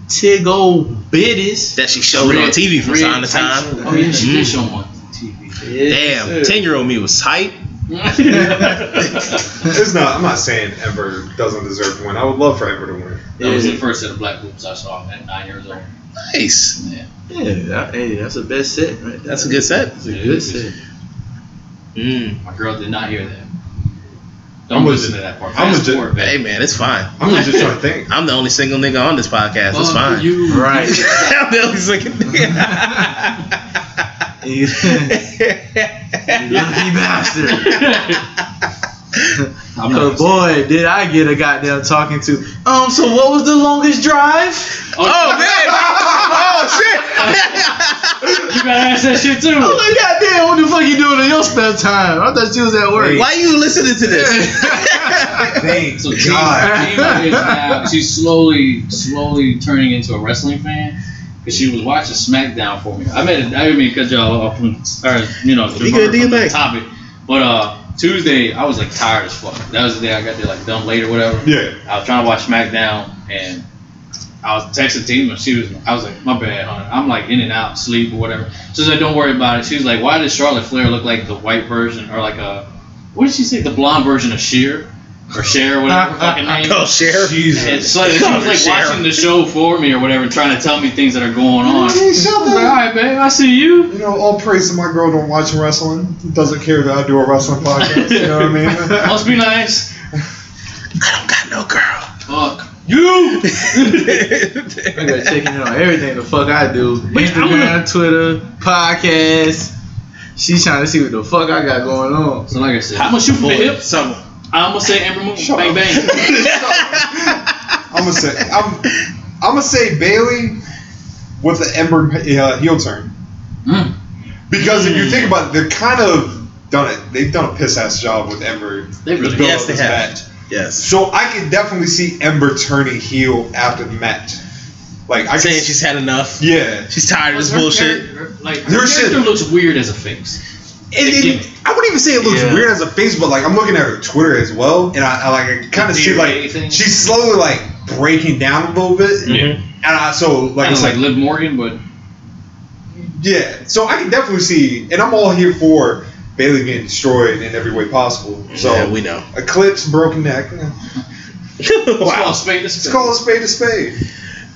Speaker 6: tig old bitties.
Speaker 3: That she showed on
Speaker 2: Red-
Speaker 3: TV from
Speaker 2: red
Speaker 3: time to
Speaker 2: tight
Speaker 3: time.
Speaker 2: shirt. Oh yeah, she did
Speaker 3: Mm.
Speaker 2: show one
Speaker 6: Mm-hmm.
Speaker 2: on TV.
Speaker 3: Damn, ten year old me was tight.
Speaker 2: that
Speaker 1: It's not. I'm not saying Ember doesn't deserve to win. I would love for Ember to win.
Speaker 2: was the
Speaker 6: Yeah,
Speaker 2: first set of black groups I saw at nine years old.
Speaker 3: Nice.
Speaker 2: Yeah.
Speaker 6: yeah, that- hey, that's the best set, right? there.
Speaker 3: That's a good set.
Speaker 6: That's a good set.
Speaker 3: Mm.
Speaker 2: My girl did not hear that.
Speaker 1: I'm
Speaker 2: Don't
Speaker 1: with
Speaker 2: listen
Speaker 1: you.
Speaker 2: to that part.
Speaker 1: I'm
Speaker 2: Fast
Speaker 1: with you.
Speaker 2: forward,
Speaker 3: Hey
Speaker 2: babe.
Speaker 3: man, it's fine.
Speaker 1: I'm just trying to think.
Speaker 3: I'm the only single nigga on this podcast. It's
Speaker 2: Fuck
Speaker 3: fine.
Speaker 2: Oh, You.
Speaker 6: Right.
Speaker 3: I'm the only single
Speaker 6: You
Speaker 3: nigga.
Speaker 6: lucky bastard.
Speaker 2: Oh, I'm not
Speaker 6: Cause boy, did I get a goddamn talking to. Um, so what was the longest drive?
Speaker 3: oh man! Oh shit!
Speaker 2: You gotta ask that shit too.
Speaker 6: I'm like, goddamn, what the fuck you doing in your spare time? I thought you was at work.
Speaker 3: Why you listening to this?
Speaker 1: Thank
Speaker 2: So Gina,
Speaker 1: God.
Speaker 2: Gina is now she's slowly, slowly turning into a wrestling fan because she was watching SmackDown for me. I mean, I didn't mean to cut y'all off from, or you know,
Speaker 3: You
Speaker 2: divert
Speaker 3: good,
Speaker 2: from
Speaker 3: you
Speaker 2: the
Speaker 3: back.
Speaker 2: topic. But uh, Tuesday I was like tired as fuck. That was the day I got there like done late or whatever.
Speaker 1: Yeah.
Speaker 2: I was trying to watch SmackDown and I was texting Team and she was I was like, My bad, hon. I'm like in and out, sleep or whatever. She was like, Don't worry about it. She was like, Why does Charlotte Flair look like the white version or like a what did she say? The blonde version of Sheer or Cher, whatever her fucking name.
Speaker 3: oh, sheriff.
Speaker 2: And
Speaker 1: Jesus.
Speaker 2: It's like she was like
Speaker 3: Cher.
Speaker 2: watching the show for me or whatever, trying to tell me things that are going on. I was like, All right, babe, I see you.
Speaker 1: You know, all praise to my girl don't watch wrestling. Doesn't care that I do a wrestling podcast. You know what I mean?
Speaker 2: Must be nice.
Speaker 3: I don't got no girl.
Speaker 2: Fuck you.
Speaker 6: I got checking in on everything the fuck I do. Instagram, Twitter, podcast. She's trying to see what the fuck I got going on.
Speaker 2: So like I said, I'm gonna shoot from the hip.
Speaker 3: Someone.
Speaker 2: I'm gonna say Amber Moon.
Speaker 1: Shut
Speaker 2: bang
Speaker 1: up.
Speaker 2: bang.
Speaker 1: I'm gonna say I'm I'm gonna say Bailey with the Ember uh, heel turn
Speaker 2: Mm.
Speaker 1: because if you think
Speaker 3: Hmm.
Speaker 1: about it, they're kind of done it. They've done a piss ass job with Ember.
Speaker 2: They really
Speaker 1: to build
Speaker 3: Yes,
Speaker 1: up
Speaker 3: they
Speaker 1: this
Speaker 3: have.
Speaker 1: match.
Speaker 3: Yes.
Speaker 1: So I can definitely see Ember turning heel after the match. Like I can,
Speaker 3: Saying she's had enough.
Speaker 1: yeah.
Speaker 3: She's tired of this
Speaker 2: Her
Speaker 3: bullshit.
Speaker 2: character- Like her
Speaker 1: Her
Speaker 2: character
Speaker 1: shit-
Speaker 2: looks weird as a face.
Speaker 1: And
Speaker 2: Yeah.
Speaker 1: it, I wouldn't even say it looks
Speaker 6: Yeah.
Speaker 1: weird as a face, but like I'm looking at her Twitter as well, and I, I like kind
Speaker 2: The
Speaker 1: of see
Speaker 2: DNA
Speaker 1: like
Speaker 2: thing?
Speaker 1: she's slowly like breaking down a little bit. And I, so like
Speaker 2: Kind
Speaker 1: it's
Speaker 2: of like
Speaker 1: like
Speaker 2: Liv Morgan, but
Speaker 1: yeah, so I can definitely see, and I'm all here for Bailey being destroyed in every way possible. So
Speaker 3: yeah, we know.
Speaker 1: Eclipse, broken neck. eh,
Speaker 2: it's called
Speaker 3: wow.
Speaker 2: Spade to
Speaker 1: Let's call a spade a spade.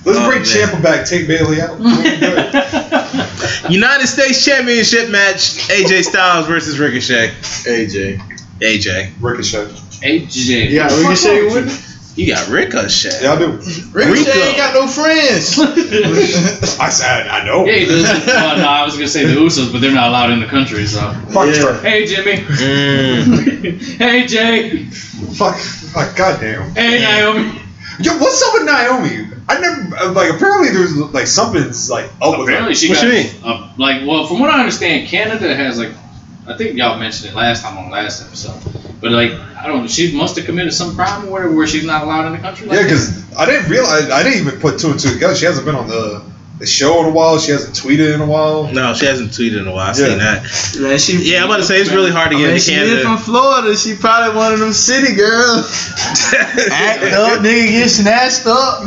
Speaker 1: Let's
Speaker 3: Oh,
Speaker 1: bring
Speaker 3: man.
Speaker 1: Champa back, take Bailey out. We're good.
Speaker 3: United States Championship match: AJ Styles versus Ricochet.
Speaker 6: AJ.
Speaker 3: AJ,
Speaker 1: Ricochet.
Speaker 2: AJ.
Speaker 6: Yeah, we can say what?
Speaker 3: you got Ricochet.
Speaker 1: Yeah, I do.
Speaker 3: Rico.
Speaker 6: Ricochet ain't got no friends.
Speaker 1: I said I know.
Speaker 2: Yeah, he does. Uh, no, I was gonna say the Usos, but they're not allowed in the country. So,
Speaker 1: Fuck
Speaker 6: Yeah.
Speaker 1: Trump.
Speaker 2: hey Jimmy,
Speaker 3: Mm.
Speaker 2: hey Jay,
Speaker 1: Fuck. Fuck. Goddamn.
Speaker 2: hey Naomi.
Speaker 1: Yo, what's up with Naomi? I never uh, like. Apparently, there's like something's like up with her.
Speaker 2: Apparently, she
Speaker 3: What
Speaker 2: got
Speaker 3: you mean?
Speaker 2: uh, like well, from what I understand, Canada has like I think y'all mentioned it last time on last episode, but like I don't know, she must have committed some crime or whatever where she's not allowed in the country. Like
Speaker 1: Yeah,
Speaker 2: that.
Speaker 1: because I didn't realize. I didn't even put two and two together. She hasn't been on the, the show in a while. She hasn't tweeted in a while.
Speaker 3: No, she hasn't tweeted in a while. I
Speaker 1: Yeah.
Speaker 3: seen that.
Speaker 6: Man, she.
Speaker 3: Yeah, I'm about to say it's really hard to
Speaker 6: I
Speaker 3: get
Speaker 6: mean,
Speaker 3: into
Speaker 6: she is from
Speaker 3: Canada.
Speaker 6: Florida. She probably one of them city girls. Act up, nigga, get snatched up.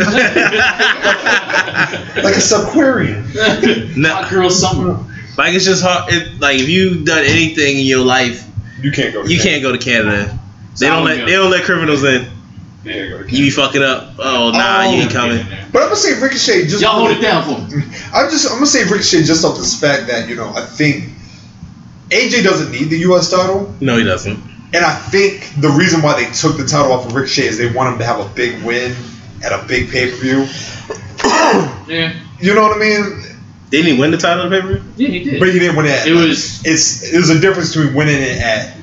Speaker 1: Like a Subquarian.
Speaker 3: no,
Speaker 2: Hot girl summer.
Speaker 3: like it's just hard. It, like if you've done anything in your life,
Speaker 1: You can't go. To
Speaker 3: you
Speaker 1: Canada.
Speaker 3: can't go to Canada.
Speaker 2: So
Speaker 3: They
Speaker 2: I
Speaker 3: don't
Speaker 2: would
Speaker 3: let
Speaker 2: go.
Speaker 3: they don't let criminals in.
Speaker 1: You can't go to
Speaker 3: You
Speaker 1: Canada.
Speaker 3: be fucking up. Oh nah, you ain't coming.
Speaker 1: But I'm gonna say Ricochet just.
Speaker 2: Y'all hold it down for me.
Speaker 1: I'm just. I'm gonna say Ricochet just off this fact that you know I think AJ doesn't need the U.S. title.
Speaker 3: No, he doesn't.
Speaker 1: And I think the reason why they took the title off of Ricochet is they want him to have a big win at a big pay per view.
Speaker 2: Yeah,
Speaker 1: You know what I mean?
Speaker 3: Didn't he win the title of the paper?
Speaker 2: yeah, he did.
Speaker 1: But he didn't win it. At,
Speaker 2: it was.
Speaker 1: It's there's a difference between winning it at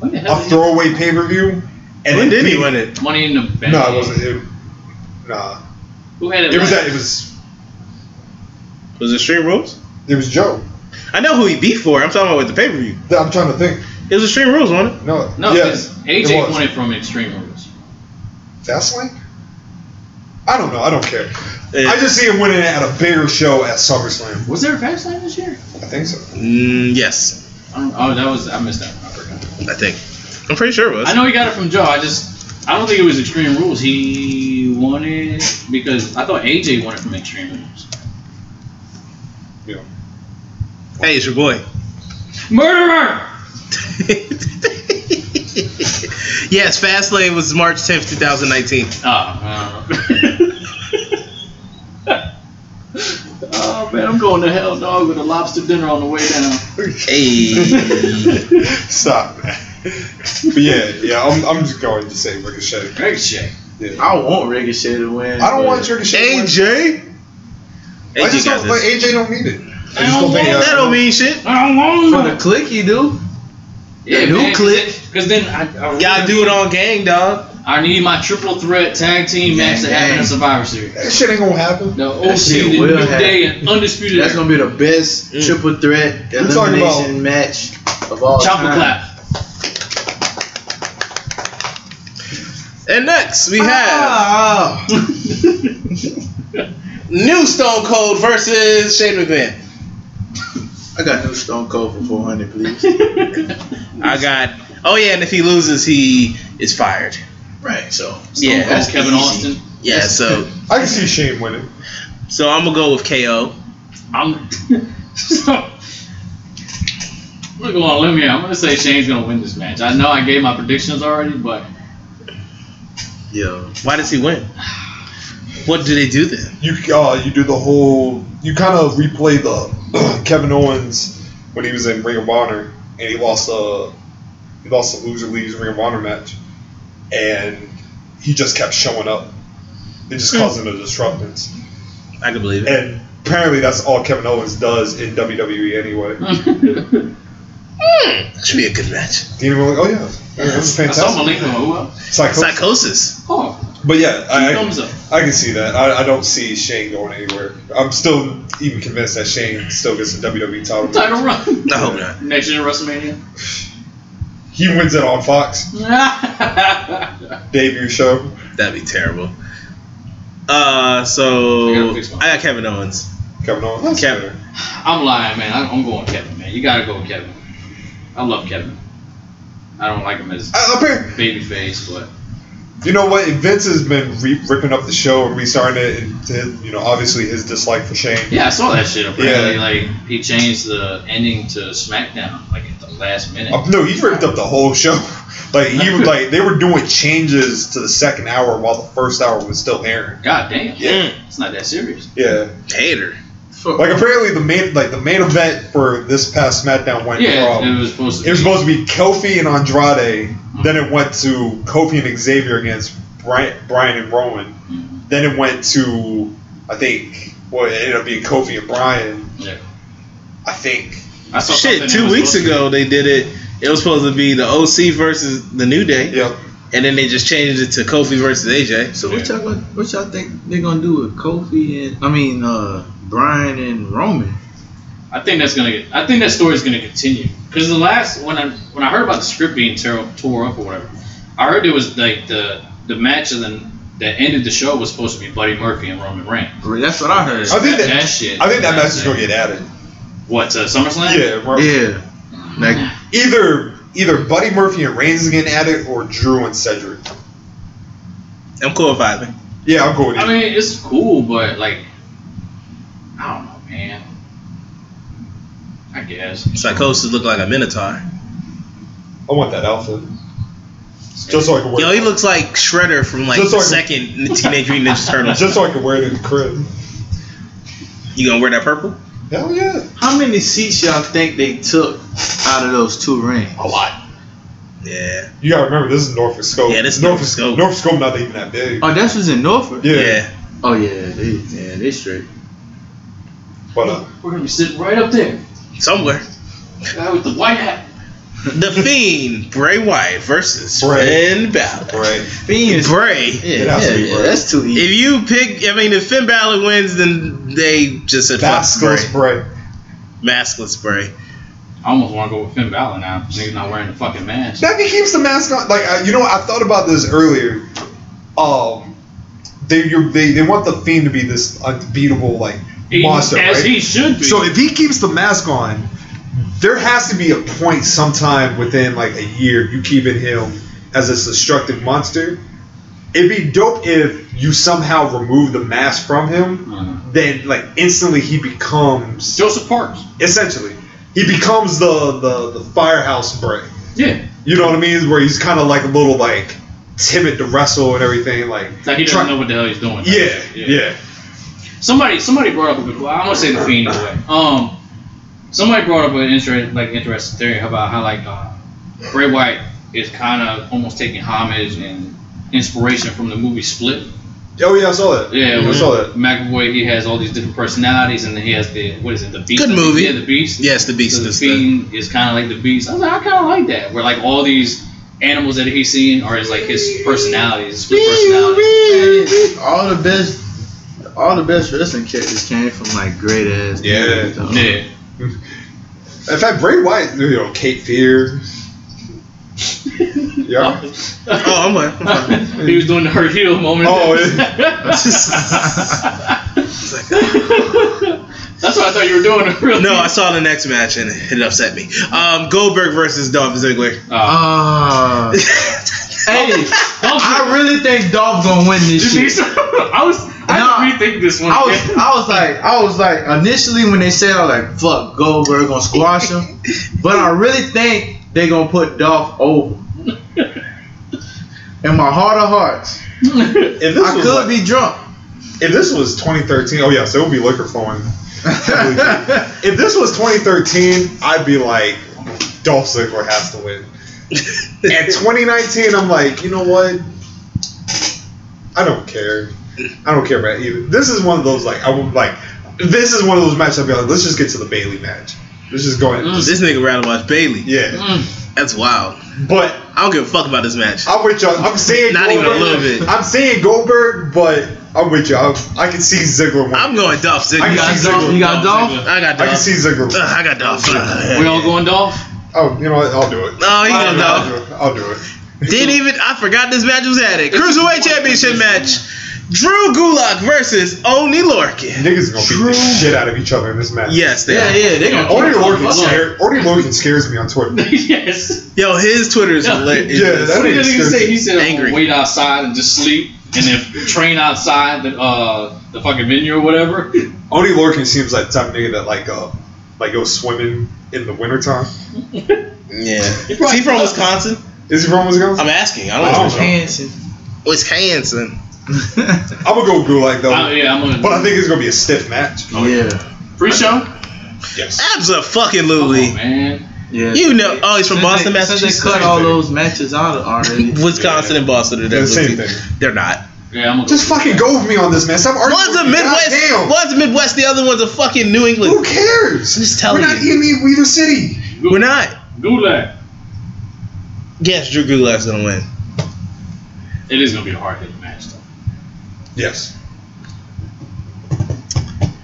Speaker 2: What the hell?
Speaker 1: a
Speaker 2: is it?
Speaker 1: throwaway pay per view and
Speaker 3: when
Speaker 1: then
Speaker 3: did he
Speaker 1: beating-
Speaker 3: win it?
Speaker 2: Money in the bank.
Speaker 1: No, it wasn't. It, nah,
Speaker 2: Who had it?
Speaker 1: It was
Speaker 2: last?
Speaker 1: that. It was.
Speaker 3: Was it Stream Rules?
Speaker 1: It was Joe.
Speaker 3: I know who he beat for. I'm talking about with the pay per view.
Speaker 1: I'm trying to think.
Speaker 3: It was Extreme Rules, wasn't it?
Speaker 1: No.
Speaker 2: No,
Speaker 1: Yes.
Speaker 2: because
Speaker 1: it
Speaker 2: AJ
Speaker 1: was.
Speaker 2: won it from Extreme Rules.
Speaker 1: Fastlane. I don't know. I don't care.
Speaker 3: Yeah.
Speaker 1: I just see him winning it at a bigger show at SummerSlam.
Speaker 2: Was there a fast lane this year?
Speaker 1: I think so.
Speaker 3: Mm, yes,
Speaker 2: I don't, oh, that was I missed that. One. I forgot.
Speaker 3: I think. I'm pretty sure it was.
Speaker 2: I know he got it from Joe. I just I don't think it was Extreme Rules. He won it because I thought AJ won it from Extreme Rules.
Speaker 3: Hey, it's your boy.
Speaker 2: Murderer.
Speaker 3: yes, Fastlane was March 10th, 2019.
Speaker 2: Oh, uh, oh man, I'm going to hell, dog, with a lobster dinner on the way down.
Speaker 3: Hey.
Speaker 1: Stop, man. but yeah, yeah. I'm, I'm just going to say Ricochet.
Speaker 2: Great shit.
Speaker 1: Yeah.
Speaker 6: I want Ricochet to win.
Speaker 1: I don't
Speaker 6: but-
Speaker 1: want Ricochet. to win.
Speaker 3: AJ?
Speaker 1: I just
Speaker 3: AJ got
Speaker 1: don't like
Speaker 3: this.
Speaker 1: AJ don't need it.
Speaker 2: I don't want
Speaker 6: uh,
Speaker 1: he has
Speaker 3: That
Speaker 1: it.
Speaker 3: don't mean shit.
Speaker 2: I don't want
Speaker 6: for the click you do.
Speaker 2: Yeah,
Speaker 6: New
Speaker 2: man,
Speaker 6: click.
Speaker 2: Because then I, I really
Speaker 3: Gotta do it on gang, dog.
Speaker 2: I need my triple threat tag team
Speaker 3: Yeah,
Speaker 2: match to happen
Speaker 3: yeah.
Speaker 2: in Survivor Series.
Speaker 1: That shit ain't gonna happen.
Speaker 2: The
Speaker 6: That
Speaker 2: OC,
Speaker 6: shit
Speaker 2: the New
Speaker 6: will happen.
Speaker 2: Day, and Undisputed
Speaker 6: That's
Speaker 2: Era.
Speaker 6: gonna be the best
Speaker 3: Mm.
Speaker 6: triple threat
Speaker 1: We're talking about-
Speaker 6: elimination match of all
Speaker 2: Chopper
Speaker 6: time.
Speaker 2: clap.
Speaker 3: And next, we have
Speaker 6: Ah,
Speaker 3: New Stone Cold versus Shane McMahon.
Speaker 6: I got new Stone Cold for 400, please.
Speaker 3: I got. Oh, yeah, and if he loses, he is fired.
Speaker 6: right, so
Speaker 3: yeah,
Speaker 2: That's Kevin
Speaker 3: easy.
Speaker 2: Austin.
Speaker 3: Yeah, so
Speaker 1: I can see Shane winning.
Speaker 3: so I'm gonna go with KO.
Speaker 2: I'm so. Look on a limb here. I'm gonna say Shane's gonna win this match. I know I gave my predictions already, but
Speaker 6: yeah,
Speaker 3: Why does he win? What do they do then?
Speaker 1: You uh, you do the whole. You kind of replay the Kevin Owens when he was in Ring of Honor and he lost a he lost a loser leaves Ring of Honor match, and he just kept showing up. It just causing a disruptance,
Speaker 3: I can believe it.
Speaker 1: and apparently that's all Kevin Owens does in WWE anyway. Hmm.
Speaker 3: That should be a good match.
Speaker 1: Dean was like, oh yeah, that was
Speaker 2: I saw
Speaker 1: fantastic.
Speaker 2: Malik go, who else?
Speaker 1: Psycho-
Speaker 3: Psychosis.
Speaker 2: Oh,
Speaker 1: but yeah, I, I
Speaker 2: thumbs up.
Speaker 1: I can see that. I, I don't see Shane going anywhere. I'm still even convinced that Shane still gets a WWE E title.
Speaker 2: Title run.
Speaker 3: I hope not.
Speaker 2: Next year WrestleMania.
Speaker 1: He wins it on Fox
Speaker 2: I
Speaker 1: debut show.
Speaker 3: That'd be terrible. Uh, so
Speaker 2: I gotta
Speaker 3: I
Speaker 2: fix mine.
Speaker 3: got Kevin Owens.
Speaker 1: Kevin Owens. That's
Speaker 3: Kevin.
Speaker 1: fair.
Speaker 2: I'm lying, man. I- I'm going Kevin, man. You gotta go with Kevin. I love Kevin. I don't like him as
Speaker 1: I, I think-
Speaker 2: babyface, but
Speaker 1: you know what? Vince has been re- ripping up the show and restarting it, and to, you know, obviously his dislike for Shane.
Speaker 2: yeah, I saw that shit. Apparently,
Speaker 1: Yeah.
Speaker 2: like he changed the ending to SmackDown like at the last minute.
Speaker 1: Uh, no, he ripped up the whole show. Like he was like they were doing changes to the second hour while the first hour was still airing.
Speaker 2: God damn,
Speaker 1: Yeah.
Speaker 2: it's not that serious.
Speaker 1: Yeah,
Speaker 3: Hater.
Speaker 6: Fuck.
Speaker 1: like apparently the main like the main event for this past SmackDown went
Speaker 2: Yeah,
Speaker 1: from
Speaker 2: it was supposed
Speaker 1: It
Speaker 2: to.
Speaker 1: was
Speaker 2: Be.
Speaker 1: supposed to be Kofi and Andrade. Then it went to Kofi and Xavier against Brian, Brian and Rowan.
Speaker 2: Mhm.
Speaker 1: Then it went to, I think, well, it ended up being Kofi and Brian.
Speaker 2: Yeah.
Speaker 1: I think.
Speaker 2: I saw something
Speaker 3: Shit,
Speaker 2: that
Speaker 3: two
Speaker 2: was
Speaker 3: weeks
Speaker 2: supposed to
Speaker 3: ago they did it. It was supposed to be the OC versus the New Day,
Speaker 1: Yep.
Speaker 3: and then they just changed it to Kofi versus AJ.
Speaker 6: So what y'all gonna- what y'all think they're gonna do with Kofi and I mean uh Brian and Roman?
Speaker 2: be- I think that's gonna. Get, I think that story's gonna continue because the last when I when I heard about the script being tear, tore up or whatever, I heard it was like the the match and then that ended the show was supposed to be Buddy Murphy and Roman Reigns.
Speaker 6: That's what I heard.
Speaker 1: I think that-
Speaker 2: shit.
Speaker 1: I think that match is gonna get added.
Speaker 2: What to SummerSlam?
Speaker 1: Yeah. Right.
Speaker 6: Yeah, like
Speaker 1: Either either Buddy Murphy and Reigns is getting added, or Drew and Cedric.
Speaker 3: I'm cool with either.
Speaker 1: Yeah, I'm cool with
Speaker 2: I
Speaker 1: it.
Speaker 2: mean, it's cool, but like, I don't know, man. I guess.
Speaker 3: Psychosis looked like a minotaur.
Speaker 1: I want that outfit just so I can wear.
Speaker 3: Yo, he looks like Shredder from like
Speaker 1: Just
Speaker 3: the
Speaker 1: like-
Speaker 3: second Teenage Mutant Ninja Turtles.
Speaker 1: just so I can wear it in the crib.
Speaker 3: You gonna wear that purple?
Speaker 1: Hell yeah.
Speaker 6: how many seats y'all think they took out of those two rings?
Speaker 1: A lot.
Speaker 3: Yeah.
Speaker 1: You gotta remember this is Norfolk Scope.
Speaker 3: Yeah, this is Norfolk Scope.
Speaker 1: Norfolk Scope not even that big.
Speaker 6: Oh, that's what's in Norfolk.
Speaker 1: Yeah.
Speaker 3: Yeah.
Speaker 6: Oh yeah, they yeah they straight.
Speaker 1: But uh,
Speaker 2: We're gonna be sitting right up there,
Speaker 3: Somewhere.
Speaker 2: guy with the white hat.
Speaker 3: The Fiend, Bray Wyatt versus
Speaker 1: Bray.
Speaker 3: Finn Balor.
Speaker 1: Right.
Speaker 3: Fiend, Bray.
Speaker 1: It has to be Bray.
Speaker 6: that's too easy.
Speaker 3: If you pick, I mean, if Finn Balor wins, then they just said fuck Bray.
Speaker 1: Vasquez Bray.
Speaker 3: Maskless Bray.
Speaker 2: I almost want to go with Finn Balor now. Nigga's not wearing the fucking mask.
Speaker 1: Now if he keeps the mask on, like uh, you know, what? I thought about this earlier. Um, they you they, they want the fiend to be this unbeatable like
Speaker 2: He-
Speaker 1: monster,
Speaker 2: as
Speaker 1: right?
Speaker 2: he should be.
Speaker 1: So if he keeps the mask on, there has to be a point sometime within like a year you keeping him as this destructive monster. It'd be dope if you somehow remove the mask from him,
Speaker 2: Mhm.
Speaker 1: then like instantly he becomes
Speaker 2: Joseph Parks.
Speaker 1: essentially he becomes the the, the firehouse Bray.
Speaker 2: Yeah.
Speaker 1: You know what I mean? Where he's kind of like a little like timid to wrestle and everything. Like
Speaker 2: Like he doesn't
Speaker 1: Try-
Speaker 2: know what the hell he's doing.
Speaker 1: yeah, yeah,
Speaker 2: Somebody somebody brought up a good. Well, I'm gonna say the fiend anyway. Um, somebody brought up an interest like interesting theory about how like uh, Bray Wyatt is kind of almost taking homage and inspiration from the movie Split.
Speaker 1: Oh yeah, I saw that.
Speaker 2: Yeah,
Speaker 1: I
Speaker 2: with
Speaker 1: saw that.
Speaker 2: McAvoy he has all these different personalities and then he has the what is it the beast?
Speaker 3: Good movie.
Speaker 2: Yeah, the beast.
Speaker 3: Yes, the Beast.
Speaker 2: So the
Speaker 3: is the-
Speaker 2: fiend is kind of like the beast. I was like, I kind of like that. Where like all these animals that he's seeing are his like his personalities, his split personality.
Speaker 6: all the best, all the best wrestling characters came from like great ass.
Speaker 1: Yeah.
Speaker 6: dudes, though.
Speaker 2: Yeah.
Speaker 1: In fact, Bray Wyatt, you know, Kate Fear. yeah.
Speaker 3: Oh, I'm like, I'm like-
Speaker 2: he was doing the Hurt Heel moment.
Speaker 1: Oh,
Speaker 2: That's what I thought you were doing. Really.
Speaker 3: no, I saw the next match and it upset me. Um, Goldberg versus Dolph Ziggler.
Speaker 2: Uh,
Speaker 6: Ah. hey, I really think Dolph gonna win this shit.
Speaker 2: I was.
Speaker 6: Nah.
Speaker 2: I had to rethink this one.
Speaker 6: I was, I was like, I was like, initially when they said, I was like, fuck Goldberg gonna squash him, but I really think they gonna put Dolph over. In my heart of hearts,
Speaker 1: If this
Speaker 6: I
Speaker 1: was
Speaker 6: could
Speaker 1: like-
Speaker 6: be drunk.
Speaker 1: if this was 2013, oh yeah, so it would be liquor flowing. If this was 2013, I'd be like, Dolph Ziggler has to win. At 2019, I'm like, you know what? I don't care. I don't care about either. This is one of those like I would like. This is one of those matches. I'd be like, let's just get to the Bailey match. Let's just go ahead.
Speaker 3: This nigga rather watch Bailey.
Speaker 1: Yeah,
Speaker 2: Mm.
Speaker 3: That's wild.
Speaker 1: but
Speaker 3: I don't give a fuck about this match.
Speaker 1: I'm with y'all. I'm saying
Speaker 3: Not even a
Speaker 1: Goldberg.
Speaker 3: little bit.
Speaker 1: I'm saying Goldberg, but I'm with y'all. I can see Ziggler winning.
Speaker 3: I'm going Dolph
Speaker 1: I
Speaker 3: Ziggler.
Speaker 1: got
Speaker 3: I
Speaker 1: Dolph.
Speaker 6: You got Dolph?
Speaker 3: got
Speaker 1: I can
Speaker 3: Dolph.
Speaker 1: see Ziggler.
Speaker 3: Ugh, I got Dolph.
Speaker 2: We all going Dolph?
Speaker 1: Oh, you know what? I'll do it.
Speaker 3: No, he
Speaker 1: I'll,
Speaker 3: gonna
Speaker 1: do it.
Speaker 3: Dolph.
Speaker 1: I'll do it. I'll do it.
Speaker 3: Didn't even I forgot this match was at it. Cruiserweight Championship match. Drew Gulak versus Oni Lorcan.
Speaker 1: Niggas gonna beat the shit out of each other in this match.
Speaker 3: Yes, they
Speaker 6: Yeah,
Speaker 3: are.
Speaker 6: yeah, they
Speaker 2: Yeah.
Speaker 6: gonna.
Speaker 1: Only Lorcan
Speaker 2: Fuck.
Speaker 1: scares. Only Lorcan scares me on Twitter.
Speaker 2: yes.
Speaker 3: Yo, his Twitter is
Speaker 2: Yeah.
Speaker 3: hilarious.
Speaker 1: Yeah, that
Speaker 2: What did
Speaker 1: is-
Speaker 2: he say? He said,
Speaker 3: Angry.
Speaker 2: "Angry, wait outside and just sleep, and then train outside the uh the fucking venue or whatever."
Speaker 1: Only Lorcan seems like the type of nigga that like uh like goes swimming in the wintertime.
Speaker 3: yeah. Is he from Wisconsin?
Speaker 1: Is he from Wisconsin?
Speaker 3: I'm asking. I
Speaker 1: Oh.
Speaker 3: don't know.
Speaker 6: Hanson.
Speaker 3: Wisconsin.
Speaker 1: I'm gonna go Gulak though,
Speaker 2: I, yeah, I'm gonna.
Speaker 1: but I think it's gonna be a stiff match.
Speaker 6: Oh, yeah,
Speaker 2: pre-show.
Speaker 1: Yes.
Speaker 2: Come on,
Speaker 3: Absolutely.
Speaker 2: man.
Speaker 6: yeah.
Speaker 3: You know, oh, he's from
Speaker 6: Since
Speaker 3: Boston,
Speaker 6: Oh, they, Since they cut
Speaker 3: Massachusetts.
Speaker 6: all those matches out already.
Speaker 3: Wisconsin and Boston are
Speaker 1: They're the same
Speaker 3: definitely-
Speaker 1: thing.
Speaker 3: They're not.
Speaker 2: Yeah, I'm gonna.
Speaker 1: Just fucking go with me on this, man. Stop arguing.
Speaker 3: One's a
Speaker 1: with me.
Speaker 3: Midwest.
Speaker 1: Goddamn.
Speaker 3: One's Midwest. The other one's a fucking New
Speaker 1: Who
Speaker 3: England.
Speaker 1: cares?
Speaker 3: I'm just
Speaker 1: We're
Speaker 3: telling
Speaker 1: not
Speaker 3: you.
Speaker 1: in the- either city.
Speaker 2: Gu-
Speaker 3: We're not.
Speaker 2: Gulak.
Speaker 3: Yes, Drew Gulak's gonna win.
Speaker 2: It is gonna be a hard hitting match though.
Speaker 1: Yes.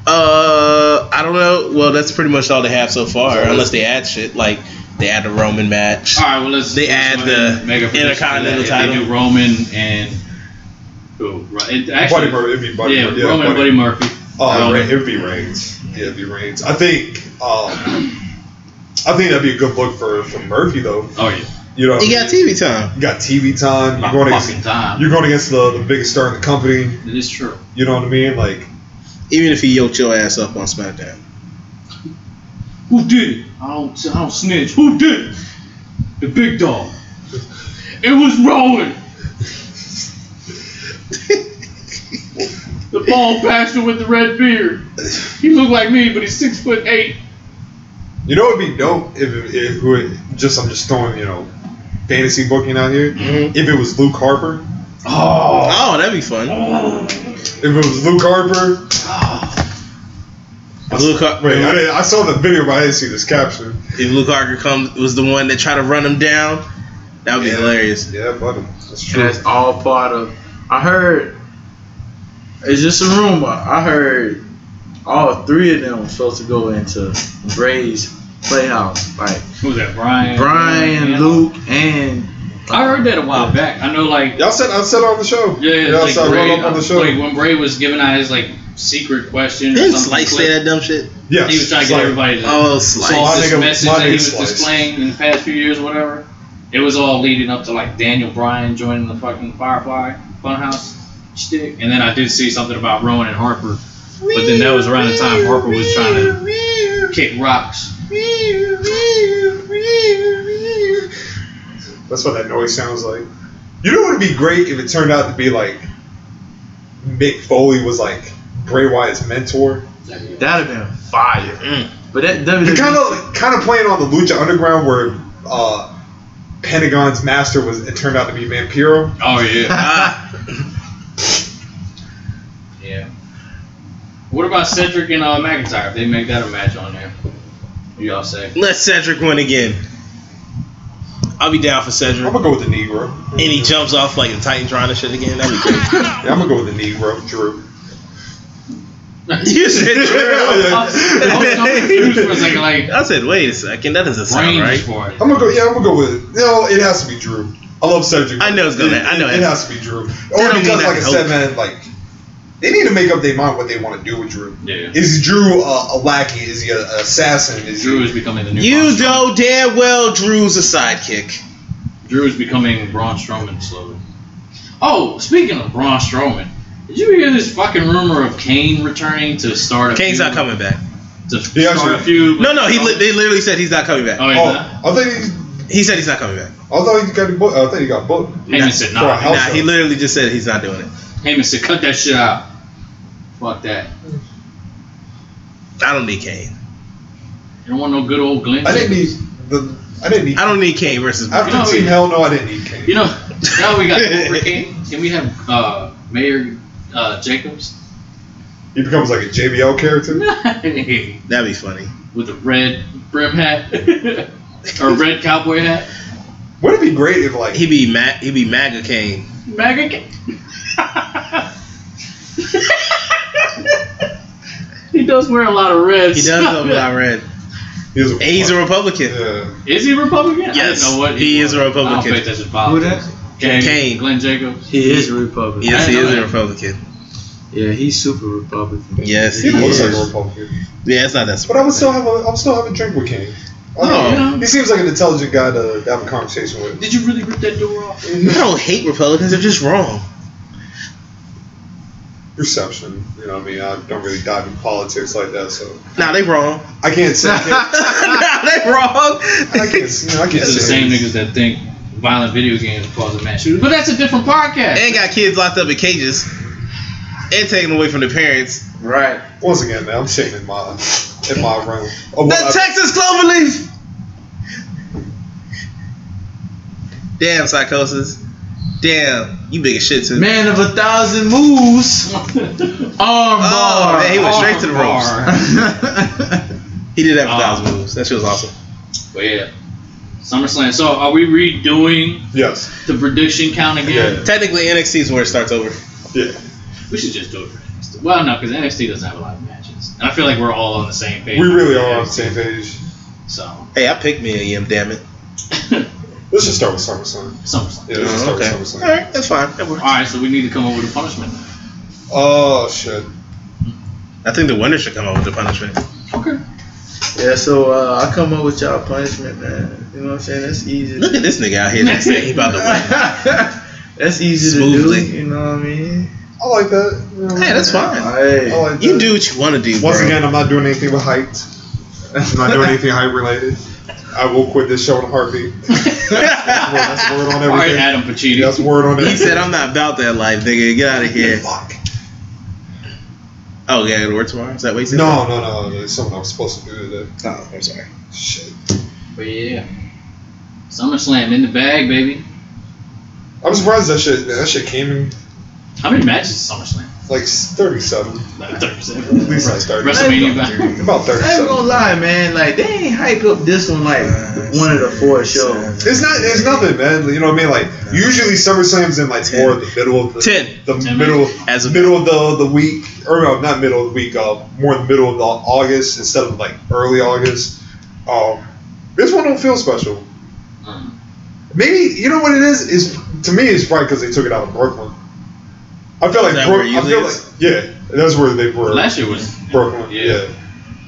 Speaker 3: Uh, I don't know. Well, that's pretty much all they have so far, unless they add shit like they add the Roman match.
Speaker 2: All right, well let's.
Speaker 3: They
Speaker 2: let's
Speaker 3: add
Speaker 2: go ahead
Speaker 3: the
Speaker 2: and make a prediction for that.
Speaker 3: Intercontinental
Speaker 2: If They
Speaker 3: title.
Speaker 2: do Roman and who? Right, It,
Speaker 1: Buddy
Speaker 2: actually,
Speaker 1: Murphy. It'd be Buddy
Speaker 2: yeah,
Speaker 1: Murphy.
Speaker 2: Roman and Buddy Murphy.
Speaker 1: Oh,
Speaker 2: Um,
Speaker 1: Ra- it would be Reigns. Yeah, it'd be Reigns. I think. Um, I think that'd be a good look for, for Murphy though.
Speaker 2: Oh yeah,
Speaker 1: You know,
Speaker 3: You got TV time.
Speaker 1: you got TV time. You're
Speaker 2: my
Speaker 1: going
Speaker 2: fucking
Speaker 1: against
Speaker 2: time.
Speaker 1: you're going against the, the biggest star in the company.
Speaker 2: It is true.
Speaker 1: You know what I mean? Like,
Speaker 3: Even if he yoked your ass up on SmackDown.
Speaker 2: Who did it? I don't. I don't snitch. Who did it? The big dog. It was Rowan. the bald pastor with the red beard. He looked like me, but he's six foot eight.
Speaker 1: you know, it'd be dope if, if, who it- just I'm just throwing you know fantasy booking out here. If it was Luke Harper,
Speaker 3: Oh, that'd be fun.
Speaker 1: if it was Luke Harper,
Speaker 3: If Luke, Har-
Speaker 1: Wait, I, didn't, I saw the video, but I didn't see this caption.
Speaker 3: if Luke Harker comes was the one that tried to run him down, that would be
Speaker 1: Yeah.
Speaker 3: hilarious.
Speaker 1: Yeah, buddy. That's
Speaker 6: And
Speaker 1: true.
Speaker 6: that's all part of. I heard. It's just a rumor. I heard all three of them were supposed to go into Bray's playhouse. Like
Speaker 2: Who's that? Brian.
Speaker 6: Brian,
Speaker 2: Yeah.
Speaker 6: Luke, and
Speaker 2: Mm-hmm.
Speaker 6: uh,
Speaker 2: I heard that a while back. I know, like,
Speaker 1: Y'all said I said on the show.
Speaker 2: yeah,
Speaker 1: y'all
Speaker 2: like,
Speaker 1: said
Speaker 2: Bray,
Speaker 1: roll up on the show.
Speaker 2: like when Bray was giving out his like secret question. Or
Speaker 3: Didn't
Speaker 2: something,
Speaker 3: Slice
Speaker 2: clip,
Speaker 3: say that dumb shit?
Speaker 1: yes.
Speaker 2: He was trying to get
Speaker 1: Like,
Speaker 2: everybody to
Speaker 3: Oh,
Speaker 1: So
Speaker 3: Slice.
Speaker 1: I- My
Speaker 2: this
Speaker 1: nigga-
Speaker 2: message
Speaker 1: my
Speaker 2: that
Speaker 1: nigga
Speaker 2: he was
Speaker 1: sliced.
Speaker 2: displaying in the past few years, or whatever. It was all leading up to like Daniel Bryan joining the fucking Firefly Funhouse shtick, and then I did see something about Rowan and Harper, but then that was around the time Harper was trying to kick rocks.
Speaker 1: That's what that noise sounds like. You know what would be great if it turned out to be like Mick Foley was like Bray Wyatt's mentor.
Speaker 6: that'd have been fire.
Speaker 3: Mm.
Speaker 6: But that
Speaker 1: They're
Speaker 6: WWE
Speaker 1: kind of kind of playing on the Lucha Underground where uh, Pentagon's master was it turned out to be Vampiro.
Speaker 2: Oh yeah,
Speaker 3: Ah,
Speaker 2: yeah. What about Cedric and uh, McIntyre? If they make that a match on there, what do y'all say?
Speaker 3: let Cedric win again. I'll be down for
Speaker 1: I'm
Speaker 3: Cedric.
Speaker 1: gonna go with the Negro.
Speaker 3: And he jumps off like the Titantron and shit again. That'd be great.
Speaker 1: Yeah, I'm gonna go with the Negro, Drew.
Speaker 3: you said Drew.
Speaker 2: I was, I was confused for a second, like
Speaker 3: I said, wait a second, that doesn't sound
Speaker 2: range
Speaker 3: right.
Speaker 2: for it.
Speaker 1: I'm gonna go. Yeah, I'm gonna go with it. No, it has to be Drew. I love Cedric.
Speaker 3: I know it's gonna- I know
Speaker 1: it,
Speaker 3: it-
Speaker 1: has to be Drew.
Speaker 3: don't
Speaker 1: Or
Speaker 3: mean
Speaker 1: because, like I
Speaker 3: nothing.
Speaker 1: said, man, like they need to make up their mind what they want to do with Drew.
Speaker 2: Yeah,
Speaker 1: Is Drew a, a lackey? Is he a, an assassin? Is
Speaker 2: Drew
Speaker 1: he?
Speaker 2: is becoming the new.
Speaker 3: You
Speaker 2: Braun Strowman.
Speaker 3: know damn well Drew's a sidekick.
Speaker 2: Drew is becoming Braun Strowman slowly. Oh, speaking of Braun Strowman, did you hear this fucking rumor of Kane returning to start a
Speaker 3: Kane's
Speaker 2: feud?
Speaker 3: not coming back.
Speaker 2: To
Speaker 1: He
Speaker 2: start
Speaker 1: actually-
Speaker 2: a feud. with-
Speaker 3: No, no, he li- they literally said he's not coming back.
Speaker 2: Oh, he's
Speaker 1: Oh,
Speaker 2: not?
Speaker 1: I thought he.
Speaker 3: He said he's not coming back.
Speaker 1: I thought he got booked. I thought he got booked.
Speaker 2: Heyman said
Speaker 1: For a
Speaker 2: nah.
Speaker 1: hell-
Speaker 3: Nah,
Speaker 1: Also-
Speaker 3: he literally just said he's not doing it.
Speaker 2: Heyman said cut that shit out. Fuck that.
Speaker 3: I don't need Kane.
Speaker 2: You don't want no good old Glenn.
Speaker 1: I didn't need
Speaker 2: Jacobs.
Speaker 1: the. I didn't need.
Speaker 3: I don't need Kane versus.
Speaker 1: after
Speaker 2: No,
Speaker 1: Team
Speaker 2: he-
Speaker 1: Hell No, I didn't need Kane.
Speaker 2: You know, now we got Cobra Kane. Can we have uh, Mayor uh, Jacobs?
Speaker 1: he becomes like a JBL character.
Speaker 2: With
Speaker 3: That'd be funny.
Speaker 2: the red brim hat or red cowboy hat.
Speaker 1: Wouldn't it be great if like
Speaker 3: He'd be ma- he'd be MAGA Kane.
Speaker 2: Mega Kane. he does wear a lot of red.
Speaker 3: He does
Speaker 2: stuff.
Speaker 3: love about red.
Speaker 1: he was a,
Speaker 3: And he's a Republican.
Speaker 1: yeah.
Speaker 2: Is he Republican? I
Speaker 3: Yes,
Speaker 2: didn't know what
Speaker 3: he
Speaker 2: was.
Speaker 3: is a Republican.
Speaker 2: I don't think that's his
Speaker 6: Who
Speaker 2: politics.
Speaker 6: that?
Speaker 2: Kane.
Speaker 3: Kane.
Speaker 2: Glenn Jacobs.
Speaker 6: He is a Republican.
Speaker 3: Yes, he
Speaker 2: I
Speaker 3: is
Speaker 2: know
Speaker 3: a
Speaker 2: that.
Speaker 3: Republican.
Speaker 6: Yeah, he's super Republican.
Speaker 3: Yes, he
Speaker 1: He looks like a
Speaker 3: is.
Speaker 1: Republican.
Speaker 3: Yeah, it's not that.
Speaker 1: But I would
Speaker 3: surprising.
Speaker 1: still have a, I would still have a drink with Kane. I
Speaker 3: No.
Speaker 1: mean, he seems like an intelligent guy to have a conversation with.
Speaker 2: Did you really rip that door off?
Speaker 3: I don't hate Republicans. They're just wrong.
Speaker 1: Perception, you know what I mean? I don't really dive in politics like that, so
Speaker 3: Nah, they wrong.
Speaker 1: I can't say. I can't,
Speaker 3: nah, they wrong.
Speaker 1: I can't, you know, I can't
Speaker 2: These are the
Speaker 1: say.
Speaker 2: same niggas that think violent video games cause mass shootings. But that's a different podcast.
Speaker 3: and got kids locked up in cages and taken away from their parents.
Speaker 6: Right.
Speaker 1: Once again, man, I'm sitting in my in my room. Oh,
Speaker 3: The
Speaker 1: well, I-
Speaker 3: Texas Cloverleaf. Damn, psychosis. Damn, you big as shit too.
Speaker 6: Man of a thousand moves.
Speaker 2: Armbar.
Speaker 3: Oh,
Speaker 6: Armbar.
Speaker 3: man, he went straight to the ropes. He did have a
Speaker 2: Oh.
Speaker 3: thousand moves. That shit was awesome.
Speaker 2: But yeah, SummerSlam. So are we redoing
Speaker 1: yes,
Speaker 2: the prediction count again?
Speaker 3: Technically, NXT is where it starts over.
Speaker 1: yeah.
Speaker 2: We should just do it for NXT. Well, no, because NXT doesn't have a lot of matches, and I feel like we're all on the same page.
Speaker 1: We really are on the same page.
Speaker 2: So
Speaker 3: Hey, I picked me a EM, damn it.
Speaker 1: Let's just start with SummerSlam.
Speaker 2: SummerSlam.
Speaker 1: Yeah, let's just start
Speaker 3: okay.
Speaker 1: with
Speaker 3: All
Speaker 1: SummerSlam.
Speaker 3: right, that's fine. That
Speaker 2: All
Speaker 3: works.
Speaker 2: right, so we need to come up with a punishment.
Speaker 1: Oh shit!
Speaker 3: I think the winner should come out with the punishment.
Speaker 2: Okay.
Speaker 6: Yeah, so uh, I come up with y'all punishment, man. You know what I'm saying? That's easy.
Speaker 3: Look at this nigga out here. That's it. He about to win.
Speaker 6: That's easy to
Speaker 3: Smoothly.
Speaker 6: do. You know what I mean?
Speaker 1: I like that. You know what I
Speaker 3: Hey,
Speaker 1: mean?
Speaker 3: that's fine.
Speaker 6: Hey.
Speaker 1: I like
Speaker 3: You
Speaker 1: that.
Speaker 3: do what you want to do,
Speaker 1: Once
Speaker 3: bro.
Speaker 1: again, I'm not doing anything with height. I'm not doing anything height related. I will quit this show in a heartbeat. That's word on
Speaker 2: All right,
Speaker 1: everything.
Speaker 2: Adam Pacini.
Speaker 1: That's word on
Speaker 3: he
Speaker 1: everything.
Speaker 3: said, "I'm not about that life, nigga. Get out of here."
Speaker 1: Fuck.
Speaker 3: Oh, yeah, to work tomorrow. Is that what he said?
Speaker 1: No, no, no, no. It's something I was supposed to do today.
Speaker 3: Oh, I'm sorry.
Speaker 1: Shit.
Speaker 2: But yeah, SummerSlam in the bag, baby.
Speaker 1: I'm surprised that shit that shit came in.
Speaker 2: How many matches is SummerSlam?
Speaker 1: like 37. At
Speaker 3: 37.
Speaker 1: least like 30.
Speaker 2: WrestleMania back.
Speaker 1: About
Speaker 6: I ain't gonna
Speaker 1: 37.
Speaker 6: lie, man. Like they ain't hype up this one like one of the four shows.
Speaker 1: It's not. It's nothing, man. You know what I mean? Like usually SummerSlam's in like more the middle of the
Speaker 3: Ten.
Speaker 1: the
Speaker 2: Ten
Speaker 1: middle
Speaker 3: As a-
Speaker 1: middle of the the week, or no, not middle of the week. Uh, more in the middle of the August instead of like early August. Um, this one don't feel special.
Speaker 2: Mm.
Speaker 1: Maybe you know what it is. Is to me, it's probably because they took it out of Brooklyn. I feel like
Speaker 3: that
Speaker 1: Brook-
Speaker 3: where it
Speaker 1: I feel
Speaker 3: usually
Speaker 1: like
Speaker 3: is?
Speaker 1: yeah, that's where they were.
Speaker 2: Last year was
Speaker 1: Brooklyn, yeah.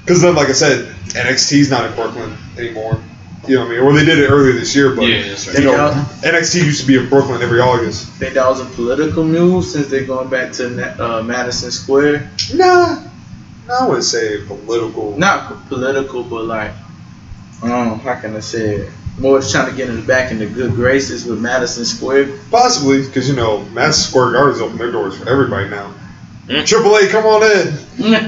Speaker 1: Because then, like I said, NXT's not in Brooklyn anymore. You know what I mean? Or they did it earlier this year, but
Speaker 2: Yeah, that's right.
Speaker 1: you know,
Speaker 6: Yeah.
Speaker 1: NXT used to be in Brooklyn every August.
Speaker 6: Think that was a political move since they're going back to Na- uh, Madison Square.
Speaker 1: Nah, nah, I wouldn't say political.
Speaker 6: Not political, but like, um, how can I say it? More just trying to get them back in the good graces with Madison Square.
Speaker 1: Possibly, because you know, Madison Square Garden's open their doors for everybody now.
Speaker 3: Mm.
Speaker 1: Triple A, come on in.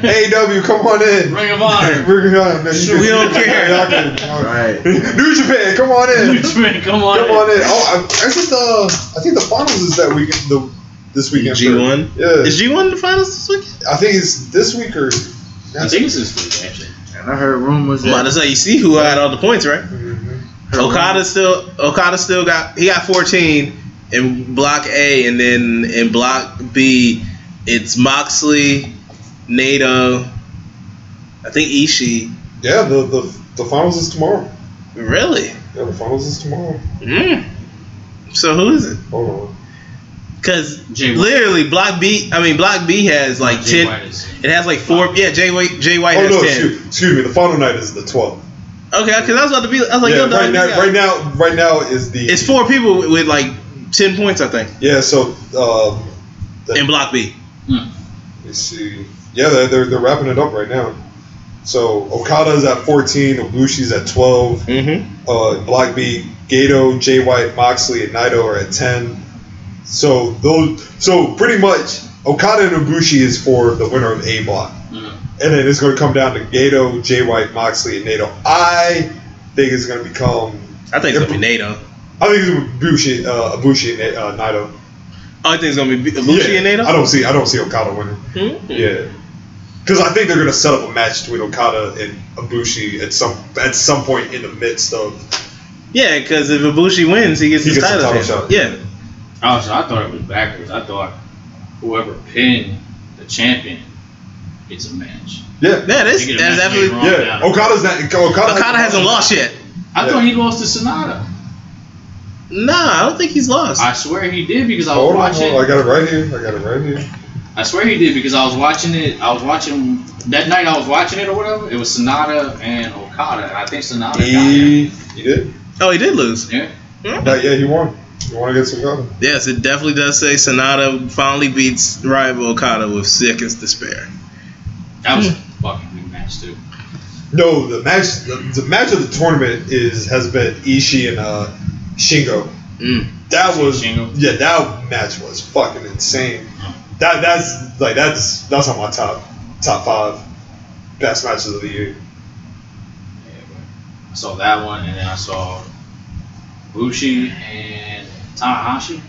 Speaker 1: AEW, come on in.
Speaker 2: Ring of Honor.
Speaker 1: We're gonna- no, you
Speaker 3: We
Speaker 1: can-
Speaker 3: don't care.
Speaker 1: Y'all can- y'all-
Speaker 6: Right.
Speaker 1: New Japan, come on in.
Speaker 2: Come on.
Speaker 1: Come on in. Oh, I, I think the I think the finals is that weekend. The this weekend. for-
Speaker 3: G1.
Speaker 1: Yeah.
Speaker 3: Is G1 the finals this week?
Speaker 1: I think it's this week or
Speaker 2: I
Speaker 1: next
Speaker 2: think it's this week, actually.
Speaker 6: And I heard rumors
Speaker 3: Well,
Speaker 6: that
Speaker 3: that's how you see who had all the points, right?
Speaker 1: Mhm.
Speaker 3: Okada still Okada still got he got 14 in block A and then in block B it's Moxley, Nato, I think Ishii.
Speaker 1: Yeah, the, the the finals is tomorrow.
Speaker 3: Really?
Speaker 1: Yeah, the finals is tomorrow.
Speaker 3: Mm. So who is it?
Speaker 1: Hold on.
Speaker 3: Cuz
Speaker 2: Jay White.
Speaker 3: literally block B I mean block B has like
Speaker 2: Jay
Speaker 3: 10
Speaker 2: White is-
Speaker 3: it has like four yeah Jay White Jay White
Speaker 1: oh
Speaker 3: has
Speaker 1: no,
Speaker 3: 10.
Speaker 1: excuse, excuse me. The final night is the 12th.
Speaker 3: Okay, cuz I was about to be I was like
Speaker 1: yeah,
Speaker 3: yo dog,
Speaker 1: right
Speaker 3: you
Speaker 1: now,
Speaker 3: got-
Speaker 1: right now, right now is the
Speaker 3: it's four people with, with like 10 points I think
Speaker 1: yeah. So um,
Speaker 3: in block B.
Speaker 1: let's see. Yeah, they're, they're they're wrapping it up right now. So Okada's at 14, Ibushi's at 12,
Speaker 3: Mhm.
Speaker 1: uh, Black B, Gato, Jay White, Moxley, and Naito are at ten. So those, so pretty much Okada and Ibushi is for the winner of A block,
Speaker 2: Mhm.
Speaker 3: Mm-hmm.
Speaker 1: and then it's going to come down to Gato, Jay White, Moxley, and Naito. I think it's going to become.
Speaker 3: I think it's gonna be Nato.
Speaker 1: I think it's gonna be Ibushi, uh, Ibushi and Na- uh, Naito.
Speaker 3: Oh, I think it's gonna be Ibushi
Speaker 1: yeah.
Speaker 3: and Hmm. Nato.
Speaker 1: I don't see. I don't see Okada winning.
Speaker 2: Hmm?
Speaker 1: Yeah. Because I think they're going to set up a match between Okada and Ibushi at some at some point in the midst of
Speaker 3: Yeah, because if Ibushi wins, he gets
Speaker 1: He
Speaker 3: his
Speaker 1: gets the
Speaker 3: title,
Speaker 1: title shot.
Speaker 3: shot. Yeah,
Speaker 2: Oh, so I thought it was backwards. I thought whoever pinned the champion gets a match.
Speaker 1: yeah.
Speaker 3: yeah, that's,
Speaker 2: They get a
Speaker 3: that's
Speaker 2: match
Speaker 3: absolutely.
Speaker 2: later on.
Speaker 1: Yeah,
Speaker 2: Yeah.
Speaker 1: Okada's not. Okada,
Speaker 3: Okada hasn't lost yet.
Speaker 2: I
Speaker 1: Yeah.
Speaker 2: thought he lost to Sonata.
Speaker 3: Nah, I don't think he's lost.
Speaker 2: I swear he did because I was
Speaker 1: Hold on,
Speaker 2: watching.
Speaker 1: hold on, I got it right here. I got it right here.
Speaker 2: I swear he did because I was watching it. I was watching that night. I was watching it or whatever. It was Sonata and Okada, and I think Sonata got him.
Speaker 1: He, he did.
Speaker 3: oh, he did lose.
Speaker 2: Yeah.
Speaker 1: Yeah, yeah, he won. He won against Okada.
Speaker 3: Yes, it definitely does say Sonata finally beats rival Okada with seconds to spare.
Speaker 2: That was a fucking good match too.
Speaker 1: No, the match, the, the match of the tournament is has been Ishii and uh, Shingo.
Speaker 3: Mm.
Speaker 1: That was
Speaker 2: Shingo.
Speaker 1: yeah, that match was fucking insane. That that's like that's that's on my top top five best matches of the year.
Speaker 2: Yeah, but I saw that one, and then I saw Bushi and Tanahashi.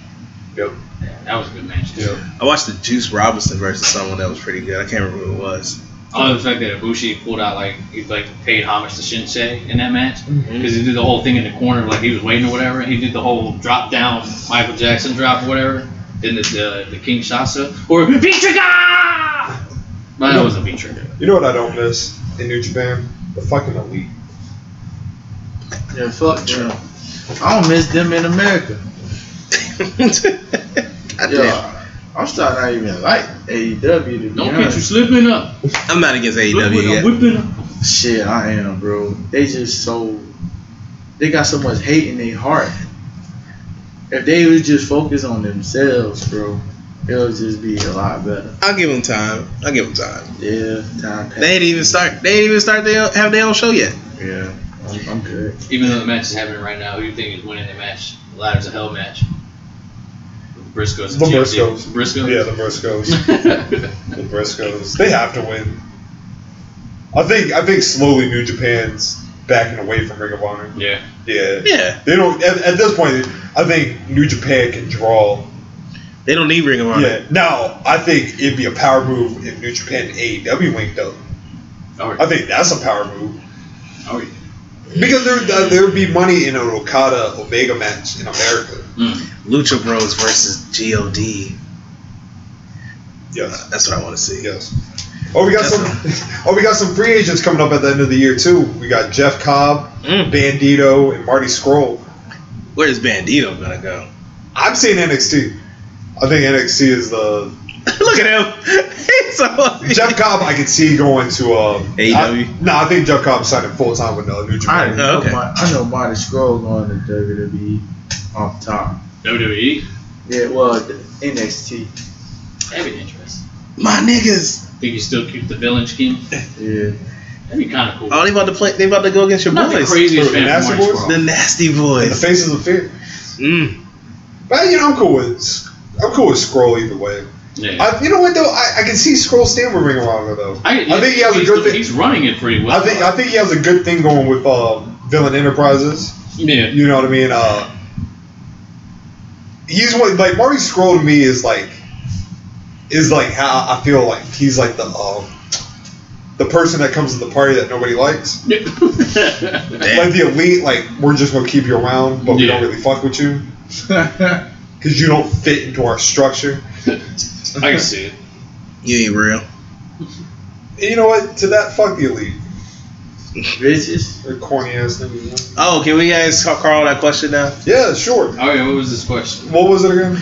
Speaker 1: Yep.
Speaker 2: Yeah, that was a good match too.
Speaker 3: I watched the Juice Robinson versus someone that was pretty good. I can't remember who it was.
Speaker 2: I love the fact that Ibushi pulled out like he like paid homage to Shinsei in that match because he did the whole thing in the corner like he was waiting or whatever. He did the whole drop down Michael Jackson drop or whatever. Then the the, the Kinshasa or beat trigger. No, that wasn't beat trigger.
Speaker 1: You know what I don't miss in New Japan? The fucking elite.
Speaker 6: yeah, fuck them. I don't miss them in America.
Speaker 3: God damn.
Speaker 6: Yeah, I'm starting not even like AEW to be
Speaker 2: Don't get you
Speaker 6: honest.
Speaker 2: slipping up.
Speaker 3: I'm not against AEW
Speaker 2: Slipping
Speaker 3: yet.
Speaker 2: up, whipping up.
Speaker 6: Shit, I am, bro. They just so they got so much hate in their heart. If they would just focus on themselves, bro, it'll just be a lot better.
Speaker 3: I'll give him time. I'll give him time.
Speaker 6: Yeah, time
Speaker 3: They
Speaker 6: passed.
Speaker 3: ain't even start. They ain't even start. They have their own show yet.
Speaker 6: Yeah, I'm, I'm good.
Speaker 2: Even though the match is happening right now, who you think is winning the match? The ladder's a hell match. Briscoes. and
Speaker 1: The
Speaker 2: TLC.
Speaker 1: Briscoes. Yeah, the Briscoes.
Speaker 2: Briscoes.
Speaker 1: the Briscoes. They have to win. I think I think slowly New Japan's backing away from Ring of Honor.
Speaker 2: yeah.
Speaker 1: Yeah.
Speaker 3: Yeah.
Speaker 1: They don't at, at this point I think New Japan can draw
Speaker 3: They don't need Ring of Honor.
Speaker 1: Yeah. Now, I think it'd be a power move if New Japan and AEW linked up.
Speaker 2: Oh, yeah.
Speaker 1: I think that's a power move.
Speaker 2: Oh, yeah.
Speaker 1: Because there there would be money in an Okada Omega match in America.
Speaker 3: Lucha Bros versus God.
Speaker 1: Yes.
Speaker 3: That's what I want to see.
Speaker 1: Yes. Oh, we got some. Oh, we got some free agents coming up at the end of the year too. We got Jeff Cobb,
Speaker 3: Mm.
Speaker 1: Bandito, and Marty Scroll.
Speaker 3: Where is Bandito gonna go?
Speaker 1: I'm seeing NXT. I think NXT is the
Speaker 3: Look at him. He's so
Speaker 1: Jeff Cobb. I can see going to uh,
Speaker 3: AEW?
Speaker 1: I- No, I think Jeff Cobb signing full time with uh, New
Speaker 6: E I
Speaker 1: Japan.
Speaker 6: know.
Speaker 3: Okay.
Speaker 6: Mar- I know Marty Scroll going to WWE off top.
Speaker 2: WWE.
Speaker 6: Yeah, well, the NXT.
Speaker 2: That'd be interesting.
Speaker 3: My niggas.
Speaker 2: Think you still keep the villain scheme?
Speaker 6: Yeah.
Speaker 2: That'd be kind of cool.
Speaker 3: Oh, they about to play. They about to go against your
Speaker 2: I'm not the
Speaker 3: boys.
Speaker 2: craziest
Speaker 1: Uh, For
Speaker 2: fan of
Speaker 1: Nasty Boys?
Speaker 2: Marty Scurll.
Speaker 3: The nasty
Speaker 1: And the
Speaker 3: boys.
Speaker 1: faces of fear.
Speaker 3: Mm.
Speaker 1: But you know, I'm cool with I'm cool with Scroll either way.
Speaker 2: Yeah.
Speaker 1: I, you know what though? I, I can see Scroll staying with Ring of Honor though.
Speaker 2: I,
Speaker 1: I think he has a
Speaker 2: he's
Speaker 1: good
Speaker 2: doing-
Speaker 1: thing.
Speaker 2: He's running it pretty well.
Speaker 1: I think I think he has a good thing going with uh, Villain Enterprises.
Speaker 2: yeah.
Speaker 1: You know what I mean? Uh, he's one like Marty Scroll to me is like is like how I feel like he's like the um, the person that comes to the party that nobody likes. Like the elite, like we're just gonna keep you around, but we don't
Speaker 2: Yeah.
Speaker 1: really fuck with you because you don't fit into our structure.
Speaker 2: I can see it.
Speaker 3: You ain't real.
Speaker 1: And you know what? To that, fuck the elite.
Speaker 6: Bitches.
Speaker 1: They're corny ass niggas.
Speaker 3: Oh, can we guys call Carl that question now
Speaker 1: Yeah, sure.
Speaker 2: All right, Oh, what was this question?
Speaker 1: What was it again?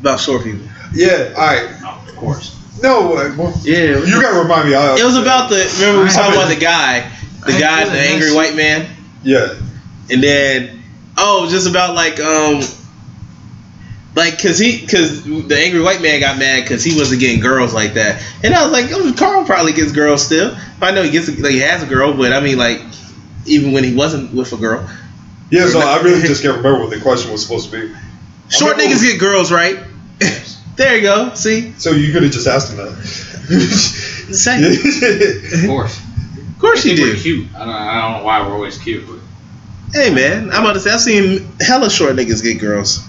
Speaker 3: about short people?
Speaker 1: Yeah. All right.
Speaker 2: Oh, of course.
Speaker 1: No, uh, well,
Speaker 6: Yeah. what
Speaker 1: you gotta remind me. I,
Speaker 3: It was about the. Remember we was talking about the guy, the
Speaker 6: I
Speaker 3: guy,
Speaker 6: feel
Speaker 3: the
Speaker 6: like
Speaker 3: angry
Speaker 6: that's-
Speaker 3: white man,
Speaker 1: yeah.
Speaker 3: and then oh, just about like um, like cause he cause the angry white man got mad because he wasn't getting girls like that, and I was like, oh, Carl probably gets girls still. I know he gets like he has a girl, but I mean like even when he wasn't with a girl,
Speaker 1: Yeah, so I really just can't remember what the question was supposed to be.
Speaker 3: short
Speaker 1: Okay,
Speaker 3: niggas get girls, right? there you go. See,
Speaker 1: So you could have just asked him that.
Speaker 3: Say,
Speaker 2: Of course.
Speaker 3: of course
Speaker 2: I
Speaker 3: you
Speaker 2: think we're
Speaker 3: do.
Speaker 2: cute. I don't, I don't know why we're always cute, but
Speaker 3: Hey man, I'm about to say I've seen hella short niggas get girls.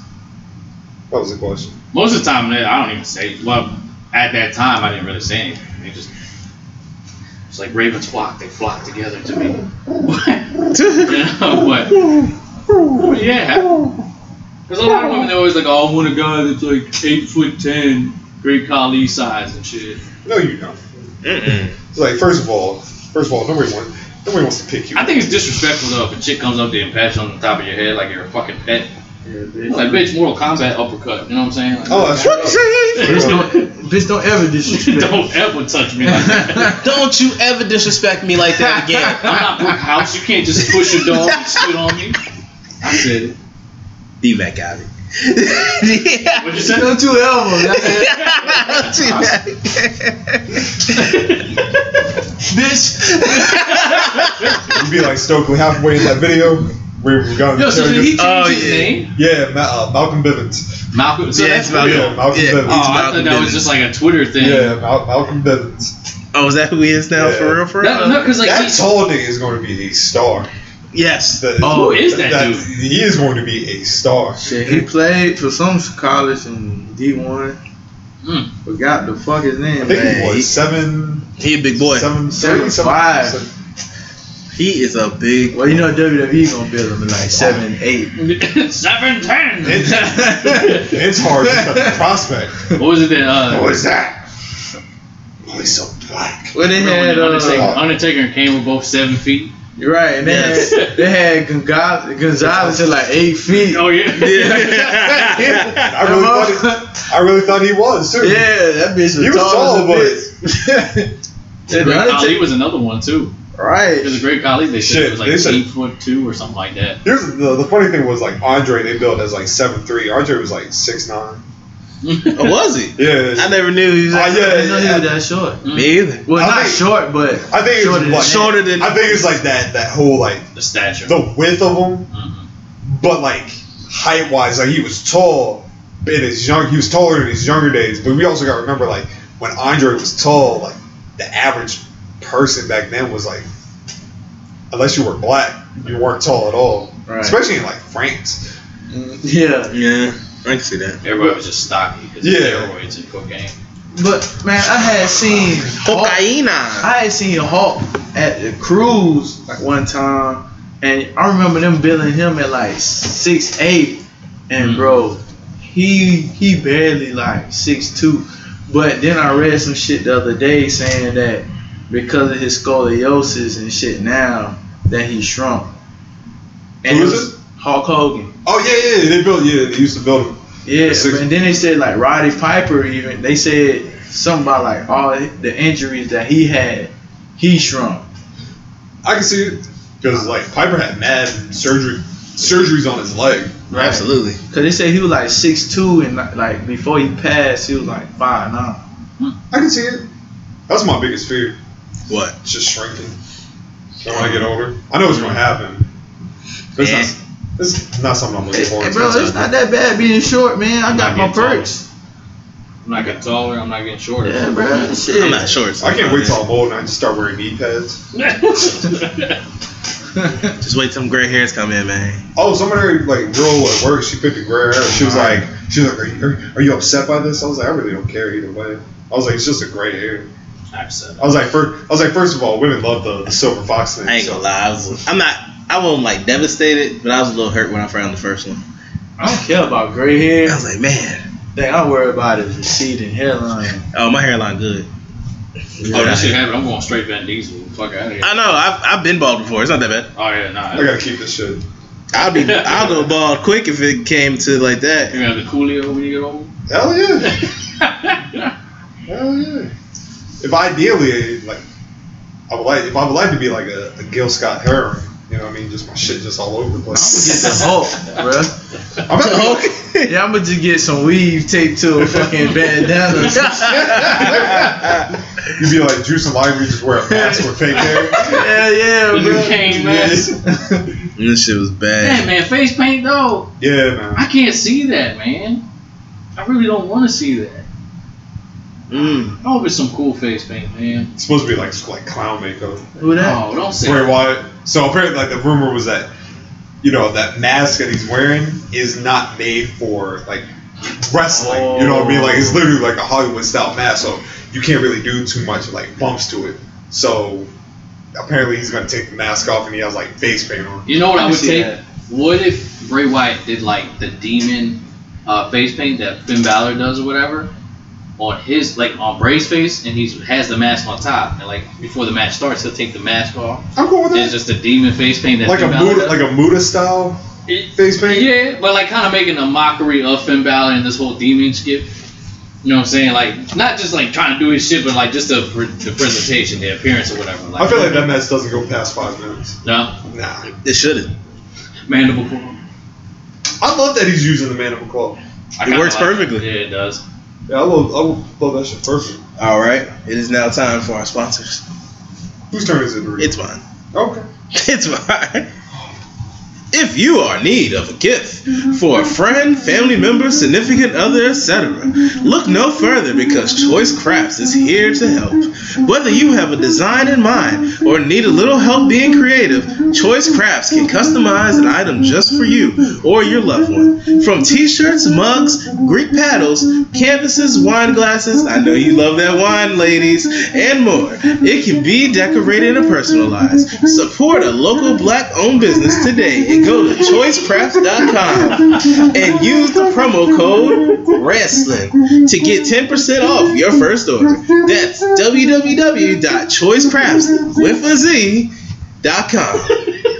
Speaker 1: What was the question?
Speaker 2: most of the time, I don't even say. Well, at that time, I didn't really say anything. They just. It's like ravens flock. They flock together to me. you know, but. Oh, yeah. There's a lot of women that always like, oh, I want a guy that's like 8 foot 10, great collie size and shit.
Speaker 1: No, you don't.
Speaker 3: Mm-mm.
Speaker 1: It's like first of all, first of all, nobody wants nobody wants to pick you.
Speaker 2: I think it's disrespectful though if a chick comes up there and pats you on the top of your head like you're a fucking pet.
Speaker 6: Yeah,
Speaker 2: It's
Speaker 6: bitch.
Speaker 2: like, bitch, Mortal Kombat uppercut. You know what I'm saying? Like,
Speaker 1: Oh, that's right.
Speaker 6: bitch, don't, bitch, don't ever disrespect.
Speaker 2: Don't ever touch me like that.
Speaker 3: Don't you ever disrespect me like that again.
Speaker 2: I'm not Brick House. You can't just push a dog and spit on me. I said it.
Speaker 3: D Mac got it.
Speaker 2: What'd you say?
Speaker 6: Don't you ever. That's it.
Speaker 1: You'd be like Stokely halfway in that video where we got.
Speaker 2: Yo, so did he change
Speaker 3: Oh,
Speaker 2: his
Speaker 3: yeah.
Speaker 2: name?
Speaker 1: yeah, Ma- uh, Malcolm Bivens.
Speaker 2: Malcolm. So
Speaker 3: Yeah,
Speaker 2: that's
Speaker 3: it's Malcolm.
Speaker 1: Yeah, Malcolm
Speaker 3: Yeah.
Speaker 2: Oh,
Speaker 1: Bivens.
Speaker 2: I thought that was just like a Twitter thing.
Speaker 1: Yeah, Mal- Malcolm Bivens.
Speaker 3: Oh, is that who he is now?
Speaker 1: Yeah.
Speaker 3: For real? For real?
Speaker 2: No, no, because like
Speaker 1: that
Speaker 2: he,
Speaker 1: tall nigga is going to be a star.
Speaker 3: Yes.
Speaker 1: That-
Speaker 2: who is that, dude?
Speaker 1: He is going to be a star.
Speaker 6: Shit, he played for some college in D1.
Speaker 2: Mm.
Speaker 6: Forgot the fuck his
Speaker 1: I
Speaker 6: name,
Speaker 1: think
Speaker 6: man.
Speaker 1: he was seven,
Speaker 3: He a big boy.
Speaker 1: seven,
Speaker 6: Seven,
Speaker 1: seven-
Speaker 6: five.
Speaker 1: seven-
Speaker 3: He is a big.
Speaker 6: Well, you know WWE gonna build him in like seven, eight.
Speaker 2: seven ten.
Speaker 1: It's- It's hard to cut the prospect.
Speaker 2: what was it that uh,
Speaker 1: What is that? Oh, he's so black.
Speaker 6: Well, they
Speaker 2: when
Speaker 6: had
Speaker 2: the Undertaker,
Speaker 6: uh,
Speaker 2: Undertaker came with both seven feet?
Speaker 6: you're right, and they had, they had Gonzalez, Gonzalez at like eight feet.
Speaker 2: Oh yeah.
Speaker 3: Yeah.
Speaker 1: I really, thought he, I really thought he was too.
Speaker 6: Yeah, that bitch was,
Speaker 1: He was tall,
Speaker 6: tall as a bitch.
Speaker 2: Great
Speaker 6: And the
Speaker 2: Khali
Speaker 6: Undertaker-
Speaker 2: was another one too.
Speaker 6: right.
Speaker 2: Because Great Khali, they said
Speaker 1: Shit,
Speaker 2: it was like
Speaker 1: they said-
Speaker 2: eight foot two or something like that.
Speaker 1: Here's the, the funny thing was like Andre they built as like seven three. Andre was like six nine.
Speaker 3: Oh, was he?
Speaker 1: Yeah.
Speaker 3: I never knew he was.
Speaker 1: Oh,
Speaker 3: Like,
Speaker 6: I
Speaker 1: yeah,
Speaker 6: didn't know he was
Speaker 1: yeah.
Speaker 6: that short.
Speaker 3: Me either.
Speaker 6: Well,
Speaker 1: I
Speaker 6: not
Speaker 1: think-
Speaker 6: short, but
Speaker 1: I think it was
Speaker 6: than
Speaker 1: like-
Speaker 6: that.
Speaker 3: Shorter than.
Speaker 1: I think it's like that that whole like
Speaker 2: the stature.
Speaker 1: the width of him,
Speaker 2: Mhm.
Speaker 1: but like height wise, like he was tall in his young. He was taller in his younger days, but we also got to remember like when Andre was tall, like the average person back then was like, unless you were black, you weren't tall at all.
Speaker 6: Right.
Speaker 1: Especially in like France.
Speaker 6: Yeah.
Speaker 3: Yeah. I can see that.
Speaker 2: Everybody was just stocky because
Speaker 1: Yeah.
Speaker 2: steroids and cocaine.
Speaker 6: But man, I had seen
Speaker 1: Oh.
Speaker 6: Hulk,
Speaker 3: Cocaina.
Speaker 6: I had seen Hulk at the cruise like one time, and I remember them billing him at like six eight, and
Speaker 1: Mm.
Speaker 2: Mhm.
Speaker 6: bro, he he barely like six two. But then I read some shit the other day saying that because of his scoliosis and shit now that he shrunk.
Speaker 1: Who is
Speaker 6: it was Hulk Hogan.
Speaker 1: Oh yeah, yeah, they built. Yeah, they used to build them.
Speaker 6: Yeah,
Speaker 1: Six-
Speaker 6: but- and then they said like Roddy Piper even they said something about like all the injuries that he had, he shrunk.
Speaker 1: I can see it because like Piper had mad surgery surgeries on his leg.
Speaker 3: Absolutely.
Speaker 6: Cause they said he was like six two and like- like before he passed he was like five nine.
Speaker 1: I can see it. That's my biggest fear.
Speaker 3: What?
Speaker 1: It's just shrinking. And when I get older, I know it's gonna happen. But It's,
Speaker 3: Yeah.
Speaker 1: not, it's not something I'm looking
Speaker 6: Hey,
Speaker 1: forward
Speaker 6: hey,
Speaker 1: to.
Speaker 6: bro, it's not that bad being short, man. I got my perks.
Speaker 2: I'm not getting taller. I'm not getting shorter.
Speaker 6: Yeah, bro. Shit.
Speaker 3: I'm not sure.
Speaker 1: I can't wait till I'm old and I just start wearing knee pads.
Speaker 3: Just wait till them gray hairs come in, man.
Speaker 1: Oh, somebody like girl at work, she picked a gray hair. She was like, she was like, are you, are, are you upset by this? I was like, I really don't care either way. I was like, it's just a gray hair.
Speaker 2: I've said
Speaker 1: I was like, first, I was like, first of all, women love the, the silver fox thing.
Speaker 3: I ain't
Speaker 1: so-
Speaker 3: gonna lie. I was, I'm not. I wasn't like devastated, but I was a little hurt when I found the first one.
Speaker 6: I don't care about gray hair.
Speaker 3: I was like, man,
Speaker 6: thing I worry about is receding hairline.
Speaker 3: oh my hairline good.
Speaker 2: Oh, that shit happened. I'm going straight Van Diesel. Fuck out of here.
Speaker 3: I know. I've, I've been bald before. It's not that bad.
Speaker 2: Oh yeah, nah.
Speaker 1: I gotta keep this shit.
Speaker 3: I'll be. I'll go bald quick if it came to like that.
Speaker 2: You gonna have the Coolio when you get old.
Speaker 1: Hell yeah, hell yeah. If ideally, like, I would like, if I would like to be like a, a Gil Scott Heron, you know what I mean? Just my shit just all over the
Speaker 6: I'm
Speaker 1: place.
Speaker 6: gonna get the Hulk, Oh, bro.
Speaker 1: I'm about to
Speaker 6: Yeah, I'm gonna just get some weave taped to a fucking bandana. or some shit.
Speaker 1: You'd be like Juice and Lively, just wear a mask with fake hair.
Speaker 6: Hell yeah,
Speaker 2: The
Speaker 6: bro.
Speaker 2: new cane mask.
Speaker 3: this shit was
Speaker 2: Damn,
Speaker 3: bad.
Speaker 2: man, face paint though.
Speaker 1: Yeah, man.
Speaker 2: I can't see that, man. I really don't want to see that.
Speaker 3: Mm.
Speaker 2: I hope it's some cool face paint, man.
Speaker 1: It's supposed to be like s- like clown makeup.
Speaker 6: Who that?
Speaker 2: Oh, don't say
Speaker 1: Bray
Speaker 2: that.
Speaker 1: Wyatt. So apparently, like the rumor was that, you know, that mask that he's wearing is not made for like wrestling. You know what I mean? Like it's literally like a Hollywood style mask, so you can't really do too much like bumps to it. So apparently, he's gonna take the mask off and he has like face paint on.
Speaker 2: You know what I
Speaker 6: I
Speaker 2: would
Speaker 6: see
Speaker 2: take?
Speaker 6: that.
Speaker 2: What if Bray Wyatt did like the demon uh, face paint that Finn Balor does or whatever on his like on Bray's face, and he has the mask on top, and like before the match starts, he'll take the mask off.
Speaker 1: I'm cool with
Speaker 2: It's
Speaker 1: that.
Speaker 2: just a demon face paint that
Speaker 1: Like a
Speaker 2: Finn Balor
Speaker 1: Muda,
Speaker 2: does.
Speaker 1: like a Muda style
Speaker 2: It-
Speaker 1: face paint.
Speaker 2: Yeah, but like kind of making a mockery of Finn Balor and this whole demon skip. You know what I'm saying? Like not just like trying to do his shit, but like just the, pre- the presentation, the appearance or whatever. Like,
Speaker 1: I feel like that mask doesn't go past five minutes.
Speaker 2: no
Speaker 1: Nah.
Speaker 3: It shouldn't.
Speaker 2: mandible claw.
Speaker 1: I love that he's using the mandible claw.
Speaker 2: I
Speaker 3: It
Speaker 2: kinda
Speaker 3: works
Speaker 2: like
Speaker 3: perfectly.
Speaker 2: Yeah, it does.
Speaker 1: Yeah, I love, I love, love that shit perfect.
Speaker 3: All right. It is now time for our sponsors.
Speaker 1: Whose turn is it to read?
Speaker 3: It's mine.
Speaker 1: okay.
Speaker 3: It's mine. If you are in need of a gift for a friend, family member, significant other, etc., look no further because Choice Crafts is here to help. Whether you have a design in mind or need a little help being creative, Choice Crafts can customize an item just for you or your loved one. From t shirts, mugs, Greek paddles, canvases, wine glasses, I know you love that wine, ladies, and more. It can be decorated and personalized. Support a local black owned business today and go to choicecrafts.com and use the promo code WRESTLING to get 10% off your first order. That's www.choicecrafts with a Z dot com.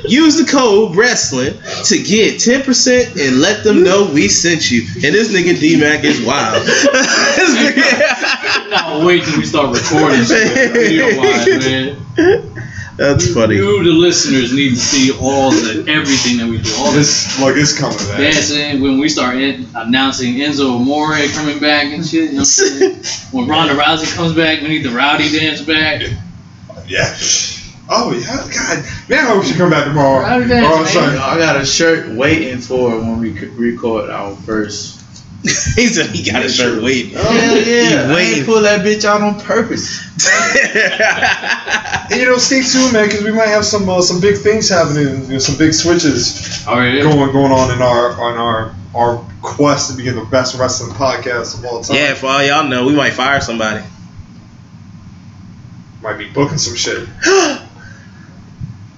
Speaker 3: Use the code wrestling to get 10% and let them know we sent you. And this nigga D Mac is wild. This nigga-
Speaker 2: No, wait till we start recording shit. Video wise, man.
Speaker 3: That's funny.
Speaker 2: You, the listeners, need to see all the everything that we do. All this
Speaker 1: This like it's coming back.
Speaker 2: dancing when we start in, announcing Enzo Amore coming back and shit. You know what I'm saying? when Ronda Rousey comes back, we need the Rowdy dance back.
Speaker 1: Yeah. Oh yeah, God, man, I hope she come back tomorrow. Oh,
Speaker 2: Rowdy dance,
Speaker 1: Or on
Speaker 2: man.
Speaker 1: Sunday.
Speaker 6: I got a shirt waiting for when we could record our first
Speaker 3: he said he got his shirt waiting.
Speaker 6: Oh, Hell yeah.
Speaker 3: He
Speaker 6: I ain't
Speaker 3: waiting.
Speaker 6: pull that bitch out on purpose.
Speaker 1: And, you know, stay tuned, man, because we might have some uh, some big things happening, you know, some big switches
Speaker 2: All right.
Speaker 1: going going on in our on our our quest to be the best wrestling podcast of all time.
Speaker 3: yeah, for all y'all know, we might fire somebody.
Speaker 1: might be booking some shit.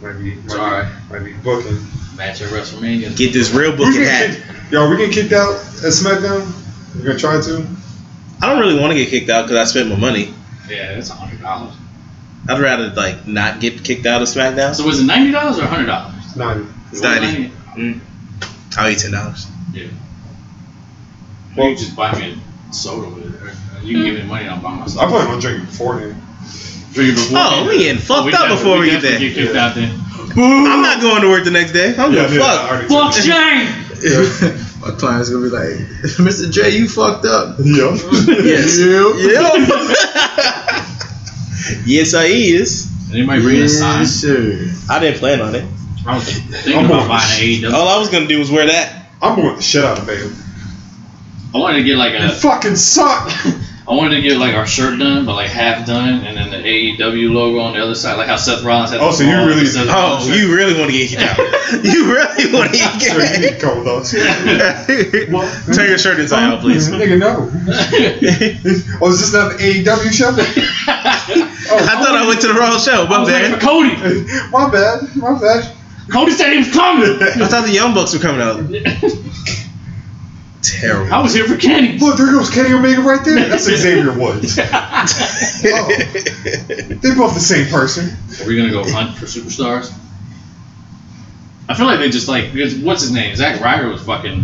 Speaker 1: might be
Speaker 2: It's
Speaker 1: might,
Speaker 2: all right.
Speaker 1: be, might be booking.
Speaker 2: Match at WrestleMania.
Speaker 3: Get this real
Speaker 1: We
Speaker 3: booking
Speaker 1: can
Speaker 3: hat.
Speaker 1: kick- Yo, we getting kicked out at SmackDown. We're gonna try to.
Speaker 3: I don't really want to get kicked out because I spent my money.
Speaker 2: Yeah, that's a hundred dollars.
Speaker 3: I'd rather like not get kicked out of SmackDown.
Speaker 2: So was it ninety dollars or hundred dollars?
Speaker 1: It's not.
Speaker 3: It's ninety. I'll eat ten dollars.
Speaker 2: Yeah.
Speaker 1: Well-
Speaker 2: you can just buy me a soda with it. Or you can give me money and I'll buy
Speaker 1: I
Speaker 2: myself.
Speaker 1: plan on drinking beforehand.
Speaker 2: Drink it before.
Speaker 3: Oh, we getting fucked up
Speaker 2: definitely-
Speaker 3: before we get
Speaker 2: definitely
Speaker 3: there.
Speaker 2: Get kicked
Speaker 1: Yeah.
Speaker 2: out then.
Speaker 3: I'm not going to work the next day. I'm
Speaker 1: Yeah,
Speaker 3: gonna
Speaker 1: yeah, I
Speaker 3: fuck.
Speaker 1: already
Speaker 2: Fuck
Speaker 1: took it.
Speaker 2: Shane.
Speaker 6: My client's gonna be like, Mr. J, you fucked up.
Speaker 1: Yeah.
Speaker 3: Yes.
Speaker 6: You?
Speaker 3: Yeah. yes, I is.
Speaker 2: And they might bring a sign.
Speaker 6: sure.
Speaker 3: I didn't plan on it.
Speaker 2: I was thinking
Speaker 1: I'm
Speaker 2: about
Speaker 1: on.
Speaker 2: buying an E AEW.
Speaker 3: All I was gonna do was wear that.
Speaker 1: I'm going the shit out of Bale.
Speaker 2: I wanted to get like
Speaker 1: You
Speaker 2: a.
Speaker 1: fucking suck.
Speaker 2: I wanted to get like our shirt done, but like half done, and then the AEW logo on the other side, like how Seth Rollins had.
Speaker 1: Oh,
Speaker 2: the
Speaker 1: so you
Speaker 2: ball
Speaker 1: really-
Speaker 2: instead of the
Speaker 3: Oh,
Speaker 2: shirt.
Speaker 3: you really want to get kicked out? you really want to
Speaker 1: Sure, you need
Speaker 3: get
Speaker 1: a couple dollars.
Speaker 3: kicked out?
Speaker 1: What?
Speaker 3: Turn your shirt inside out, please.
Speaker 1: Nigga, no. Oh, is this not the AEW show?
Speaker 2: I
Speaker 1: Oh,
Speaker 3: I thought I went to the wrong show. My
Speaker 2: was waiting for
Speaker 3: bad.
Speaker 2: Cody.
Speaker 1: my bad. My bad.
Speaker 2: Cody said he was coming.
Speaker 3: I thought the Young Bucks were coming out. Terrible.
Speaker 2: I was here for Kenny.
Speaker 1: Look, there goes Kenny Omega right there. That's Xavier Woods. They're both the same person.
Speaker 2: Are we gonna go hunt for superstars? I feel like they just like because what's his name? Zack Ryder was
Speaker 1: I
Speaker 2: fucking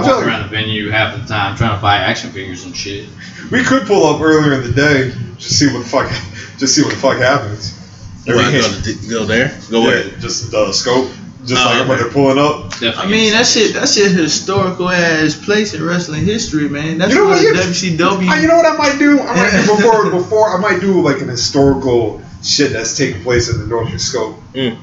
Speaker 2: walking
Speaker 1: feel like
Speaker 2: around the venue half the time trying to buy action figures and shit.
Speaker 1: we could pull up earlier in the day, just see what the fuck, just see what the fuck happens.
Speaker 3: Well, I go, to- go there. Go
Speaker 1: Yeah,
Speaker 3: where?
Speaker 1: just the scope, just
Speaker 3: Oh,
Speaker 1: like when
Speaker 3: okay.
Speaker 1: they're pulling up.
Speaker 2: Definitely.
Speaker 6: I mean, that shit, that shit historical ass place in wrestling history, man. That's
Speaker 1: You know
Speaker 6: what
Speaker 1: what, you-
Speaker 6: WCW.
Speaker 1: Uh, you know what I might do? I might before before I might do like an historical shit that's taking place in the Northern Scope.
Speaker 3: Mm.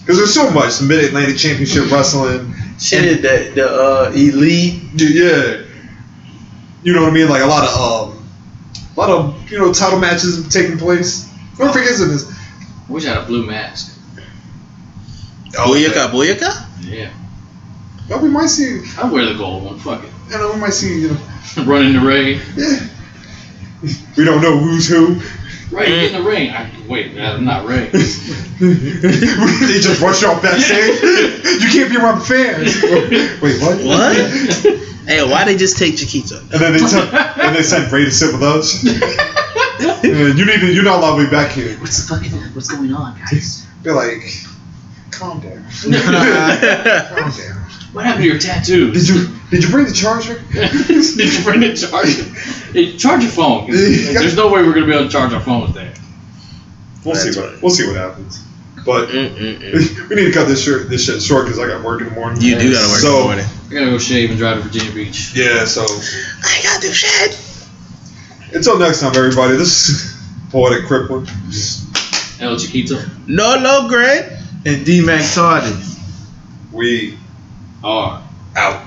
Speaker 1: Because there's so much Mid Atlantic Championship Wrestling.
Speaker 6: shit that the uh, elite.
Speaker 1: Dude, Yeah, you know what I mean. Like a lot of um, a lot of you know title matches taking place. Don't forget this.
Speaker 2: I wish I had a blue mask.
Speaker 3: Booyaka, booyaka.
Speaker 2: Yeah,
Speaker 1: Well, we might see.
Speaker 2: I wear the gold one. Fuck it.
Speaker 1: You know, we might see. You know,
Speaker 2: Run in the ring.
Speaker 1: yeah. We don't know who's who.
Speaker 2: Right get in the ring. I, wait, I'm not ring.
Speaker 1: they just rush off backstage. you can't be around the fans. Wait, what?
Speaker 3: What? Hey, why they just take Chiquito?
Speaker 1: And then they sent, and they sent Ray to sit with us. Yeah, you need to. You're not allowed to be back here.
Speaker 2: What's the fucking? What's going on, guys?
Speaker 1: Be like, calm down, calm down.
Speaker 2: What happened to your tattoos?
Speaker 1: Did you did you bring the charger?
Speaker 2: Did you bring the charger? Hey, charge your phone. 'cause There's no way we're gonna be able to charge our phones there.
Speaker 1: We'll see what we'll see what happens. But
Speaker 3: Mm-mm-mm.
Speaker 1: we need to cut this shirt this shit short because I got work in the morning.
Speaker 3: You do gotta work in
Speaker 1: So-
Speaker 3: the morning.
Speaker 2: I gotta go shave and drive to Virginia Beach.
Speaker 1: Yeah. So
Speaker 3: I gotta do shit.
Speaker 1: until next time, everybody. This is poetic crippler.
Speaker 2: El Chiquito.
Speaker 3: No, no, Greg.
Speaker 6: And D Mac Tardy.
Speaker 1: We
Speaker 2: Or Oh.
Speaker 3: Out.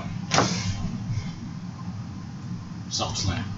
Speaker 2: something slam.